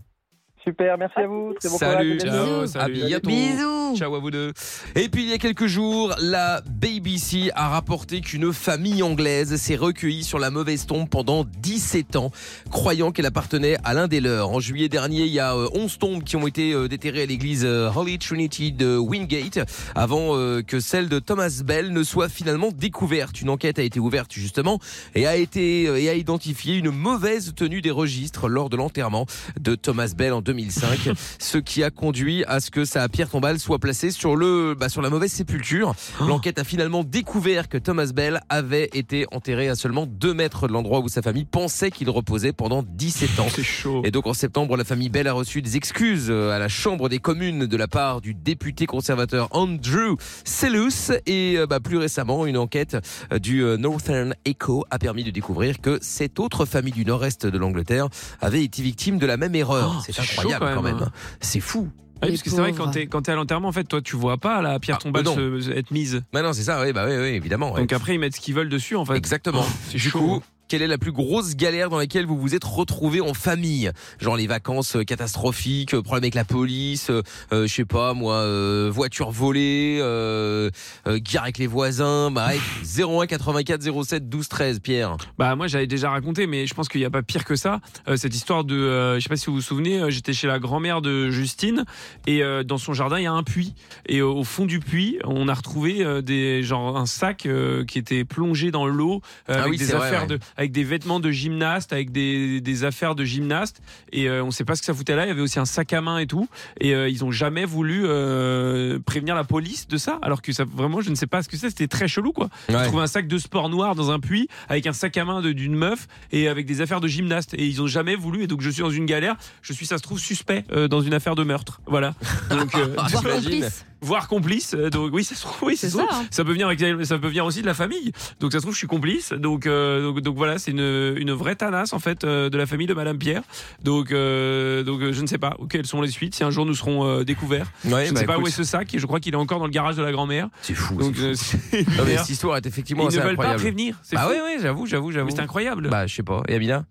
S22: Super, merci à vous. Très bon
S2: salut,
S22: courage, à bientôt.
S2: ciao, à bientôt. Ciao à vous deux. Et puis il y a quelques jours, la BBC a rapporté qu'une famille anglaise s'est recueillie sur la mauvaise tombe pendant 17 ans, croyant qu'elle appartenait à l'un des leurs. En juillet dernier, il y a euh, 11 tombes qui ont été euh, déterrées à l'église euh, Holy Trinity de Wingate avant euh, que celle de Thomas Bell ne soit finalement découverte. Une enquête a été ouverte justement et a été euh, et a identifié une mauvaise tenue des registres lors de l'enterrement de Thomas Bell en 2005, ce qui a conduit à ce que sa pierre tombale soit placée sur le bah, sur la mauvaise sépulture.
S4: Oh.
S2: L'enquête a finalement découvert que Thomas Bell avait été enterré à seulement 2 mètres de l'endroit où sa famille pensait qu'il reposait pendant 17 ans. Et donc en septembre, la famille Bell a reçu des excuses euh, à la Chambre des communes de la part du député conservateur Andrew Selous et euh, bah, plus récemment, une enquête euh, du euh, Northern Echo a permis de découvrir que cette autre famille du nord-est de l'Angleterre avait été victime de la même erreur.
S4: Oh,
S2: c'est
S4: c'est chaud
S2: incroyable
S4: quand
S2: quand
S4: même,
S2: même.
S4: hein.
S2: C'est fou.
S4: Ah oui, parce que c'est vrai, quand t'es quand t'es à l'enterrement, en fait, toi, tu vois pas la pierre tombale
S2: Ah, euh, non.
S4: se- se- être mise.
S2: Bah non, c'est ça, oui, bah oui, oui, évidemment.
S4: Donc après, ils mettent ce qu'ils veulent dessus, en fait. hein.
S2: Exactement. Du coup, quelle est la plus grosse galère dans laquelle vous vous êtes retrouvé en famille Genre les vacances euh, catastrophiques, euh, problème avec la police, euh, euh, je sais pas moi, euh, voiture volée, euh, euh, guerre avec les voisins, bah bref, 01 84 07 12 13, Pierre.
S4: Bah moi j'avais déjà raconté, mais je pense qu'il n'y a pas pire que ça. Euh, cette histoire de, euh, je sais pas si vous vous souvenez, euh, j'étais chez la grand-mère de Justine et euh, dans son jardin il y a un puits et euh, au fond du puits on a retrouvé euh, des genre un sac euh, qui était plongé dans l'eau euh,
S2: Ah
S4: avec
S2: oui,
S4: des
S2: c'est vrai,
S4: affaires
S2: ouais.
S4: de, avec des vêtements de gymnaste, avec des, des affaires de gymnaste et euh, on sait pas ce que ça foutait là. Il y avait aussi un sac à main et tout et euh, ils ont jamais voulu euh, prévenir la police de ça alors que ça vraiment je ne sais pas ce que c'est. C'était très chelou quoi. Tu
S2: Ouais.
S4: trouves un sac de sport noir dans un puits avec un sac à main de- d'une meuf et avec des affaires de gymnaste et ils ont jamais voulu et donc je suis dans une galère je suis ça se trouve suspect euh, dans une affaire de meurtre voilà donc euh,
S2: Ah,
S4: tu vois,
S2: j'imagine.
S4: voire complice. Euh, Donc oui, ça se trouve, oui, ça,
S5: C'est
S4: se trouve.
S5: ça, hein.
S4: peut venir avec- ça peut venir aussi de la famille. Donc ça se trouve, je suis complice. Donc euh, donc, donc voilà, c'est une, une vraie tanasse en fait euh, de la famille de Madame Pierre. Donc euh, donc euh, je ne sais pas quelles sont les suites. Si un jour nous serons euh, découverts,
S2: Ouais,
S4: je ne
S2: bah,
S4: sais pas où
S2: écoute.
S4: est ce sac. Et je crois qu'il est encore dans le garage de la grand-mère.
S2: C'est fou.
S4: Donc euh, c'est
S2: Non, mais
S4: bizarre.
S2: cette histoire est effectivement
S4: Ils
S2: assez
S4: ne veulent
S2: incroyable.
S4: pas prévenir. c'est
S2: Bah
S4: fou.
S2: oui, oui, j'avoue, j'avoue, j'avoue.
S4: c'est incroyable.
S2: Bah je sais pas. Et Amina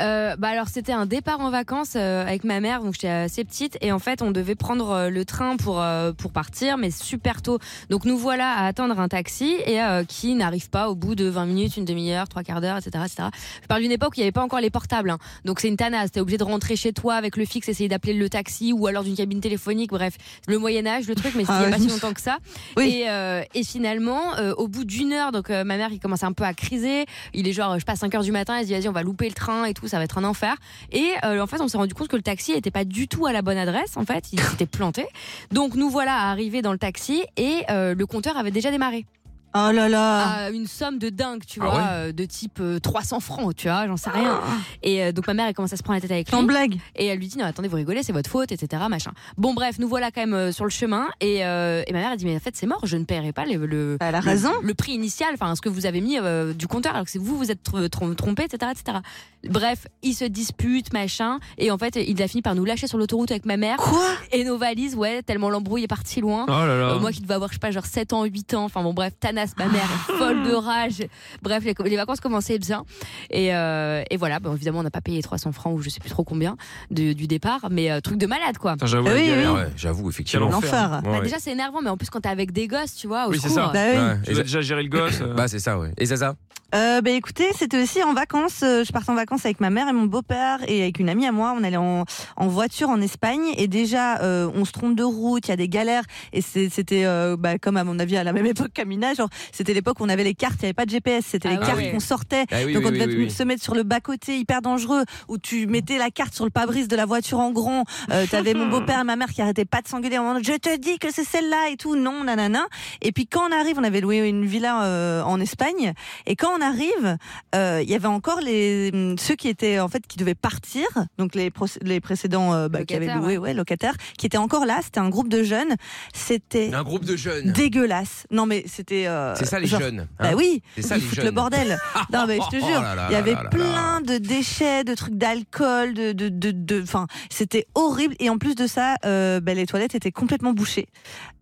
S5: Euh, bah alors c'était un départ en vacances euh, avec ma mère, donc j'étais assez petite et en fait on devait prendre euh, le train pour euh, pour partir, mais super tôt. Donc nous voilà à attendre un taxi et euh, qui n'arrive pas au bout de 20 minutes, une demi-heure, trois quarts d'heure, etc., etc. Je parle d'une époque où il n'y avait pas encore les portables, hein. donc c'est une tanasse. T'es obligé de rentrer chez toi avec le fixe, essayer d'appeler le taxi ou alors d'une cabine téléphonique. Bref, le Moyen Âge, le truc, mais
S3: Ah
S5: il n'y a
S3: ouais.
S5: pas si longtemps que ça. Et, euh, et finalement, euh, au bout d'une heure, donc euh, ma mère, il commence un peu à criser. Il est genre, euh, je sais pas, 5 heures du matin. Elle se dit, vas-y, on va louper le train et tout, ça va être un enfer. Et euh, en fait, on s'est rendu compte que le taxi était pas du tout à la bonne adresse. En fait, il s'était planté. Donc nous voilà arrivés dans le taxi et euh, le compteur avait déjà démarré.
S3: Oh là là
S5: À une somme de dingue, tu
S3: Ah
S5: vois,
S3: ouais Ah.
S5: euh, de type euh, 300 francs, tu vois, j'en sais rien. Et euh, donc ma mère, elle commence à se prendre la tête avec lui.
S3: Sans blague.
S5: Et elle lui dit non, attendez, vous rigolez, c'est votre faute, etc. Machin. Bon, bref, nous voilà quand même euh, sur le chemin. Et, euh, et ma mère, elle dit mais en fait, c'est mort, je ne paierai pas le, le,
S3: Bah, elle a
S5: le-
S3: raison.
S5: le prix initial, enfin ce que vous avez mis euh, du compteur, alors que c'est vous, vous êtes tr- trom- trompé, etc., etc. Bref, ils se disputent, machin. Et en fait, il a fini par nous lâcher sur l'autoroute avec ma mère.
S3: Quoi
S5: Et nos valises, ouais, tellement l'embrouille est partie loin.
S4: Oh là là.
S5: Euh, moi qui devais avoir, je sais pas, genre 7 ans, 8 ans. Enfin bon, bref, Tanas, ma mère, est folle de rage. Bref, les, les vacances commençaient bien. Et, euh, et voilà, bon, évidemment, on n'a pas payé 300 francs ou je sais plus trop combien de- du départ, mais euh, truc de malade, quoi.
S2: Putain,
S4: Ah
S2: j'avoue, la galère, ouais, j'avoue, effectivement.
S4: Quel enfer.
S5: Bah,
S2: Ouais.
S5: Déjà, c'est énervant, mais en plus, quand t'es avec des gosses, tu vois, au
S2: Oui, c'est
S5: secours. Bah
S2: ça.
S3: Bah
S2: Ouais.
S4: Tu dois déjà gérer le gosse. euh.
S2: Bah c'est ça, ouais. Et Zaza
S3: Euh, bah écoutez, c'était aussi en vacances. euh, Je partais en vacances avec ma mère et mon beau-père et avec une amie à moi. On allait en, en voiture en Espagne et déjà euh, on se trompe de route, il y a des galères et c'est- c'était euh, bah, comme à mon avis à la même époque qu'Amina. Genre c'était l'époque où on avait les cartes, il n'y avait pas de GPS, c'était les
S5: Ah ouais.
S3: cartes
S5: Ah oui.
S3: qu'on sortait.
S5: Ah oui,
S3: Donc
S5: oui,
S3: on
S5: oui,
S3: devait
S5: oui, oui.
S3: se mettre sur le bas côté hyper dangereux où tu mettais la carte sur le pare-brise de la voiture en grand. Euh, T'avais mon beau-père et ma mère qui arrêtaient pas de s'engueuler en disant je te dis que c'est celle-là et tout. Non, nanana. Et puis quand on arrive, on avait loué une villa euh, en Espagne et quand on arrive, euh, il y avait encore les mm, ceux qui étaient en fait qui devaient partir, donc les proc- les précédents euh, bah, qui avaient
S5: Locataires,
S3: loué,
S5: ouais.
S3: ouais, locataires, qui étaient encore là. C'était un groupe de jeunes. C'était
S2: Un groupe de jeunes.
S3: dégueulasse. Non mais c'était. euh,
S2: C'est ça, les jeunes, hein.
S3: bah oui.
S2: C'est ça,
S3: ils
S2: les
S3: foutent
S2: jeunes.
S3: le bordel. non mais je te
S2: Oh
S3: jure,
S2: là là
S3: il y
S2: là
S3: avait
S2: là là
S3: plein de déchets, de trucs d'alcool, de de de de. Enfin, c'était horrible. Et en plus de ça, euh, bah, les toilettes étaient complètement bouchées.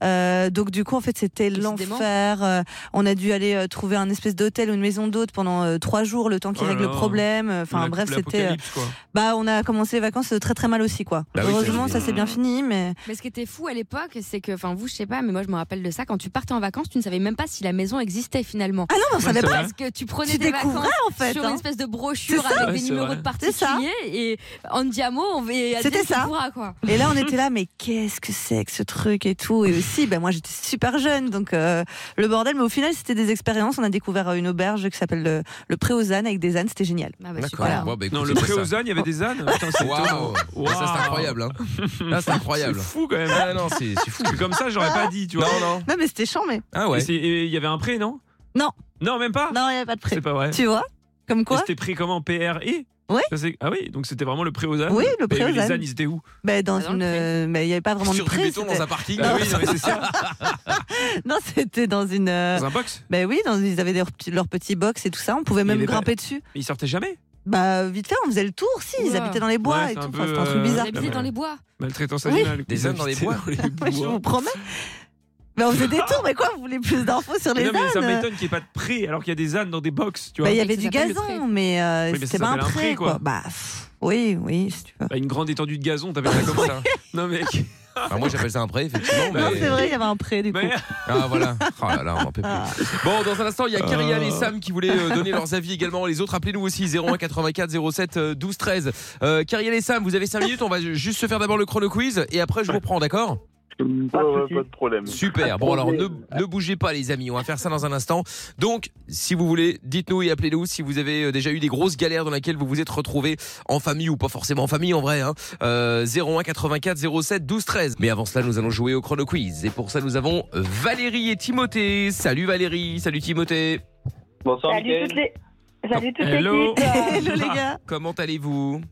S3: Euh, donc du coup en fait c'était
S5: Décidément.
S3: l'enfer. Euh, on a dû aller euh, trouver un espèce d'hôtel ou une maison d'hôte pendant euh, trois jours le temps qu'ils
S4: Oh là
S3: règlent le
S4: là.
S3: problème. Enfin
S4: La-
S3: bref c'était. euh,
S4: l'apocalypse, quoi.
S3: Bah on a commencé les vacances euh, très très mal aussi quoi.
S4: Bah oui, ça,
S3: Heureusement
S4: c'est-
S3: ça s'est bien fini mais.
S5: Mais ce qui était fou à l'époque, c'est que, enfin, vous, je sais pas, mais moi, je me rappelle de ça. Quand tu partais en vacances, tu ne savais même pas si la maison existait finalement.
S3: Ah non, mais on Ouais, savait c'est pas. vrai.
S5: Parce que tu prenais
S3: Tu
S5: des
S3: découvrais,
S5: vacances
S3: en fait,
S5: sur
S3: hein.
S5: une espèce de brochure
S3: C'est ça.
S5: avec
S3: Ouais,
S5: des
S3: c'est
S5: numéros
S3: vrai.
S5: de
S3: C'est ça.
S5: particuliers et en diamo, on va et
S3: C'était
S5: Adèle qui
S3: ça.
S5: pourra, quoi.
S3: Et là, on était là, mais qu'est-ce que c'est que ce truc et tout. Et aussi, ben moi, j'étais super jeune, donc euh, le bordel. Mais au final, c'était des expériences. On a découvert euh, une auberge qui s'appelle le, le Pré aux ânes avec des ânes. C'était génial.
S5: Ah
S2: D'accord.
S3: Voilà.
S2: Bon, bah, écoute,
S4: Non, le
S2: c'est
S4: pré
S2: ça.
S4: aux ânes, il y avait des ânes. Putain, c'est
S2: Waouh.
S4: étonnant.
S2: Wow. Ça c'est incroyable. Hein. Là c'est incroyable.
S4: C'est fou quand même.
S2: Ah, non, c'est c'est fou.
S4: Parce que Comme ça, j'aurais pas dit, tu vois.
S2: Non, non.
S3: Non, mais c'était chiant, mais
S2: Ah
S4: Et
S2: ouais.
S4: c'est- et Il y avait un prêt, non
S3: non.
S4: Non, même pas.
S3: Non, il n'y avait pas de pré.
S4: C'est pas vrai.
S3: Tu vois Comme
S4: Et
S3: quoi
S4: C'était pris comment PRE
S3: Ouais.
S4: Ça, c'est- Ah oui, donc c'était vraiment le pré aux ânes.
S3: Oui, le
S4: Bah,
S3: pré aux
S4: Les
S3: ânes.
S4: ânes, ils étaient où
S3: ben dans
S5: Ah,
S3: une, euh, mais il n'y avait pas vraiment
S2: Sur
S3: de
S2: du
S3: pré.
S2: béton
S3: c'était-
S2: dans un parking.
S4: Bah oui, non, mais c'est ça.
S3: Non, c'était dans une. euh,
S4: Dans un box
S3: Ben oui, dans, ils avaient leur, petit- leur petit box et tout ça. On pouvait
S4: Mais il
S3: même
S4: est pas-
S3: grimper dessus.
S4: Mais ils sortaient jamais.
S3: Bah vite fait, on faisait le tour. Si, ils
S5: Oula.
S3: habitaient dans les bois
S4: Ouais, c'est
S3: et tout.
S4: un
S3: Enfin,
S4: peu,
S3: c'était un truc
S4: euh,
S3: bizarre.
S5: Ils habitaient dans les bois.
S4: Maltraitance
S3: Oui.
S4: animale.
S2: Des ânes dans les
S4: habitaient
S2: bois.
S4: dans les
S3: Ouais, je
S4: bois.
S3: vous promets. Ben on faisait des tours, mais quoi Vous voulez plus d'infos sur les
S4: non, mais ça
S3: ânes
S4: m'étonne qu'il n'y ait pas de pré alors qu'il y a des ânes dans des box, tu
S3: Bah,
S4: vois.
S3: il y avait du
S5: s'appelle le pré.
S3: gazon, mais euh,
S4: Oui, mais ça
S3: c'était pas un
S4: s'appelle un pré,
S3: pré, quoi.
S4: quoi.
S3: Bah, pff, oui, oui, si tu veux.
S4: Bah, une grande étendue de gazon, t'appelles ça comme ça Non, mec.
S2: Enfin, Bah, moi j'appelle ça un pré effectivement.
S3: Non,
S2: mais-
S3: c'est vrai, il y avait un pré, du coup. Ah.
S4: Mais-
S2: Bah, euh, Ah voilà. Oh là là, on m'en peut plus. Bon, dans un instant, il y a Kyrian et Sam qui voulaient euh, donner leurs avis également. Les autres, appelez-nous aussi 01 84 07 euh, 12 13. Euh, Kyrian et Sam, vous avez 5 minutes. On va juste se faire d'abord le chrono quiz et après je vous reprends, d'accord
S9: Mm, Pas de soucis.
S6: problème.
S2: Super. Bon, alors ne, ne bougez pas, les amis. On va faire ça dans un instant. Donc, si vous voulez, dites-nous et appelez-nous si vous avez euh, déjà eu des grosses galères dans lesquelles vous vous êtes retrouvés en famille ou pas forcément en famille en vrai. Hein. Euh, 01 84 07 12 13. Mais avant cela, nous allons jouer au chrono quiz. Et pour ça, nous avons Valérie et Timothée. Salut Valérie. Salut Timothée.
S6: Bonsoir,
S12: Salut toutes les. Salut toute
S2: Hello.
S12: l'équipe.
S3: les gars.
S2: Comment allez-vous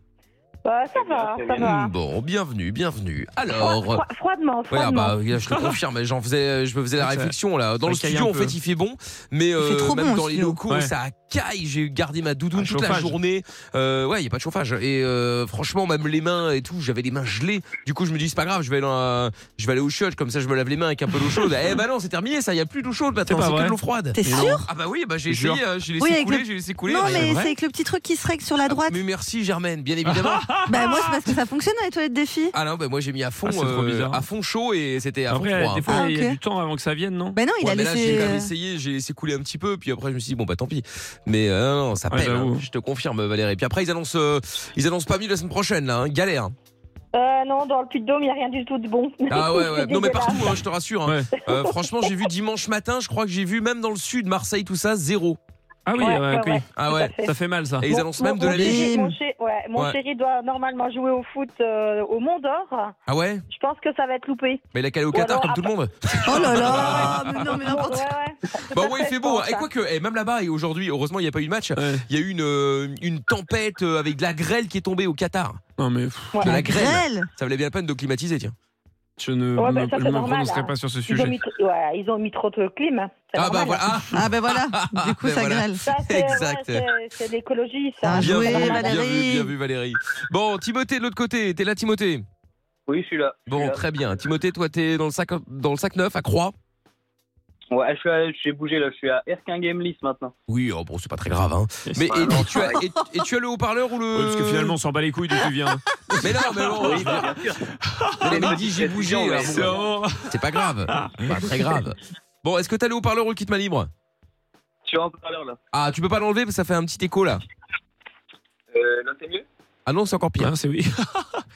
S20: Bah, ça va, ça va.
S2: Bon, bienvenue, bienvenue.
S20: Froid-
S2: Alors.
S20: froid- froidement,
S2: Ouais, ah
S20: froidement.
S2: bah,
S3: hein.
S2: je te confirme, j'en faisais, euh, je me faisais la
S4: Ouais, ça-
S2: réflexion là. Dans
S4: ça
S2: le
S4: caille
S2: studio,
S4: un
S2: en
S4: peu.
S2: fait, il fait bon, mais
S4: fait
S2: euh,
S4: trop
S2: même
S4: bon au
S2: dans les
S4: studio.
S2: locaux,
S4: Ouais.
S2: ça caille. J'ai gardé ma doudoune
S4: Pas de
S2: toute la
S4: chauffage.
S2: journée. Euh, ouais, il y a pas de chauffage. Et euh, franchement, même les mains et tout, j'avais les mains gelées. Du coup, je me dis c'est pas grave, je vais aller, euh, je vais aller au chiottes comme ça, je me lave les mains avec un peu d'eau chaude. eh bah non, c'est terminé, ça. Il y a plus d'eau chaude maintenant,
S4: pas
S2: c'est que
S4: vrai.
S2: de l'eau froide.
S4: T'es
S2: Mais non.
S4: sûr
S2: Ah bah oui, bah j'ai
S4: Jure.
S2: essayé, euh, j'ai
S3: Oui,
S2: laissé
S3: avec
S2: couler,
S3: le-
S2: j'ai laissé couler.
S3: Non,
S2: Ah,
S3: mais
S2: vrai
S3: c'est avec le petit truc qui se règle sur la droite.
S2: Mais merci Germaine, bien évidemment.
S3: bah, moi, c'est parce que ça fonctionne dans les toilettes des filles.
S2: Ah non, bah moi j'ai mis à fond,
S4: Ah, c'est trop
S2: euh,
S4: bizarre.
S2: à fond chaud et c'était à
S4: Après,
S2: fond froid.
S4: des
S2: hein.
S4: fois,
S3: Ah,
S4: il y
S3: ok.
S4: a du temps avant que ça vienne, non
S3: Bah non, il
S2: Ouais,
S3: a
S2: mais là,
S3: laissé.
S2: j'ai quand même
S3: euh,
S2: essayé, j'ai laissé couler un petit peu, puis après je me suis dit bon bah tant pis. Mais euh, non, ça
S4: Ouais,
S2: pèle,
S4: j'avoue.
S2: hein, je te confirme Valérie. Puis après ils annoncent, euh, ils annoncent pas mieux la semaine prochaine là, hein, galère.
S20: Euh, non, dans le Puy-de-Dôme, il n'y a rien du tout de bon.
S2: Ah ouais ouais,
S20: C'est
S2: non mais
S20: dégueulasse.
S2: partout, hein, je te rassure. hein. Euh, franchement j'ai vu dimanche matin, je crois que j'ai vu même dans le sud, Marseille tout ça zéro.
S4: Ah oui, Ouais, euh, ouais, ok. ouais,
S2: ah
S4: tout
S2: ouais,
S4: à fait. Ça fait mal, ça.
S2: Et ils
S4: Mon-
S2: annoncent
S4: mon-
S2: même de la
S4: mon
S2: Ligue.
S4: chéri-
S20: Mon, chéri, ouais, mon
S2: Ouais.
S20: chéri doit normalement jouer au foot euh, au Mont d'Or.
S2: Ah ouais,
S20: Je pense que ça va être loupé.
S2: mais il a calé au
S20: Ou
S2: Qatar
S20: alors,
S2: comme tout le monde.
S3: Oh là là, mais non mais n'importe
S20: Ouais, ouais.
S2: Bah ouais, il fait beau. hein. Et quoi que, eh, même là-bas et aujourd'hui, heureusement, il n'y a pas eu de match. Il y a eu une, euh, une tempête euh, avec de la grêle qui est tombée au Qatar.
S4: Non, mais.
S2: De la
S4: La
S2: grêle.
S3: grêle
S2: Ça valait bien la peine de climatiser, tiens.
S4: Je
S2: Euh,
S4: ne
S20: Ouais,
S4: me,
S20: bah, ça,
S4: je
S20: c'est
S4: me
S20: normal,
S4: prononcerai
S20: hein.
S4: pas sur ce
S20: Ils ont,
S4: sujet.
S20: mis, ouais, ils ont mis trop de clim. hein. C'est
S2: Ah bah
S20: normal.
S2: voilà.
S3: Ah ben voilà, du coup
S2: Ben
S3: ça
S2: voilà.
S3: grêle.
S20: Ça, c'est ouais,
S2: Exact.
S20: c'est- c'est l'écologie, ça.
S2: Bien vu, bien vu,
S3: Valérie.
S2: bien vu, Valérie. Bon, Timothée de l'autre côté. T'es là, Timothée
S14: Oui, je suis là.
S2: Bon, très bien. Timothée, toi, t'es dans le sac, dans le sac neuf à Croix.
S14: Ouais, je suis à- j'ai bougé là, je suis à Erkin Game List maintenant.
S2: Oui, oh, bon, c'est pas très grave. Hein. Mais et, et tu as, et- et tu as le haut-parleur ou le
S4: Ouais, parce que finalement, on s'en bat les couilles d'où tu viens.
S2: euh, Mais non, mais non. je veux dire- Mais il dit j'ai bougé.
S4: Ouais,
S2: alors bon,
S4: Ah c'est bon. Ah.
S2: C'est pas grave. Pas très grave. Bon, est-ce que t'as le haut-parleur ou le kit main libre
S14: Tu as un parleur là.
S2: Ah, tu peux pas l'enlever parce que ça fait un petit écho là.
S14: Euh, là, c'est mieux
S2: Ah non, c'est encore pire.
S4: c'est oui.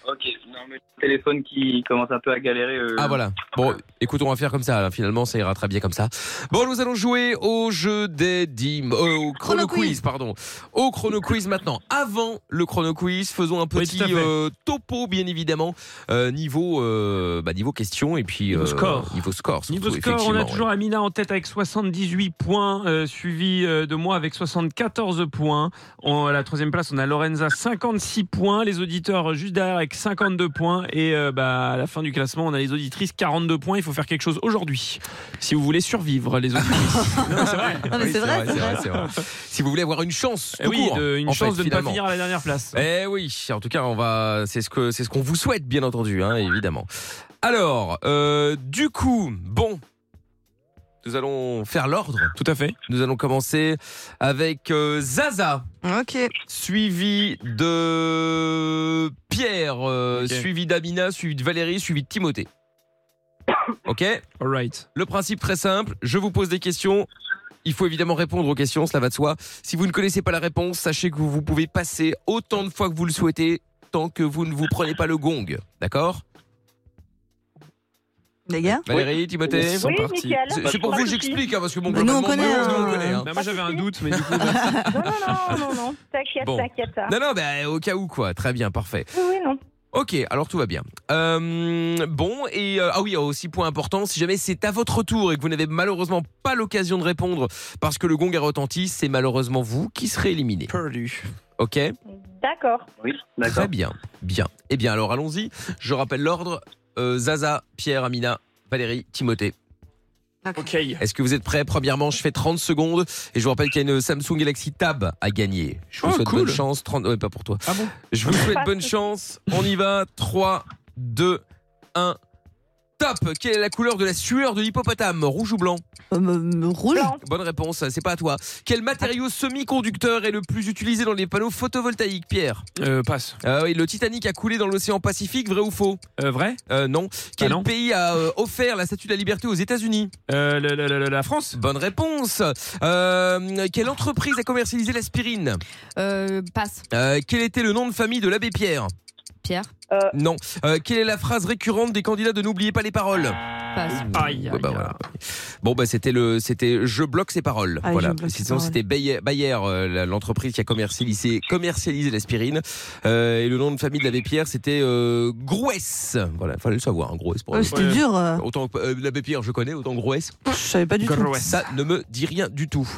S14: Ok, non, mais le téléphone qui commence un peu à galérer. euh,
S2: Ah voilà. Bon, écoute, on va faire comme ça. là. Finalement, ça ira très bien comme ça. Bon, nous allons jouer au jeu des dîmes, euh, au
S4: Chrono
S2: chrono, quiz,
S4: quiz.
S2: pardon. Au chrono quiz maintenant. Avant le chrono quiz, faisons un
S4: Oui,
S2: petit
S4: tout à fait.
S2: euh, topo, bien évidemment, euh, niveau euh, bah, niveau question et puis euh,
S4: Niveau score.
S2: Niveau score. surtout,
S4: Niveau score, on
S2: effectivement,
S4: a
S2: ouais.
S4: toujours Amina en tête avec 78 points, euh, suivi euh, de moi avec 74 points. En- à la troisième place, on a Lorenza 56 points, les auditeurs euh, juste derrière avec 52 points. Et euh, bah, à la fin du classement, on a les auditrices 42 points. Il faut faire quelque chose aujourd'hui. Si vous voulez survivre, les auditrices. Non, mais c'est vrai.
S3: Non, mais
S2: Oui,
S3: c'est vrai, c'est vrai.
S2: c'est vrai. Si vous voulez avoir une chance,
S4: Eh
S2: tout
S4: oui,
S2: court,
S4: de- une
S2: en
S4: chance de
S2: fait,
S4: ne
S2: finalement.
S4: pas finir à la dernière place.
S2: Eh oui, en tout cas, on va, c'est ce que, c'est ce qu'on vous souhaite, bien entendu, hein, évidemment. Alors, euh, du coup, bon, nous allons faire l'ordre.
S4: Tout à fait.
S2: Nous allons commencer avec euh, Zaza,
S3: Ok.
S2: suivi de Pierre, euh,
S4: Ok.
S2: suivi d'Amina, suivi de Valérie, suivi de Timothée. Ok.
S4: All right.
S2: Le principe très simple, je vous pose des questions. Il faut évidemment répondre aux questions, cela va de soi. Si vous ne connaissez pas la réponse, sachez que vous pouvez passer autant de fois que vous le souhaitez tant que vous ne vous prenez pas le gong. D'accord
S3: Les gars
S2: Valérie, Timothée
S4: Ils sont Oui, partis. nickel.
S2: C'est- C'est pour
S4: Pas
S2: vous
S4: de
S2: que j'explique, hein, parce que bon,
S3: Mais nous, on
S2: globalement,
S3: connaît,
S2: nous, on
S3: hein.
S2: connaît, hein.
S4: Bah, moi, j'avais un doute, mais du coup.
S20: Non, non, non, non, non. T'inquiète,
S2: Bon.
S20: t'inquiète.
S2: Non, non, bah, au cas où, quoi. Très bien, parfait.
S20: Oui, oui, non.
S2: Ok, alors tout va bien. Euh, bon, et euh, ah oui, aussi point important, si jamais c'est à votre tour et que vous n'avez malheureusement pas l'occasion de répondre parce que le gong a retenti, c'est malheureusement vous qui serez éliminé.
S4: Perdu.
S2: Ok
S20: D'accord.
S14: Oui,
S2: Très bien, bien. Eh bien, alors allons-y. Je rappelle l'ordre. Euh, Zaza, Pierre, Amina, Valérie, Timothée.
S4: Ok.
S2: Est-ce que vous êtes prêts Premièrement, je fais 30 secondes et je vous rappelle qu'il y a une Samsung Galaxy Tab à gagner. Je vous
S4: Oh,
S2: souhaite
S4: cool.
S2: bonne chance. 30... ouais, pas pour toi.
S4: Ah bon
S2: Je vous souhaite bonne chance. On y va. 3, 2, 1. Top Quelle est la couleur de la sueur de l'hippopotame Rouge ou blanc
S3: Rouge
S2: Bonne réponse, c'est pas à toi. Quel matériau semi-conducteur est le plus utilisé dans les panneaux photovoltaïques, Pierre
S4: Euh, passe.
S2: Ah oui, le Titanic a coulé dans l'océan Pacifique, vrai ou faux
S4: Euh, vrai
S2: Euh, Non. Quel
S4: non.
S2: pays a euh, offert la Statue de la Liberté aux États-Unis
S4: Euh, la, la- la- la France
S2: Bonne réponse. Euh, quelle entreprise a commercialisé l'aspirine
S5: Euh, passe,
S2: Euh, Quel était le nom de famille de l'abbé Pierre
S5: Pierre.
S12: Euh,
S2: Non. Euh, quelle est la phrase récurrente des candidats de n'oubliez pas les paroles
S4: Aïe.
S2: Ouais, bah, voilà. Bon bah c'était le c'était je bloque ces paroles.
S4: Ah,
S2: voilà.
S4: je bloque ses
S2: Sinon
S4: paroles.
S2: c'était Bayer, Bayer, euh, la- l'entreprise qui a commercialisé commercialisé l'aspirine Euh, et le nom de famille de l'abbé Pierre c'était euh, Grouès. Voilà, fallait le savoir, hein, Grouès.
S4: Oh,
S3: Euh, c'était dur, euh.
S2: Autant que- euh, l'abbé Pierre je connais, autant Grouès.
S3: Je savais pas du tout.
S2: Ça ne me dit rien du tout.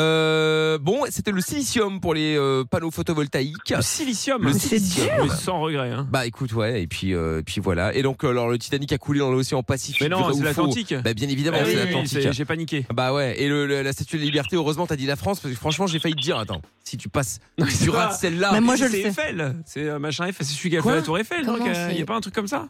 S2: Euh, bon, c'était le silicium pour les euh, panneaux photovoltaïques. Le
S4: silicium.
S2: Le
S4: C'est
S2: silicium.
S4: dur. Mais sans regret. hein.
S2: Bah écoute, ouais, et puis, euh, et puis voilà. Et donc, alors le Titanic a coulé dans l'océan Pacifique.
S4: Mais non,
S2: vrai ou
S4: c'est
S2: faux
S4: l'Atlantique.
S2: Bah bien évidemment,
S4: Ah oui,
S2: c'est
S4: oui, oui,
S2: l'Atlantique.
S4: c'est- j'ai paniqué.
S2: Bah ouais, et le- le- la statue de la liberté, heureusement, t'as dit la France, parce que franchement, j'ai failli te dire, attends, si tu passes, si tu rates celle-là.
S4: C'est Eiffel. C'est euh, machin Eiffel. C'est celui qui a
S2: Quoi
S4: fait la Tour Eiffel.
S2: Comment
S4: donc, euh,
S2: c'est Ah
S4: Il n'y a pas un truc comme ça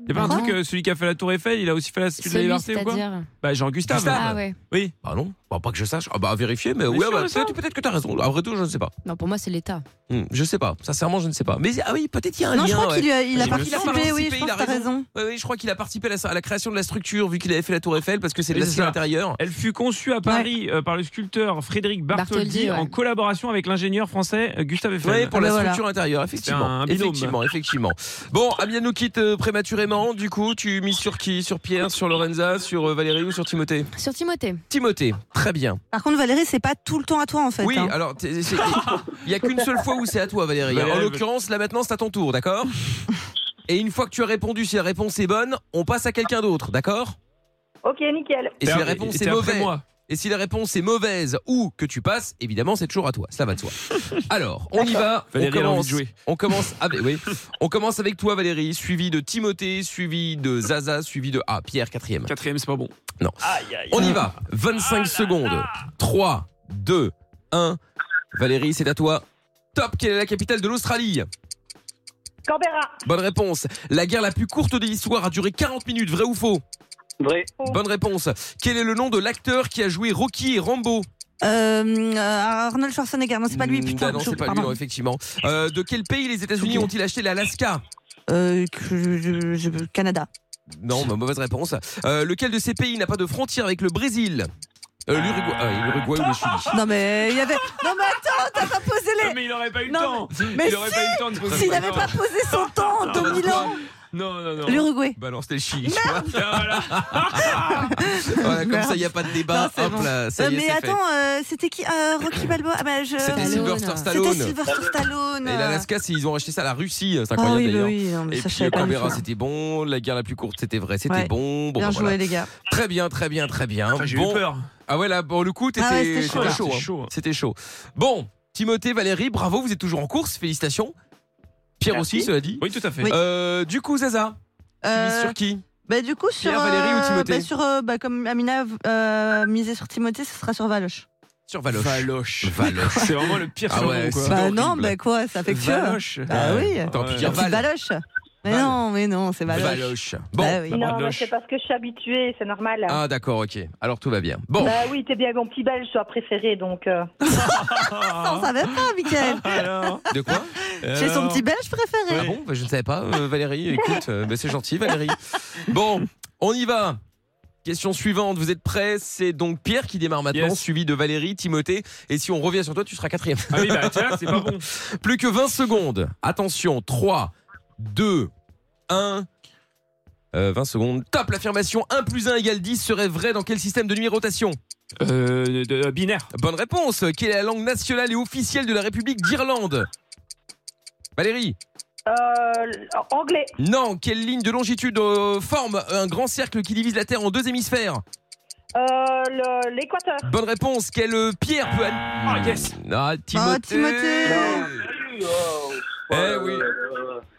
S4: Il n'y a pas un
S2: Pardon
S4: truc, euh, celui qui a fait la Tour Eiffel, il a aussi fait la Statue de la
S5: Celui,
S4: Liberté ou quoi
S5: c'est-à-dire
S4: Bah Jean-Gustave.
S2: Gustave. Ah ouais.
S4: Oui.
S2: Bah non, bah, pas que je sache. Ah bah à vérifier, mais
S5: Mais
S2: ouais,
S5: sûr
S2: bah,
S5: de ça
S2: peut-être peut-être que t'as raison. Après tout, je ne sais pas.
S5: Non, pour moi, c'est l'État.
S2: Hmm, je sais pas, sincèrement, je ne sais pas. Mais ah oui, peut-être il y a un
S3: Non, je
S2: lien,
S3: crois
S2: ouais.
S3: qu'il y a- il a
S2: Je
S3: participé,
S2: crois qu'il a
S3: oui, je
S2: participé,
S3: pense
S2: il a
S3: que t'as raison.
S2: Ouais, oui, je crois qu'il a participé à la, à la création de la structure, vu qu'il avait fait la Tour Eiffel, parce que c'est de
S4: Oui,
S2: l'acier
S4: ça.
S2: à l'intérieur.
S4: Elle fut conçue à Paris euh, par le sculpteur Frédéric Bartholdi
S2: Bartholdi, ouais. Ah bah
S4: en collaboration avec l'ingénieur français euh, Gustave Eiffel.
S3: Ah
S2: Oui,
S3: ben
S2: pour la structure intérieure, effectivement.
S4: C'est un binôme.
S2: effectivement, effectivement. Bon, Amiens nous quitte euh, prématurément. Du coup, tu mises sur qui Sur Pierre, sur Lorenza, sur euh, Valérie ou sur Timothée
S5: Sur Timothée.
S2: Timothée, très bien.
S3: Par contre, Valérie, c'est pas tout le temps à toi en fait.
S2: Oui,
S3: hein.
S2: alors, t'es- c'est- il y a qu'une seule fois où c'est à toi, Valérie.
S4: Valérie,
S2: en
S4: elle-
S2: l'occurrence, là maintenant, c'est à ton tour, d'accord Et une fois que tu as répondu, si la réponse est bonne, on passe à quelqu'un d'autre, d'accord
S12: Ok, nickel.
S2: Et si la réponse est mauvaise, et si la réponse est mauvaise ou que tu passes, évidemment, c'est toujours à toi. Ça va de soi. Alors, on y va. On
S4: Valérie, elle a envie
S2: commence,
S4: de jouer.
S2: on commence avec, oui. on commence avec toi, Valérie, suivi de Timothée, suivi de Zaza, suivi de ah Pierre quatrième.
S4: Quatrième, c'est pas bon.
S2: Non. On y va. 25 secondes. 3, 2, 1. Valérie, c'est à toi. Top. Quelle est la capitale de l'Australie
S12: Canberra.
S2: Bonne réponse. La guerre la plus courte de l'histoire a duré 40 minutes. Vrai ou faux
S9: Vrai.
S2: Bonne réponse. Quel est le nom de l'acteur qui a joué Rocky et Rambo
S3: Euh, euh, Arnold Schwarzenegger, non, c'est pas lui, putain.
S2: Bah non,
S3: je-
S2: c'est pas lui,
S3: pardon.
S2: non, effectivement. Euh, de quel pays les États-Unis ont-ils acheté l'Alaska
S3: Euh, que- je- je- Canada.
S2: Non, bah, mauvaise réponse. Euh, lequel de ces pays n'a pas de frontière avec le Brésil Euh, L'Uruguay ah, l'Uruguay ou le Chili
S3: Non mais il y avait. Non mais attends, t'as pas posé les.
S4: Mais il aurait pas eu le
S3: temps.
S4: Il aurait pas eu le temps de se poser
S3: S'il
S4: la
S3: n'avait pas
S4: question.
S3: posé son temps
S2: Ah,
S3: en 2000 ans.
S4: Non, non, non.
S3: L'Uruguay.
S2: Bah non, c'était le Chili. tu vois. Voilà, comme ça, il n'y a pas de débat. Hop là, Ah, ça
S3: Euh,
S2: y est,
S3: mais
S2: c'est fait.
S3: attends, euh, c'était qui euh, Rocky Balboa ah, bah, je...
S2: C'était Sylvester Stallone.
S3: C'était Sylvester Stallone.
S2: Et l'Alaska, c'est- ils ont acheté ça à la Russie, c'est incroyable
S3: Ah oui, bah
S2: d'ailleurs.
S3: oui, non, mais
S2: Et
S3: ça, je
S2: puis le
S3: savais pas du
S2: Canberra,
S3: tout.
S2: c'était bon. La guerre la plus courte, c'était vrai, c'était
S3: Ouais.
S2: bon. bon
S3: Bien
S2: bah,
S3: joué,
S2: voilà.
S3: les gars.
S2: Très bien, très bien, très bien.
S4: Enfin, j'ai eu peur.
S2: Ah ouais, là, pour le coup, t'étais
S4: Ah ouais, c'était chaud,
S2: c'était
S4: là.
S2: chaud.
S4: C'était
S2: hein.
S4: chaud.
S2: C'était chaud. Bon, Timothée, Valérie, bravo, vous êtes toujours en course, félicitations. Pierre
S4: Merci.
S2: aussi, cela dit.
S4: Oui, tout à fait.
S3: Oui.
S2: Euh, du coup, Zaza, tu mises
S3: Euh,
S2: sur qui
S3: Bah du coup sur
S2: Pierre, Valérie ou
S3: euh,
S2: Timothée
S3: bah, sur euh, bah, comme Amina euh, misait sur Timothée, ce sera sur Valoche.
S2: Sur Valoche.
S4: Valoche.
S2: Valoche.
S4: C'est vraiment le pire
S2: Ah
S4: surnom,
S2: ouais,
S4: quoi.
S2: c'est
S3: Bah
S2: horrible.
S3: non, bah quoi, ça fait que
S4: Valoche.
S3: Bah oui.
S2: Ah T'aurais pu
S4: Ouais.
S2: dire
S3: C'est
S2: Val.
S3: Valoche. Mais non, mais non, c'est Valoche.
S2: Valoche. Bon,
S3: Bah oui.
S2: Bah,
S12: Non, mais
S2: Valoche.
S12: c'est parce que je suis habituée, c'est normal.
S2: Ah d'accord, ok. Alors tout va bien. Bon.
S12: Bah oui, t'es bien mon petit belge, toi préféré, donc. euh.
S3: Ça, on savait pas, Michael.
S2: De quoi
S3: C'est son petit belge préféré.
S2: Ah bon Bah, Je ne savais pas, euh, Valérie. Écoute, euh, bah, c'est gentil, Valérie. Bon, on y va. Question suivante, vous êtes prêts C'est donc Pierre qui démarre maintenant, suivi de Valérie, Timothée. Et si on revient sur toi, tu seras quatrième.
S4: Ah oui, bah, tiens, c'est pas bon.
S2: Plus que 20 secondes. Attention, 3, 2, 1. Euh, 20 secondes. Top, l'affirmation 1 plus 1 égale 10 serait vrai dans quel système de numérotation
S4: Euh, de- binaire.
S2: Bonne réponse. Quelle est la langue nationale et officielle de la République d'Irlande Valérie
S12: Euh, anglais.
S2: Non, quelle ligne de longitude euh, forme un grand cercle qui divise la Terre en deux hémisphères
S12: Euh, le- L'équateur.
S2: Bonne réponse, quelle euh, pierre peut... Ah, yes Ah, Timothée
S4: Oh,
S2: Eh oui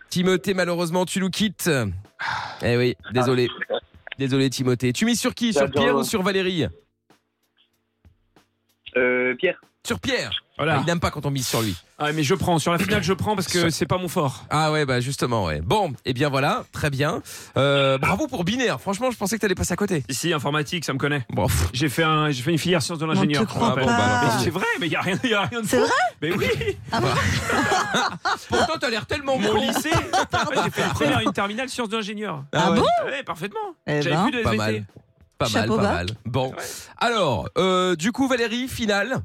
S2: Timothée, malheureusement, tu nous quittes. Eh oui, désolé. Désolé, Timothée. Tu mises sur qui Sur
S14: J'adore.
S2: Pierre ou sur Valérie
S14: Euh, Pierre.
S2: Sur Pierre
S4: Voilà.
S2: Ah, Il n'aime pas quand on mise sur lui.
S4: Ah, mais je prends. Sur la finale, je prends parce que c'est pas mon fort.
S2: Ah ouais, bah justement, ouais. Bon, eh bien voilà, très bien. Euh, bravo pour Binaire. Franchement, je pensais que t'allais passer à côté.
S4: Ici, informatique, ça me connaît.
S2: Bon.
S4: J'ai fait, un, j'ai fait une filière sciences de l'ingénieur.
S2: te crois
S4: je me rappelle.
S2: pas. Ah bon, bah alors.
S4: Mais c'est vrai, mais il n'y a rien, y a rien de
S3: C'est
S4: faux.
S3: vrai
S4: Mais oui
S2: Ah
S4: Bah.
S2: Pourtant, t'as l'air tellement
S4: Mon lycée, j'ai fait une première et une terminale sciences de l'ingénieur.
S2: Ah Ah ouais bon
S4: Ouais, parfaitement.
S2: Eh
S4: J'avais
S2: ben,
S4: plus de
S2: pas
S4: SVT.
S2: mal. Pas
S4: Chapeau
S2: mal, pas
S4: bas.
S2: mal. Bon. Alors, euh, du coup, Valérie, finale.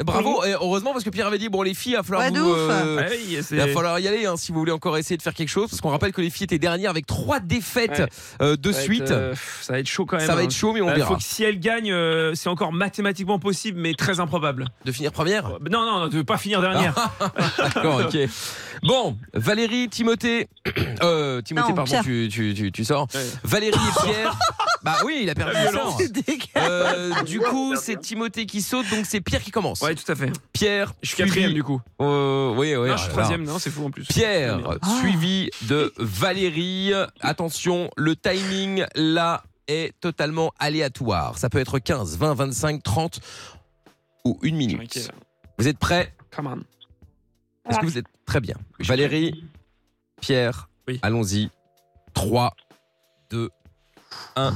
S2: Eh, Bravo, et heureusement parce que Pierre avait dit bon les filles, il va falloir
S3: Ouais, de
S2: vous,
S3: ouf.
S4: Ah oui, c'est-
S2: il va falloir y aller hein, si vous voulez encore essayer de faire quelque chose parce qu'on rappelle que les filles étaient dernières avec trois défaites euh, de
S4: Ça va être,
S2: suite.
S4: euh, pff, ça va être chaud quand même.
S2: Ça va
S4: hein.
S2: être chaud mais on
S4: Euh,
S2: verra.
S4: Faut que si elle gagne, euh, c'est encore mathématiquement possible, mais très improbable. Euh,
S2: De finir première Ah.
S4: Non, non, non, de pas finir dernière.
S2: D'accord, ok. Bon, Valérie, Timothée, euh, Timothée,
S4: Non,
S2: pardon,
S4: Pierre.
S2: tu, tu, tu, tu sors. Valérie et Pierre. bah oui, il a perdu.
S4: La
S2: il
S4: violence.
S2: sort. Euh, du coup, c'est Timothée qui saute, donc c'est Pierre qui commence. Ouais,
S4: tout à fait.
S2: Pierre,
S4: Je suis quatrième, du
S2: coup. Euh, oui, oui.
S4: Non, je suis
S2: alors.
S4: troisième, non, c'est fou en plus.
S2: Pierre, suivi de Valérie. Attention, le timing là est totalement aléatoire. Ça peut être 15, 20, 25, 30 ou une minute. Vous êtes prêts
S4: Come on.
S2: Est-ce que vous êtes très bien Valérie, Pierre, allons-y. 3, 2, 1.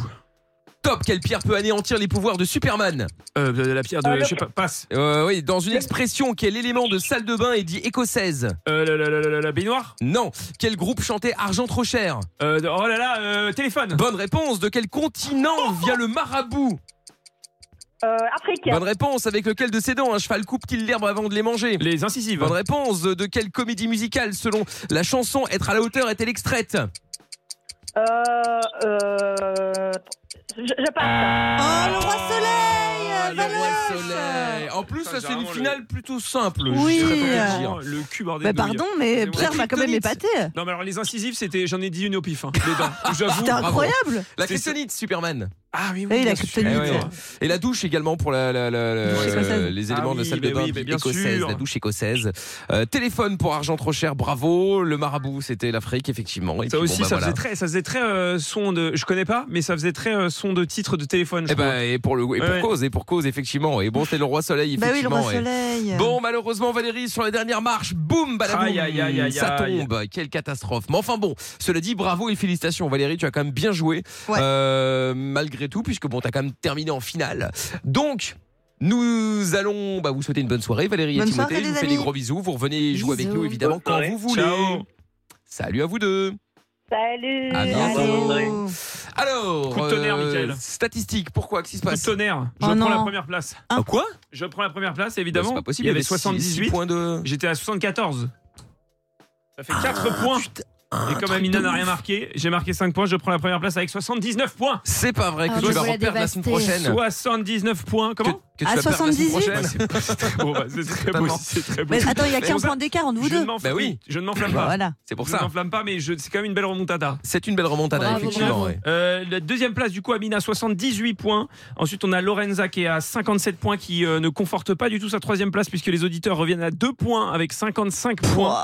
S2: Top Quelle pierre peut anéantir les pouvoirs de Superman
S4: La pierre Euh, de. je sais pas, passe.
S2: Euh, oui, dans une expression, quel élément de salle de bain est dit écossaise
S4: Euh, la, la- la- la- la baignoire
S2: Non. Quel groupe chantait Argent trop cher
S4: Euh, de- Oh là là, euh, téléphone
S2: Bonne réponse. De quel continent vient le marabout
S20: Africain.
S2: Bonne réponse. Avec lequel de ses dents un cheval coupe-t-il l'herbe avant de les manger
S4: Les incisives.
S2: Bonne réponse. De quelle comédie musicale, selon la chanson Être à la hauteur est-elle extraite
S20: Euh, euh, je, je
S2: Ah,
S20: passe. Oh, le roi soleil
S2: Eh, En plus, ça, c'est une finale plutôt simple.
S3: Oui.
S2: je serais tenté de dire.
S4: Oh, Le cul bordel.
S3: Mais
S4: de nouilles.
S3: Bah, pardon, mais Pierre m'a quand même épaté.
S4: Non, mais alors les incisives, c'était. J'en ai dit une au pif, hein, les dents. J'avoue.
S3: C'était
S4: Bravo.
S3: incroyable.
S2: La kryptonite, Superman.
S4: Ah oui,
S3: oui, Oui, la bien sûr. kryptonite.
S2: Eh Et la douche également pour la, la- la- la-
S4: Douche écossaise.
S2: les éléments
S4: Ah
S2: de la
S4: oui,
S2: salle de
S4: mais
S2: bain
S4: oui, mais bien
S2: écossaise,
S4: sûr.
S2: la douche écossaise. Euh, téléphone pour argent trop cher, bravo. Le marabout, c'était l'Afrique, effectivement. Et
S4: Ça
S2: puis,
S4: aussi,
S2: bon, bah,
S4: ça,
S2: voilà.
S4: faisait très, ça faisait très euh, son de. Je connais pas, mais ça faisait très euh, son de titre de téléphone. Je
S2: Eh ben, et pour le et pour
S4: Ouais.
S2: cause et pour cause effectivement et bon c'est le roi soleil
S4: Bah oui, le
S2: effectivement
S4: roi
S2: et-
S4: soleil.
S2: bon bah, malheureusement Valérie sur la dernière marche boum balaboum
S4: Aïe, aïe, aïe, aïe,
S2: ça
S4: aïe.
S2: tombe quelle catastrophe mais enfin bon cela dit bravo et félicitations Valérie tu as quand même bien joué Euh, malgré tout puisque bon t'as quand même terminé en finale donc nous allons bah, vous souhaiter une bonne soirée Valérie
S4: Bonne
S2: et Timothée
S4: soirée, les
S2: je vous fais
S4: amis.
S2: des gros bisous vous revenez jouer avec
S4: Bisous.
S2: nous évidemment
S4: Bonne
S2: quand
S4: soirée.
S2: vous voulez
S4: Ciao.
S2: salut à vous deux
S20: Salut.
S3: Eh,
S2: à bientôt alors
S4: Coup de tonnerre, Mickaël.
S2: statistique pourquoi qu'est-ce qui se passe
S3: Oh
S4: tonnerre Je prends la première place.
S2: Ah, quoi
S4: Je prends la première place,
S2: Bah,
S4: évidemment.
S2: c'est pas possible,
S4: Il y avait
S2: six- six
S4: 78
S2: points de.
S4: J'étais à 74. Ça
S3: Ah,
S4: fait 4 points. Et comme Amina n'a rien marqué, j'ai marqué 5 points, je prends la première place avec 79 points.
S2: C'est pas vrai que Ah, tu mais vas vous la reperdre la semaine dévastez. prochaine.
S4: 79 points, comment
S2: Que- que tu À vas perdre la semaine 78? prochaine.
S4: Ouais, c'est- bon, bah, c'est très
S2: Totalement.
S4: possible, c'est très
S3: Mais
S4: possible.
S3: attends, il y a
S4: Mais
S3: qu'un
S4: pour ça,
S3: point d'écart entre vous
S4: Je ne
S3: deux. Bah
S4: m'enflamme pas. je ne m'enflamme pas.
S3: Voilà.
S2: Bah C'est pour
S4: je
S2: ça.
S4: Je ne m'enflamme pas, mais je- c'est quand même une belle remontada.
S2: C'est une belle remontada,
S4: Bravo,
S2: effectivement.
S4: bravo.
S2: ouais.
S4: Euh, la deuxième place, du coup, Amina, 78 points. Ensuite, on a Lorenza qui est à 57 points, qui euh, ne conforte pas du tout sa troisième place, puisque les auditeurs reviennent à 2 points avec 55 points.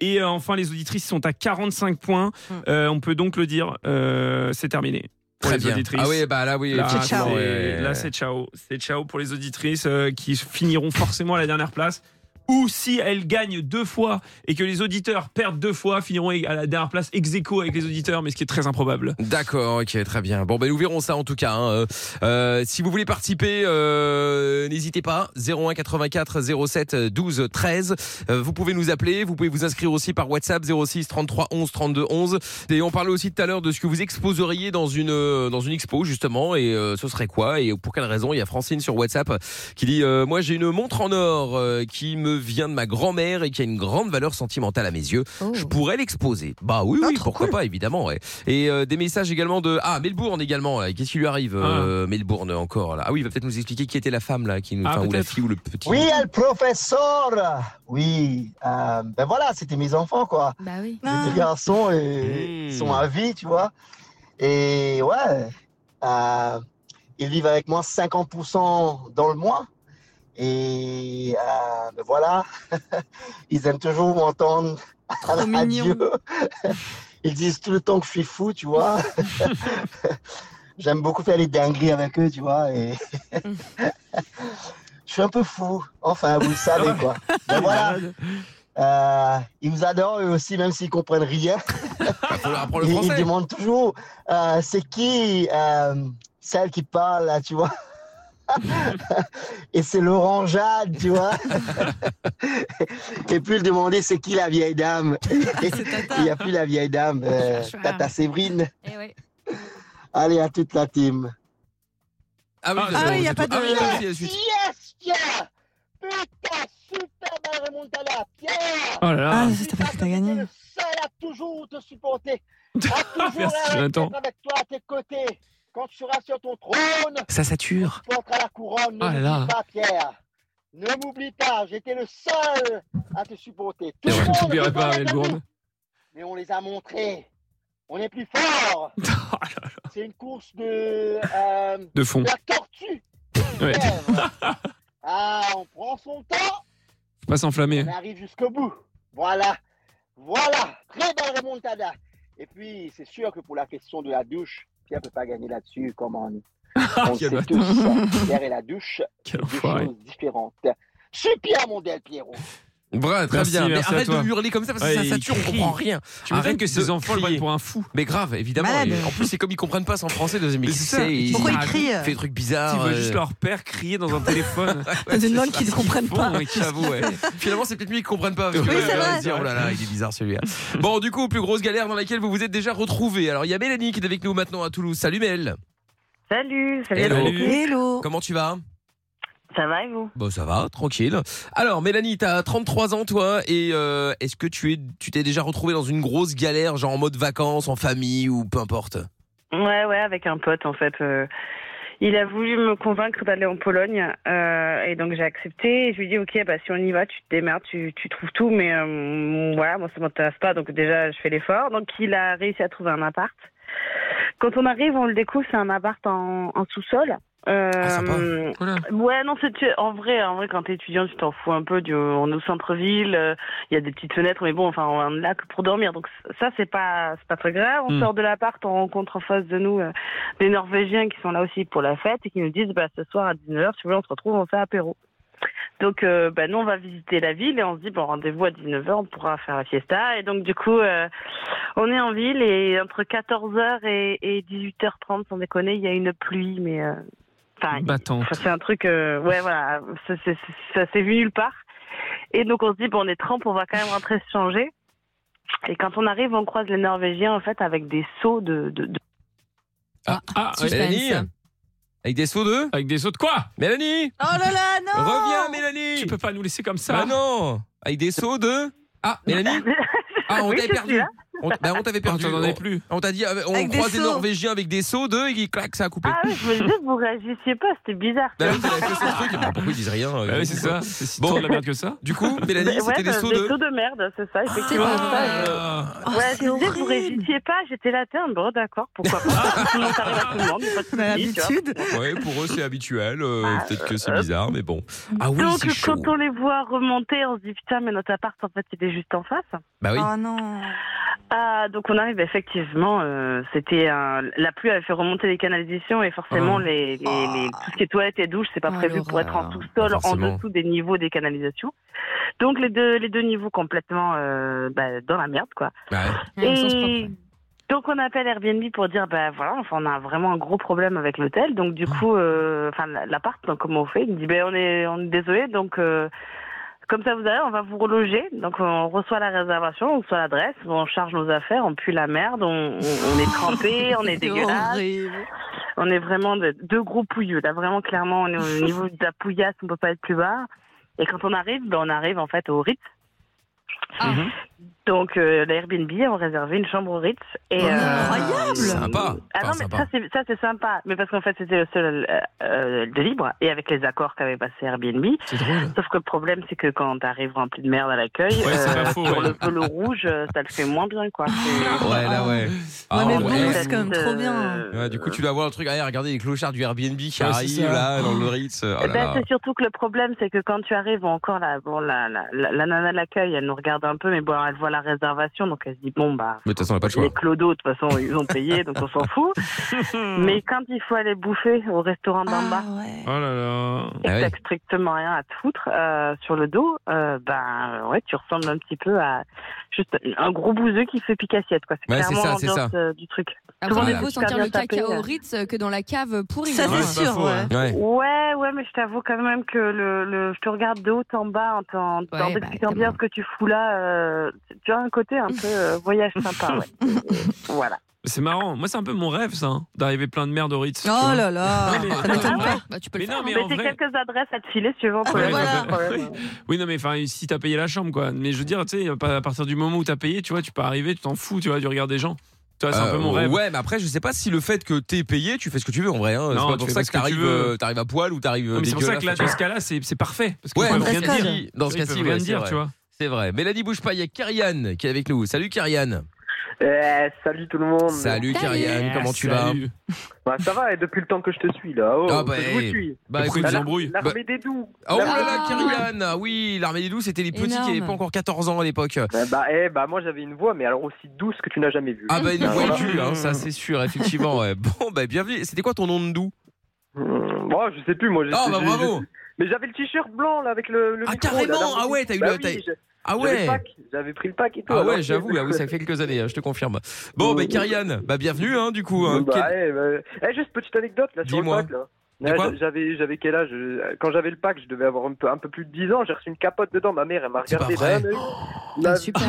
S4: Et euh, enfin, les auditrices sont à 45 points. Euh, on peut donc le dire, euh, c'est terminé. Pour
S2: Très
S4: les
S2: bien.
S4: auditrices.
S2: Ah oui, bah là, oui,
S4: Là,
S2: effectivement,
S4: c'est-
S2: ouais.
S4: là, c'est ciao. C'est ciao pour les auditrices euh, qui finiront forcément à la dernière place. Ou si elles gagnent deux fois et que les auditeurs perdent deux fois, finiront à la dernière place ex aequo avec les auditeurs, mais ce qui est très improbable.
S2: D'accord, ok, très bien. Bon, ben nous verrons ça en tout cas. hein. Euh, euh, si vous voulez participer, euh, n'hésitez pas. 01 84 07 12 13. Euh, vous pouvez nous appeler, vous pouvez vous inscrire aussi par WhatsApp 06 33 11 32 11. Et on parlait aussi tout à l'heure de ce que vous exposeriez dans une euh, dans une expo justement, et euh, ce serait quoi et pour quelle raison. Il y a Francine sur WhatsApp qui dit euh, moi j'ai une montre en or euh, qui me vient de ma grand-mère et qui a une grande valeur sentimentale à mes yeux.
S4: Oh.
S2: Je pourrais l'exposer. Bah oui,
S4: Ah,
S2: oui, pourquoi pas, évidemment. ouais. Et euh, des messages également de ah Melbourne également. là. Qu'est-ce qui lui arrive euh, Melbourne encore là Ah oui, il va peut-être nous expliquer qui était la femme là, qui nous,
S15: Ah,
S2: enfin, ou la
S15: peut-être.
S2: fille ou le petit.
S15: Oui, le professeur. Oui, euh, ben voilà, c'était mes enfants, quoi.
S5: Bah oui.
S15: Les deux garçons, et ils sont à vie, tu vois. Et ouais, euh, ils vivent avec moi 50% dans le mois. Et euh, ben voilà, ils aiment toujours m'entendre à la radio. Ils disent tout le temps que je suis fou, tu vois. J'aime beaucoup faire les dingueries avec eux, tu vois. Et... je suis un peu fou. Enfin, vous le savez, quoi. Ben voilà. Euh, ils nous adorent eux aussi, même s'ils comprennent rien.
S2: le
S15: Ils- ils,
S2: français.
S15: demandent toujours euh, c'est qui euh, celle qui parle, là, tu vois. Et c'est Laurent Jade, tu vois. Et puis ils demandaient c'est qui la vieille dame. Il n'y a plus la vieille dame, euh, Tata Séverine.
S3: Eh
S15: Allez, à toute la team.
S2: Ah oui,
S15: Ah oui, y a
S2: c'est
S15: pas
S2: tout.
S15: de-
S2: Ah oui, la suite, la suite.
S15: Yes, Pierre
S6: Putain, super remontada, Pierre
S4: Oh là là. Ah,
S6: c'est parce que t'as gagné. Le seul à toujours te supporter. À toujours
S4: Merci,
S6: être
S4: Jonathan.
S6: avec toi à tes côtés. Quand tu seras sur ton trône,
S2: Ça sature.
S6: tu porteras la couronne. Ne
S4: Oh
S2: Ah là
S6: m'oublie
S2: là.
S6: pas, Pierre. Ne m'oublie pas, j'étais le seul à te supporter. Tout
S4: Et
S6: le
S4: ouais,
S6: monde
S4: t'oublieras
S6: était
S4: pas,
S6: avec
S4: Melbourne.
S6: nous, Mais on les a montrés. On est plus forts.
S4: Oh
S6: C'est une course de. euh,
S4: De fond.
S6: la tortue.
S4: Ouais.
S6: Ah, on prend son temps.
S4: Faut pas s'enflammer.
S6: On arrive jusqu'au bout. Voilà. Voilà. Très belle remontada. Et puis, c'est sûr que pour la question de la douche, Pierre peut pas gagner là-dessus, comme on, on le
S4: Quel
S6: sait
S4: bâtard.
S6: tous. Pierre et la douche,
S4: Quel
S6: deux
S4: enfoiré.
S6: choses différentes. Super mondial, Pierrot.
S2: Bref, très
S4: Merci,
S2: bien. Mais
S4: merci à
S2: arrête
S4: toi.
S2: de hurler comme ça parce que
S4: Ouais,
S2: ça sature,
S4: il
S2: on
S4: crie.
S2: comprend rien.
S4: Tu m'étonnes que ces enfants le prennent
S2: pour
S4: un fou.
S2: Mais grave, évidemment.
S4: Malade.
S2: Et en plus, c'est comme ils comprennent pas en français, deuxième
S4: Mais
S2: équipe.
S4: c'est ça.
S2: c'est-
S4: Ils
S2: Ils
S4: Pourquoi ils crient,
S2: Fait des trucs bizarres.
S4: Ils veulent juste
S2: euh.
S4: leur père crier dans un téléphone.
S2: Ouais, c'est
S4: langue
S2: ça.
S4: qu'ils ne comprennent
S2: Bon, ouais, Ah j'avoue, ouais. Finalement, c'est peut-être mieux qu'ils comprennent pas. parce que,
S4: Oui, c'est
S2: euh,
S4: vrai.
S2: dire, oh là là, il est bizarre celui-là. Bon, du coup, plus grosse galère dans laquelle vous vous êtes déjà retrouvé. Alors, il y a Mélanie qui est avec nous maintenant à Toulouse. Salut Mel.
S23: Salut, salut à tous.
S2: Comment tu vas
S23: Ça va et vous
S2: Bon, ça va, tranquille. Alors, Mélanie, t'as 33 ans, toi, et euh, est-ce que tu es, tu t'es déjà retrouvé dans une grosse galère, genre en mode vacances, en famille ou peu importe
S23: Ouais, ouais, avec un pote en fait. euh, il a voulu me convaincre d'aller en Pologne euh, et donc j'ai accepté. Et je lui ai dit ok, bah si on y va, tu te démerdes, tu, tu trouves tout, mais euh, voilà, moi ça m'intéresse pas, donc déjà je fais l'effort. Donc il a réussi à trouver un appart. Quand on arrive, on le découvre, c'est un appart en, en sous-sol. Euh, ouais, non, c'est tu- en vrai, en vrai, quand t'es étudiant, tu t'en fous un peu. Du, on est au centre-ville, euh, il y a des petites fenêtres, mais bon, enfin, on est là que pour dormir. Donc ça, c'est pas, c'est pas très grave. On
S24: Mm.
S23: sort de l'appart, on rencontre en face de nous euh, des Norvégiens qui sont là aussi pour la fête et qui nous disent, bah, ce soir à 19h, si vous voulez, on se retrouve, on fait apéro. Donc, euh, bah, nous, on va visiter la ville et on se dit, bon, rendez-vous à 19h, on pourra faire la fiesta. Et donc, du coup, euh, on est en ville et entre 14h et, et 18h30, sans déconner, il y a une pluie, mais. euh, Enfin,
S4: Battante.
S23: enfin, c'est un truc, euh, ouais, voilà, ça, c'est- ça s'est vu nulle part. Et donc, on se dit, bon, on est trempe, on va quand même rentrer se changer. Et quand on arrive, on croise les Norvégiens, en fait, avec des seaux de. de, de-
S2: Ah,
S23: suspense.
S2: Mélanie Avec des sauts de Avec des sauts de quoi Mélanie
S3: Oh là
S2: Ah
S3: là, non
S2: Reviens, Mélanie Tu peux pas nous laisser comme ça Ah non Avec des sauts de Ah, Mélanie Ah, on
S23: Oui,
S2: t'avait
S23: je suis
S2: perdu
S23: là.
S2: on, bah, on t'avait perdu.
S4: On t'en donnait
S2: plus. On t'a dit, ah, on
S23: Avec des
S2: croise des
S23: sauts.
S2: Norvégiens avec des sauts de et qui clac, ça a coupé.
S23: Ah oui, je me disais, vous réagissiez pas, c'était bizarre.
S2: Bah oui, t'avais fait ce truc, et bah, pourquoi ils disent rien euh,
S4: Bah oui, c'est ça. C'est si tant de la merde que ça.
S2: Du coup,
S23: Bah,
S2: Mélanie,
S23: ouais,
S2: c'était des
S23: bah,
S2: sauts de.
S23: merde, c'est ça, effectivement.
S2: Ah.
S23: Ça, je- ouais, je me disais, vous réagissiez pas, j'étais là, tiens, bon, d'accord, pourquoi pas. Tout le monde arrive à tout le monde, pas de soucis, tu vois.
S2: Ouais, pour eux c'est habituel. euh, Peut-être que c'est
S23: euh.
S2: bizarre, mais bon. Ah oui,
S23: Donc
S2: c'est chaud.
S23: quand on les voit remonter, on se dit putain mais notre appart en fait il est juste en face.
S2: Bah oui. Oh
S23: non. Ah donc on arrive effectivement euh, c'était un- la pluie avait fait remonter les canalisations et forcément
S24: Oh.
S23: les, les- les- tout ce qui est toilettes et douche c'est pas
S24: Oh,
S23: prévu pour être en sous-sol en
S24: Forcément.
S23: dessous des niveaux des canalisations. Donc les deux les deux niveaux complètement euh, bah, dans la merde quoi.
S24: Ouais, au sens propre,
S23: Et donc on appelle Airbnb pour dire bah voilà enfin on a vraiment un gros problème avec l'hôtel donc du coup euh, enfin la- l'appart donc, comment on fait il me dit ben on est on est désolé donc euh, comme ça vous allez on va vous reloger donc on reçoit la réservation on reçoit l'adresse on charge nos affaires on pue la merde on, on- on est trempé on est
S24: C'est
S23: dégueulasse on est vraiment de- deux gros pouilleux là vraiment clairement on est au niveau de la pouillasse on peut pas être plus bas et quand on arrive ben on arrive en fait au Ritz
S2: Ah.
S23: Mhm. donc, euh, la Airbnb a réservé une chambre au Ritz. Et, Oh, incroyable
S2: Sympa.
S23: Ah
S2: Enfin,
S23: non, mais
S2: sympa.
S23: ça, c'est- ça, c'est sympa. Mais parce qu'en fait, c'était le seul euh, euh, de libre et avec les accords qu'avait passé Airbnb.
S2: C'est drôle.
S23: Sauf que le problème, c'est que quand t'arrives rempli de merde à l'accueil, euh,
S2: Ouais, c'est pas faux,
S23: sur
S2: ouais.
S23: le polo rouge, euh, ça le fait moins bien, quoi. C'est-
S2: Ouais, là, ouais. Ah,
S23: mais
S2: ouais.
S23: bon, c'est quand même trop bien.
S2: Ouais, du coup, tu dois voir le truc. Ah, regardez les clochards du Airbnb qui
S23: Ouais, c'est
S2: arrivent
S23: ça.
S2: là, dans le Ritz. Oh là
S23: Eh ben,
S2: là.
S23: c'est surtout que le problème, c'est que quand tu arrives, bon, encore la, bon, la, la, la, la nana de l'accueil, elle nous regarde un peu, mais bon, elle voit la réservation, donc elle se dit, bon, bah,
S2: Mais de toute façon, on n'a pas le
S23: les
S2: choix.
S23: clodos, de toute façon, ils ont payé, donc on s'en fout.
S2: Hmm.
S23: mais quand il faut aller bouffer au restaurant d'en bas,
S4: Oh là là.
S2: Ah
S23: et que t'as strictement rien à te foutre euh, sur le dos, euh, ben ouais, tu ressembles un petit peu à juste un gros bouseux qui fait pique assiette, quoi. C'est
S2: Ouais, c'est
S23: clairement
S2: ça, c'est ça.
S23: l'ambiance
S2: Ah,
S23: euh, du truc.
S5: Après,
S23: Tout le
S5: on
S23: monde
S5: peut
S23: est
S5: sentir
S23: super
S5: le
S23: bien tapé,
S5: caca
S23: euh.
S5: au Ritz euh, que dans la cave pourrie.
S23: Ça,
S5: hein.
S23: c'est Ouais, sûr, pas faux, ouais. ouais. Ouais, ouais, mais je t'avoue quand même que le, le- je te regarde de haut en bas en t'en t'en
S5: Ouais, bah,
S23: expliquant bien ce que tu fous là. euh, tu as un côté un peu euh, voyage sympa, ouais. Voilà.
S4: C'est marrant. Moi, c'est un peu mon rêve, ça, hein, d'arriver plein de merde au Ritz. tu
S3: Oh
S4: vois.
S3: là là,
S4: Ouais, mais-
S3: ça m'étonne pas. Ah bah
S5: Bah, tu
S4: peux le faire, hein. mais
S23: Mais
S4: en
S23: Ah j'ai
S4: vrai-
S23: quelques adresses à te filer si tu veux.
S4: Ouais,
S23: Paul.
S4: comme ça. Oui, non, mais enfin, si t'as payé la chambre, quoi. Mais je veux dire, tu sais, à partir du moment où t'as payé, tu vois, tu peux arriver, tu t'en fous, tu vois, du regard des gens. Tu vois, c'est un peu mon
S2: Euh,
S4: rêve.
S2: Ouais, mais après, je sais pas si le fait que t'es payé, tu fais ce que tu veux en vrai.
S4: Non,
S2: hein. C'est pas
S4: tu
S2: pour
S4: fais pas
S2: ça que
S4: ce que tu
S2: t'arrives
S4: veux.
S2: euh, t'arrives à poil ou t'arrives.
S4: Non, mais c'est pour ça
S2: dégueulasse,
S4: que là, dans
S2: tu vois.
S4: ce cas-là, c'est c'est parfait. Parce que
S2: Ouais,
S4: ils peuvent
S2: dans ce
S4: rien
S2: cas-là.
S4: dire.
S2: Oui, Dans ce
S4: Ils
S2: cas-ci,
S4: peuvent
S2: ouais,
S4: rien
S2: c'est
S4: dire,
S2: vrai.
S4: tu vois.
S2: C'est vrai. Mélanie bouge pas, il y a Karianne qui est avec nous. Salut Karianne.
S22: Euh, salut tout le monde.
S2: Salut Karianne, comment tu vas
S22: Bah ça va, et depuis le temps que je te suis là. Oh,
S2: Ah, bah,
S22: que je vous
S2: eh,
S22: suis.
S2: bah, écoute,
S22: La-
S2: ils embrouillent.
S22: L'armée
S2: Bah-
S22: des doux.
S2: Ah, Oh là
S22: L'armée
S2: là,
S22: des doux.
S2: Karianne Ah Oui, l'armée des loups, c'était les petits qui
S22: Énorme.
S2: n'avaient pas encore 14 ans à l'époque.
S22: Bah, bah, eh, bah, moi j'avais une voix, mais alors aussi douce que tu n'as jamais vue.
S2: Ah bah, une voix
S22: voilà. Mm.
S2: aiguë, hein, ça c'est sûr, effectivement. ouais. Bon, bah, bienvenue. C'était quoi ton nom de doux
S22: Moi, Mm, je sais plus, moi. j'ai-
S2: Ah, bah,
S22: j'ai-
S2: bravo
S22: Mais j'avais le t-shirt blanc là avec le. le
S2: Ah,
S22: micro,
S2: carrément
S22: là,
S2: Ah ouais, t'as eu
S22: Bah
S2: le- t'as-
S22: oui, j'ai-
S2: Ah
S22: j'avais le
S2: ouais.
S22: pack, J'avais pris le pack et tout.
S2: Ah
S22: alors
S2: ouais,
S22: que-
S2: j'avoue, ah oui, ça fait quelques années, hein, je te confirme. Bon, bah, Karianne, bah, bienvenue, hein, du coup. hein.
S22: Bah,
S2: Quel-
S22: eh, bah, eh, juste petite anecdote là sur le
S2: Dis-moi.
S22: pack là.
S2: De
S22: Là,
S2: quoi
S22: j'a- j'avais j'avais quel âge euh, Quand j'avais le pack, je devais avoir un peu, un peu plus de 10 ans. J'ai reçu une capote dedans. Ma mère, elle m'a
S2: C'est
S22: regardé. bah,
S2: pas vrai.
S22: d'un œil.
S5: Super.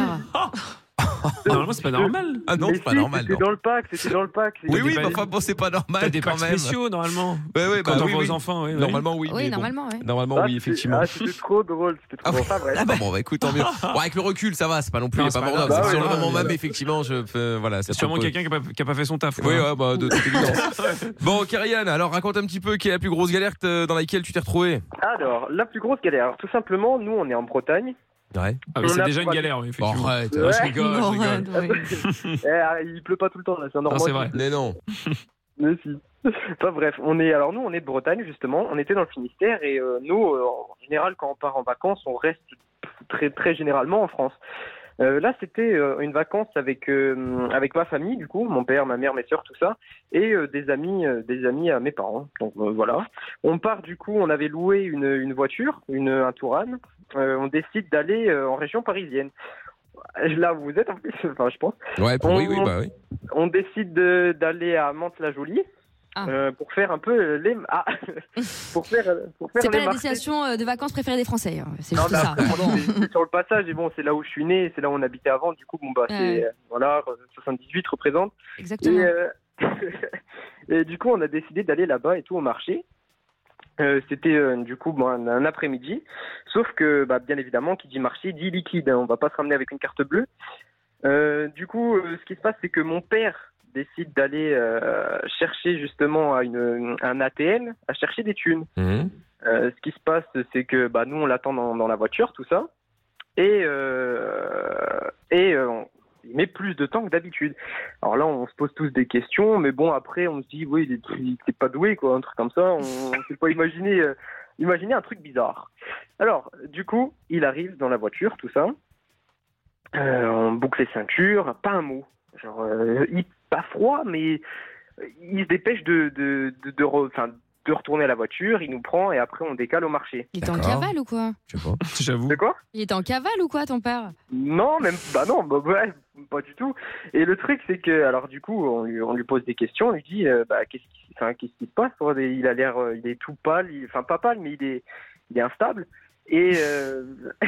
S4: Normalement, c'est pas normal.
S2: Ah non,
S22: Mais
S2: c'est pas
S22: si,
S2: normal.
S22: C'était
S2: non.
S22: dans le pack. C'était dans le pack.
S2: Oui,
S22: C'était
S2: oui,
S22: pas-
S2: mais enfin, bon, c'est pas normal.
S4: T'as des
S2: quand
S4: packs
S2: même.
S4: spéciaux, normalement.
S2: Ouais, ouais,
S4: Quand
S2: bah,
S4: on
S2: oui,
S4: va
S2: oui.
S4: aux enfants, ouais, ouais.
S2: Normalement, oui.
S4: Oui,
S2: mais bon.
S4: normalement, ouais.
S2: Normalement,
S22: Ah,
S2: oui,
S22: c'était-
S2: effectivement.
S22: Ah, c'était trop drôle. C'était trop drôle. Pas vrai.
S2: Ah bah, bon, bah écoute, tant mieux. Bon, avec le recul, ça va, c'est pas non plus,
S4: Non,
S2: il est pas
S4: c'est pas
S2: mordant.
S4: grave.
S2: C'est
S4: Bah
S2: sur
S4: ouais,
S2: le
S4: ouais,
S2: moment
S4: ouais.
S2: même, effectivement, je. euh, voilà,
S4: C'est sûrement quelqu'un qui a pas- qui a pas fait son taf. quoi.
S2: Oui, ouais, bah, de toute évidence. Bon, Karianne, alors raconte un petit peu quelle est la plus grosse galère que t'as- dans laquelle tu t'es retrouvé.
S22: Alors, la plus grosse galère. Alors, tout simplement, nous, on est en Bretagne.
S2: Ouais.
S22: Ah, mais c'est On a déjà une pas- galère,
S4: oui,
S2: effectivement. Arrête, euh,
S22: Ouais.
S2: je rigole, je rigole.
S22: Eh, ah, il pleut pas tout le temps, là, c'est en Normandie.
S2: Mais non.
S22: Mais si. Enfin bref, on est alors nous on est de Bretagne justement, on était dans le Finistère et euh, nous euh, en général quand on part en vacances on reste très très généralement en France. Euh, là c'était euh, une vacance avec euh, avec ma famille du coup, mon père, ma mère, mes soeurs, tout ça et euh, des amis euh, des amis à mes parents. Donc euh, voilà, on part du coup, on avait loué une, une voiture, une un Touran, Euh, on décide d'aller euh, en région parisienne. Là où vous êtes en plus, enfin je pense.
S2: Ouais, pour-
S22: On-
S2: oui, oui, bah oui.
S22: on décide de- d'aller à Mantes-la-Jolie
S5: Ah.
S22: euh, pour faire un peu les ah, pour faire pour faire
S5: C'est pas la
S22: les Marseillais.
S5: destination euh, de vacances préférée des Français. hein. C'est
S22: Non,
S5: juste
S22: mais
S5: ça.
S22: après, moi, c'est- c'est sur le passage et bon c'est là où je suis né c'est là où on habitait avant du coup bon bah c'est
S5: Ouais.
S22: euh, voilà 78 représente
S5: Exactement.
S22: et, euh, et du coup on a décidé d'aller là-bas et tout au marché Euh, c'était euh, du coup bon, un, un après-midi sauf que bah, bien évidemment qui dit marché dit liquide hein. on va pas se ramener avec une carte bleue euh, du coup, euh, ce qui se passe, c'est que mon père décide d'aller euh, chercher justement à une, un ATM, à chercher des thunes.
S2: Hein?
S22: Euh, ce qui se passe, c'est que bah, nous, on l'attend dans, dans la voiture, tout ça. Et, euh, et euh, on- il met plus de temps que d'habitude. Alors là, on se pose tous des questions, mais bon, après, on se dit, oui, il est, il est pas doué, quoi, un truc comme ça. On ne sait pas imaginer, euh, imaginer un truc bizarre. Alors, du coup, il arrive dans la voiture, tout ça. Euh, on boucle les ceintures, pas un mot. Genre, euh, il, pas froid, mais il se dépêche de, de, de, de, re- enfin, de retourner à la voiture, il nous prend et après on décale au marché.
S5: Il était en cavale ou quoi
S22: J'avoue. De quoi
S5: Il était en cavale ou quoi, ton père
S3: Oh
S22: non, même bah non, bah ouais, pas du tout. Et le truc c'est que alors du coup on lui, on lui pose des questions, on lui dit euh, bah qu'est-ce qui, enfin, qu'est-ce qui se passe quoi Il a l'air, euh, il est tout pâle, il- enfin pas pâle mais il est, il est instable. Et euh,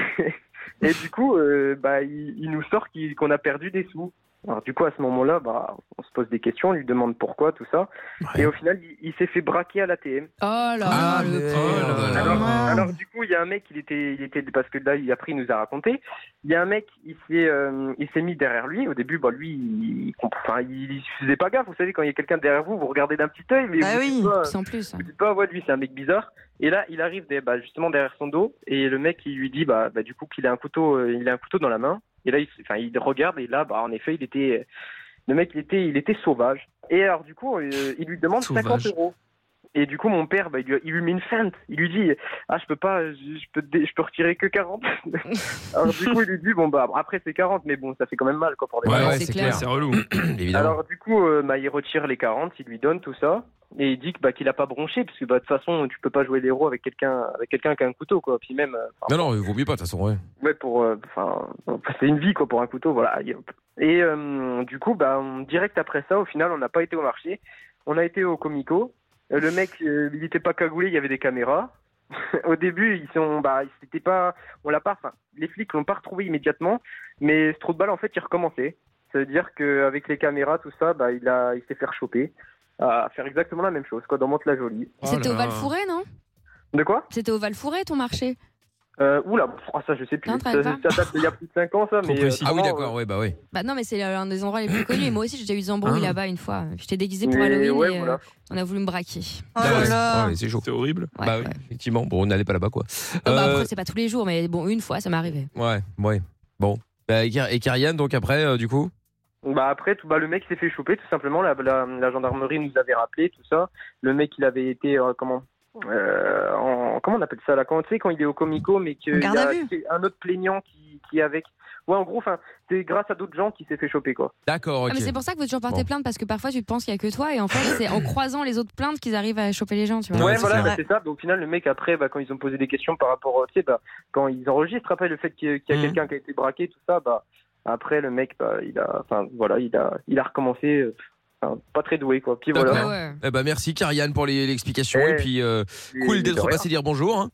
S22: et du coup euh, bah il, il nous sort qu'il- qu'on a perdu des sous. Alors du coup à ce moment-là bah on se pose des questions, on lui demande pourquoi tout ça. Et au final il, il s'est fait braquer à l'ATM.
S5: Oh
S3: Ah,
S5: là là, le pauvre.
S22: Alors, alors, du coup, il y a un mec, il était, il était parce que là, il a pris, il nous a raconté. Il y a un mec, il s'est, euh, il s'est mis derrière lui. Au début, bah lui, il, comp- enfin, il, il faisait pas gaffe. Vous savez, quand il y a quelqu'un derrière vous, vous regardez d'un petit œil, mais
S5: Ah
S22: vous
S5: oui,
S22: dites pas,
S5: puis en plus.
S22: vous dites pas, ouais, lui, c'est un mec bizarre. Et là, il arrive des- bah, justement derrière son dos, et le mec, il lui dit, bah, bah, du coup, qu'il a un couteau, euh, il a un couteau dans la main. Et là, il, s- enfin, il regarde, et là, bah, en effet, il était, le mec, il était, il était sauvage. Et alors, du coup, euh, il lui demande
S4: Sauvage.
S22: 50 euros. Et du coup, mon père, bah, il, lui, il lui met une feinte. Il lui dit Ah, je peux pas, je, je peux, te dé- je peux retirer que 40. Alors, du coup, il lui dit Bon, bah, après, c'est 40, mais bon, ça fait quand même mal, quoi, pour les
S2: Ouais,
S22: parents.
S2: ouais, c'est clair. C'est relou. Évidemment.
S22: Alors, du coup, euh, bah, il retire les 40, il lui donne tout ça. Et il dit que, bah, qu'il a pas bronché, parce que bah, de toute façon, tu peux pas jouer l'héros avec quelqu'un avec quelqu'un qui a un couteau, quoi. Puis même, euh,
S2: Non, non, vaut mieux pas, de toute façon, ouais.
S22: Ouais, pour. euh, Enfin, c'est une vie, quoi, pour un couteau, voilà. Et euh, du coup, bah, on- direct après ça, au final, on n'a pas été au marché. On a été au Comico. Euh, Le mec, euh, il n'était pas cagoulé, il y avait des caméras. au début, ils sont. Bah, c'était pas. On l'a pas. Enfin, les flics l'ont pas retrouvé immédiatement. Mais ce trou de balle, en fait, il recommençait. Ça veut dire qu'avec les caméras, tout ça, bah, il, a, il s'est fait choper à faire exactement la même chose, quoi, dans Monte la Jolie.
S5: C'était au Val-Fouré, non
S22: De quoi
S5: C'était au Val-Fouré ton marché
S22: euh, Oula, pff, ah, ça je sais plus.
S5: Non,
S22: Ça,
S5: t'arrives
S22: ça date d'il y a plus de 5 ans, ça. Mais, euh,
S2: Ah oui,
S22: vraiment,
S2: d'accord, ouais, bah oui.
S5: Bah non, mais c'est l'un des endroits les plus connus. Et moi aussi, j'ai déjà eu des embrouilles
S2: Ah.
S5: là-bas une fois. J'étais déguisée pour
S2: Mais
S5: Halloween
S2: ouais,
S5: et euh,
S2: voilà.
S5: on a voulu me braquer.
S3: Oh
S2: Ah ouais, ouais, c'est chaud. C'est horrible. bah oui, effectivement. Bon, on n'allait pas là-bas, quoi.
S5: Non, bah,
S2: Euh,
S5: après, c'est pas tous les jours, mais bon, une fois, ça m'est arrivé.
S2: Ouais, ouais. Bon. Bah, et Car- et Karianne, donc après, euh, du coup
S22: Bah après, tout, bah, le mec s'est fait choper tout simplement. La, la, la gendarmerie nous avait rappelé tout ça. Le mec, il avait été euh, comment euh, en- Comment on appelle ça là Quand tu sais quand il est au comico, mais qu'il y
S7: Garde à
S22: a
S7: vue.
S22: c'est un autre plaignant qui, qui est avec. Ouais, en gros, enfin, c'est grâce à d'autres gens qui s'est fait choper quoi.
S2: D'accord.
S5: Ah, mais c'est pour ça que vous toujours porter plainte parce que parfois tu penses qu'il y a que toi et en fait c'est en croisant les autres plaintes qu'ils arrivent à choper les gens, tu vois.
S22: Ouais, voilà, bah, c'est ça. Donc, au final, le mec, après, bah, quand ils ont posé des questions par rapport, euh, tu sais, bah, quand ils enregistrent après le fait qu'il y qu'il y a quelqu'un qui a été braqué, tout ça, bah, après, le mec, bah, il a, enfin, voilà, il a, il a recommencé, euh, enfin, pas très doué, quoi. Puis voilà.
S2: D'accord. Eh bah, merci, Karianne, pour les- l'explication. Et puis, euh, cool
S22: de
S2: d'être
S22: rien.
S2: passé dire bonjour. hein.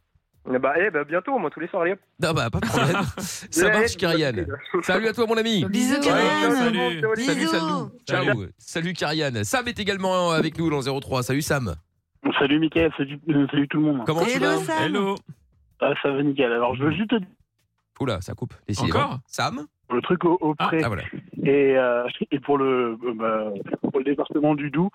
S22: Eh Bah, eh, bah, bientôt, moi, tous les soirs, allez hop.
S2: Ah bah, pas de problème. Ça
S22: Ouais,
S2: marche,
S22: je
S2: Karianne. Salut à toi, mon ami.
S22: Bisous,
S2: Ouais,
S22: Karianne.
S2: Salut,
S22: Bisous.
S2: salut, Saldou.
S22: Ciao.
S2: Ciao. Salut, Karianne. Sam est également avec nous dans le 03. Salut, Sam.
S18: Salut Mickaël, salut, euh, salut tout le monde.
S2: Comment tu Hello, vas Sam. Hello.
S18: Ah, ça va nickel. Alors je veux juste te dire
S2: Oula, ça coupe. Décidément.
S18: Encore
S2: Ah, Sam
S18: le truc au, au pré
S2: ah, voilà.
S18: et, euh, et pour le euh, bah, pour le département du Doubs,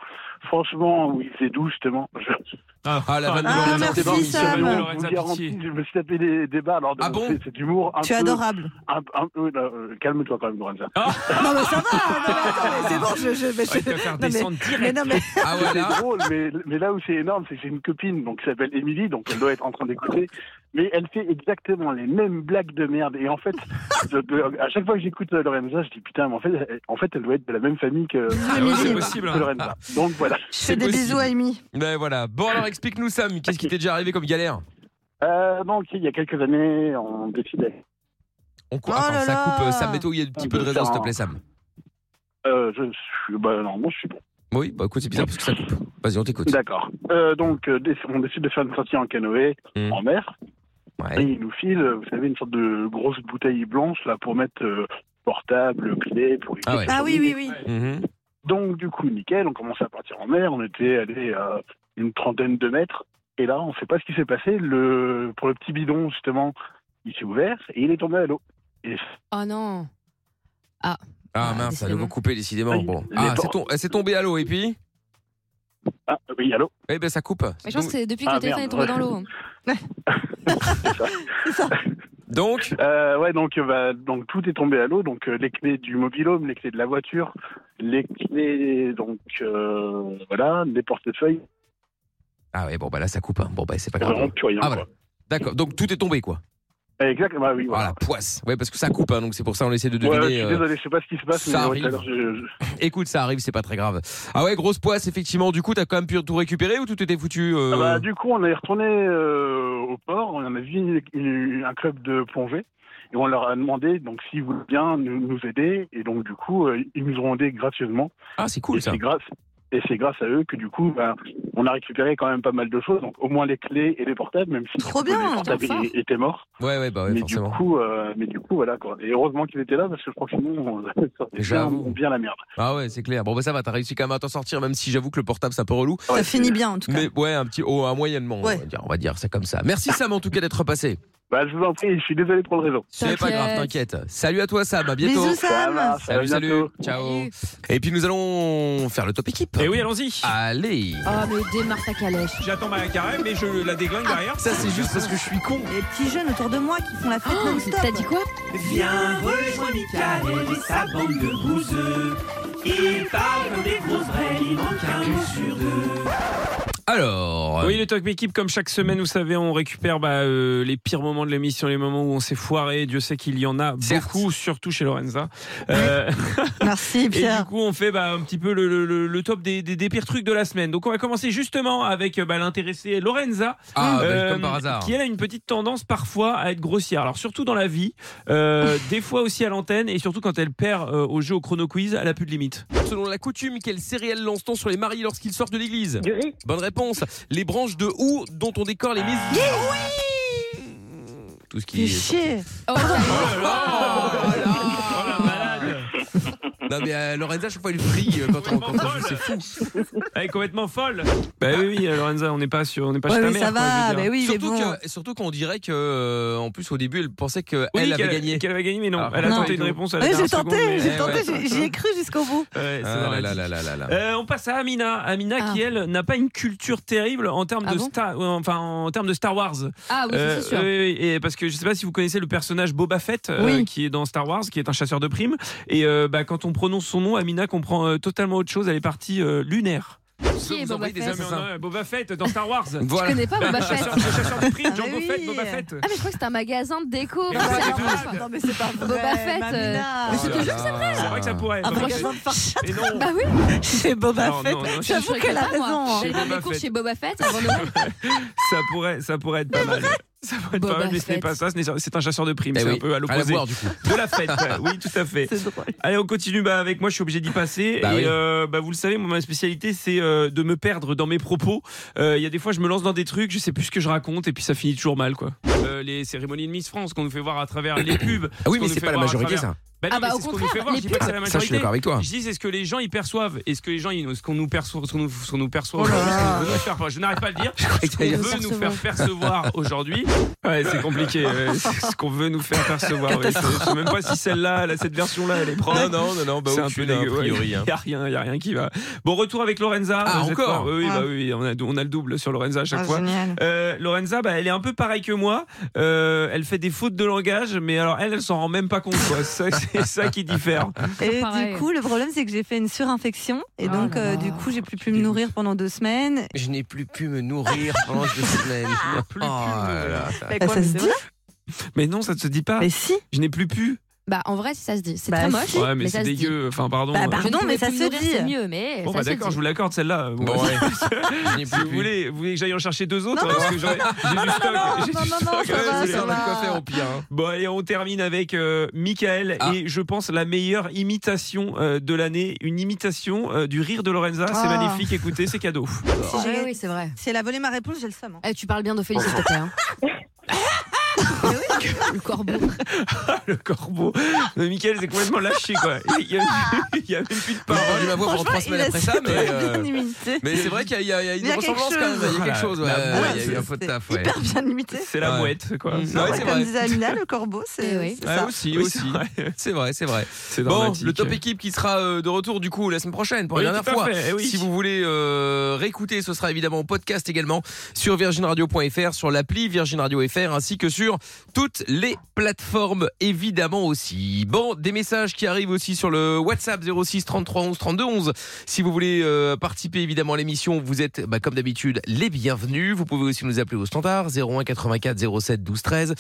S18: franchement où il faisait doux justement. Je...
S2: Ah, la vanne de
S18: Ah,
S2: Lorenza.
S18: merci,
S2: Stéphane.
S18: Sam. Je vous garantis, je me suis tapé des débats. Alors,
S2: Ah
S18: donc, c'est- c'est d'humour. un
S2: Tu es
S18: peu-
S2: adorable.
S18: un- un peu- là, euh, Calme-toi quand même, Lorenza.
S2: Ah.
S3: Non, mais ça va. Non, mais attends, mais c'est bon, je. je, mais
S18: Ah,
S3: je- non, mais- mais non, mais-
S2: Ah,
S18: C'est drôle, mais, mais là où c'est énorme, c'est que j'ai une copine donc, qui s'appelle Émilie, donc elle doit être en train d'écouter. Mais elle fait exactement les mêmes blagues de merde. Et en fait, je- je- à chaque fois que j'écoute euh, Lorenza, je dis putain, mais en fait, elle- en fait, elle doit être de la même famille que,
S2: Ah ouais, c'est possible, hein.
S18: que Lorenza. Donc voilà.
S3: Je fais des bisous à Amy.
S2: Ben voilà. Bon, alors explique-nous, Sam, qu'est-ce qui t'est déjà arrivé comme galère
S18: Euh, donc, il y a quelques années, on décidait.
S2: On cou-
S18: Oh
S3: Oh
S2: Attends, ça coupe. euh, Sam, mets-toi où il y a un petit peu de raison, s'il te plaît, Sam.
S18: Euh, je suis. Bah, non, moi, je suis bon.
S2: Oui, bah écoute, c'est bizarre parce que ça coupe. Vas-y, on t'écoute.
S18: D'accord. Euh, donc, euh, déc- on décide de faire une sortie en canoë en mer. Et ils nous filent, vous savez, une sorte de grosse bouteille blanche là pour mettre euh, portable, clé, pour les
S3: Ah, oui, oui, oui.
S18: Donc, du coup, nickel, on commence à partir en mer. On était allé à une trentaine de mètres. Et là, on ne sait pas ce qui s'est passé. Le, pour le petit bidon, justement, il s'est ouvert et il est tombé à l'eau. Et
S5: Oh non. Ah.
S2: Ah mince, ça nouveau coupé décidément. Bon. Ah, c'est tom- c'est tombé à l'eau et puis
S18: Ah oui, allô
S2: Eh ben ça coupe.
S5: Mais je pense que c'est depuis que
S18: Ah,
S5: le téléphone
S18: merde.
S5: est tombé dans l'eau. hein.
S2: Donc
S18: Ouais, donc, euh, bah, donc tout est tombé à l'eau. Donc euh, les clés du mobilhome, les clés de la voiture, les clés, donc euh, voilà, des portefeuilles.
S2: Ah ouais, bon bah là ça coupe. hein. Bon bah c'est pas grave.
S18: Vraiment plus rien,
S2: ah voilà. D'accord. Donc tout est tombé quoi.
S18: Exactement, bah oui.
S2: Voilà, poisse. Ouais, parce que ça coupe, hein, donc c'est pour ça on essaie de
S18: Ouais,
S2: deviner.
S18: je suis
S2: euh,
S18: désolé, je sais pas ce qui se passe.
S2: ça
S18: mais ouais,
S2: arrive.
S18: tout à l'heure, je- je-
S2: Écoute, ça arrive, c'est pas très grave. Ah ouais, grosse poisse, effectivement. Du coup, t'as quand même pu tout récupérer ou tout était foutu euh,
S18: Ah bah, du coup, on est retourné euh, au port, on en a vu une- une- un club de plongée. Et on leur a demandé donc s'ils voulaient bien nous, nous aider et donc du coup euh, ils nous ont aidés gracieusement.
S2: Ah c'est cool ça.
S18: C'est grâce et c'est grâce à eux que du coup ben, on a récupéré quand même pas mal de choses donc au moins les clés et les portables même si Trop
S2: bien,
S18: les portables
S2: enfin.
S18: é- étaient morts.
S2: Ouais, ouais, bah ouais,
S18: mais
S2: forcément.
S18: du coup euh, mais du coup voilà quoi. Et heureusement qu'ils étaient là parce que je crois que sinon on sortait bien,
S2: J'avoue.
S18: bien la merde.
S2: Ah ouais, c'est clair. Bon bah ça va, t'as réussi quand même à t'en sortir, même si j'avoue que le portable c'est un peu relou.
S3: Ça finit bien en tout cas.
S2: Mais ouais, un petit, oh, un moyennement,
S3: Ouais.
S2: on va dire, on va dire, c'est comme ça. Merci Sam en tout cas d'être passé.
S18: Bah je vous en prie, je suis désolé pour le réseau.
S2: C'est pas grave, t'inquiète. Salut à toi Sam, à bientôt.
S18: Bisous, Sam. Ça va, ça va,
S2: Salut, salut.
S18: bientôt.
S2: Ciao. Et puis nous allons faire le top équipe. Et Eh oui, allons-y. Allez.
S5: Oh mais démarre ta calèche.
S4: J'attends ma carême mais je la déglingue derrière.
S2: Ah, Ça c'est juste parce que je suis con.
S3: Les petits jeunes autour de moi qui font la fête
S5: Oh,
S3: non-stop.
S5: t'as dit quoi
S24: Viens, rejoins Michael et sa bande de bouseux. Il parle comme des grosses raies, il manque un mot sur deux.
S2: Alors.
S4: Oui, le Talk Équipe, comme chaque semaine, vous savez, on récupère bah, euh, les pires moments de l'émission, les moments où on s'est foiré. Dieu sait qu'il y en a beaucoup, surtout chez Lorenza. Euh,
S3: Merci
S4: Et
S3: Pierre.
S4: du coup, on fait bah, un petit peu le, le- le- le top des, des- des pires trucs de la semaine. Donc, on va commencer justement avec euh, bah, l'intéressée Lorenza, euh,
S2: Ah, bah, comme par hasard.
S4: qui elle a une petite tendance parfois à être grossière. Alors, surtout dans la vie, euh, des fois aussi à l'antenne, et surtout quand elle perd euh, au jeu au chrono quiz, elle a plus de limite.
S2: Selon la coutume, quelle céréale lance-t-on sur les maris lorsqu'ils sortent de l'église Du riz. Ah. Bonne réponse. Les branches de houx dont on décore les mises. Tout ce qui est.
S3: Chier.
S5: Oh,
S2: Oh là là, oh la malade. Non, mais euh, Lorenza, à chaque fois, elle brille euh, quand on, quand on joue, c'est fou.
S4: Elle est complètement folle. Bah oui, oui, Lorenza, on n'est pas sur, on n'est pas
S3: Ouais,
S4: chez ta
S3: mais
S4: mère.
S3: ça
S4: quoi,
S3: va,
S4: je veux dire.
S3: mais oui, mais
S2: surtout
S3: bon.
S2: que- surtout qu'on dirait que, euh, en plus, au début, elle pensait qu'elle
S4: Oui,
S2: avait
S4: qu'elle-
S2: gagné.
S4: Qu'elle avait gagné, mais non.
S2: Ah.
S4: Elle a
S2: Non.
S4: tenté une réponse à la
S3: Ouais, j'ai
S4: dernière
S3: tenté,
S4: seconde, mais-
S3: j'ai
S4: Eh
S3: tenté,
S4: ouais.
S3: j'ai- j'y ai cru jusqu'au bout.
S4: Ouais, c'est
S2: Ah
S4: dramatique.
S2: là là là là là.
S4: Euh, on passe à Amina. Amina qui, elle, n'a pas une culture terrible en termes,
S5: Ah
S4: de,
S5: bon
S4: Star, ouais, enfin, en termes de Star Wars. Euh,
S5: Ah oui, ça, c'est sûr.
S4: oui, oui, et parce que je ne sais pas si vous connaissez le personnage Boba Fett euh,
S5: Oui.
S4: qui est dans Star Wars, qui est un chasseur de primes. Et euh, bah, quand on prononce son nom, Amina comprend euh, totalement autre chose. Elle est partie euh, lunaire.
S5: Qui est Boba Fett
S4: Boba Fett dans Star Wars.
S5: Je connais pas Boba Fett.
S4: Chasseur- le chasseur de primes,
S5: Ah,
S4: Jean
S5: mais
S4: Boba Fett,
S5: oui.
S4: Boba Fett.
S5: Ah, mais je crois que c'est un magasin de déco.
S4: Et voilà, c'est tout.
S3: Non, mais c'est pas vrai.
S5: Boba Fett. euh, mais je te jure que c'est vrai.
S4: Ah. C'est vrai que ça pourrait.
S5: Ah,
S4: Boba
S5: franchement,
S4: Fett.
S3: Et
S4: non.
S5: Bah oui.
S3: Chez Boba
S4: Non,
S3: Fett.
S4: non, non,
S3: J'avoue
S5: Je
S3: qu'elle a
S5: connais pas, moi.
S3: raison. hein.
S5: J'allais faire mes
S4: Boba
S5: cours
S4: Fett.
S5: chez Boba Fett avant de
S4: ça pourrait, ça pourrait être pas mal. Ça pourrait être pas mal, mais ce n'est pas ça. ce n'est- C'est un chasseur de primes.
S2: Eh
S4: c'est
S2: oui,
S4: un peu à
S2: rien à
S4: l'opposé
S2: voir, du coup.
S4: de la fête. oui, tout à fait. Allez, on continue bah, avec moi. Je suis obligé d'y passer.
S2: Bah
S4: et
S2: oui.
S4: euh, bah, vous le savez, moi, ma spécialité, c'est euh, de me perdre dans mes propos. Euh, Il y a des fois, je me lance dans des trucs, je sais plus ce que je raconte, et puis ça finit toujours mal, quoi. Euh, les cérémonies de Miss France qu'on nous fait voir à travers les pubs.
S2: Ah
S4: ce qu'on
S2: oui, mais
S4: nous
S2: c'est
S4: fait
S2: pas la
S4: voir à
S2: majorité,
S4: travers-
S2: ça.
S4: Bah non,
S5: Ah bah,
S4: mais
S5: au
S4: c'est ce qu'on nous
S5: contraire,
S4: fait voir. Je
S5: les
S4: dis pas que c'est la
S2: pubs.
S4: majorité.
S2: Ça, je suis d'accord avec toi.
S4: Je dis, c'est ce que les gens y perçoivent. Et ce que les gens, ils, ce qu'on nous perçoit, ce qu'on nous, ce qu'on nous
S5: Oh
S4: perçoit. aujourd'hui, ce qu'on veut nous faire- enfin, je n'arrive pas à le dire. Ce qu'on
S2: t'allais dire
S4: veut nous faire
S2: percevoir.
S4: percevoir aujourd'hui. Ouais, c'est compliqué. ouais. C'est ce qu'on veut nous faire percevoir. ouais. Je sais même pas si celle-là, là, cette version-là, elle est propre.
S2: Non, non, non, non, bah,
S4: c'est un peu
S2: aucune, a
S4: dégueu, ouais.
S2: priori, hein.
S4: Y a rien, y a rien qui va. Bon, retour avec Lorenza.
S2: Ah,
S4: Cette
S2: encore
S4: fois, Oui,
S2: Ah.
S4: bah oui, on a, on a le double sur Lorenza à chaque
S2: Ah,
S4: fois.
S2: génial.
S4: Euh, Lorenza, bah, elle est un peu pareille que moi. Euh, elle fait des fautes de langage, mais alors elle, elle s'en rend même pas compte. quoi. C'est ça- c'est ça qui diffère.
S3: Et du coup, le problème, c'est que j'ai fait une surinfection. Et donc, euh, du coup, j'ai plus pu me nourrir pendant deux semaines.
S2: Je n'ai plus pu me nourrir pendant deux semaines. Oh là là.
S3: Bah, ça se dit
S4: Mais non, ça ne se dit pas.
S3: Mais si.
S4: Je n'ai plus pu.
S5: Bah, en vrai, si ça se dit. C'est
S3: Bah,
S5: très
S3: si.
S5: moche.
S4: Ouais, mais, c'est
S5: ça se dit.
S4: dégueu. Enfin, pardon.
S5: Bah,
S4: euh,
S5: pardon,
S3: mais ça se dit.
S5: C'est mieux, mais.
S4: Bon,
S5: ça
S4: bah
S5: se
S4: d'accord,
S5: dit.
S4: je vous l'accorde celle-là. Bon,
S2: Bon,
S4: bah,
S2: ouais. Je n'ai plus
S4: Vous
S2: pu.
S4: voulez, vous voulez que j'aille en chercher deux autres
S2: Non,
S4: Parce
S2: non,
S4: que j'aurais- j'ai du stock. j'ai du stock.
S2: ça
S4: Ouais,
S2: va,
S4: vous voulez-
S2: ça va. quoi faire au pire, hein.
S4: Bon, allez, on termine avec euh, Michael et je pense la meilleure imitation euh, de l'année, une imitation euh, du rire de Lorenza. C'est
S3: Ah.
S4: magnifique, écoutez, c'est cadeau.
S3: j'ai-
S5: Ah oui, c'est vrai.
S3: Si elle a volé ma réponse, j'ai le seum. hein.
S5: Eh, tu parles bien d'Ophélie, s'il te plaît. hein. Le corbeau.
S4: Le corbeau. Mais Michael, c'est complètement lâché, quoi. Il y a, il y a même plus de paroles.
S2: perdu ma voix pendant trois semaines après ça, mais, euh, mais c'est vrai qu'il y a- il y a une
S4: Il y a quelque
S2: ressemblance quand même. Il y a
S4: chose.
S2: quelque chose. ouais,
S4: La
S2: ouais,
S4: mouette,
S2: Il y a eu un peu de taf. ouais.
S3: Bien limité.
S4: C'est la
S2: Ouais.
S4: mouette, quoi.
S2: Mm.
S4: C'est
S5: Ah
S2: Ouais,
S4: vrai.
S2: c'est
S3: Comme
S2: vrai.
S3: disait Amina, le corbeau,
S5: Eh
S3: c'est c'est
S2: Ouais,
S3: ça.
S2: aussi,
S4: Oui,
S2: aussi. C'est vrai, c'est vrai. Bon,
S4: dramatique.
S2: le top équipe qui sera euh, de retour du coup la semaine prochaine pour
S4: Oui,
S2: la dernière
S4: tout à
S2: fois.
S4: fait, eh oui.
S2: Si vous voulez euh, réécouter, ce sera évidemment en podcast également sur virginradio.fr, sur l'appli Virgin Radio FR, ainsi que sur toutes les plateformes évidemment aussi. Bon, des messages qui arrivent aussi sur le WhatsApp 06 33 11 32 11. Si vous voulez euh, participer évidemment à l'émission, vous êtes bah, comme d'habitude les bienvenus. Vous pouvez aussi nous appeler au standard 01 84 07 12 13.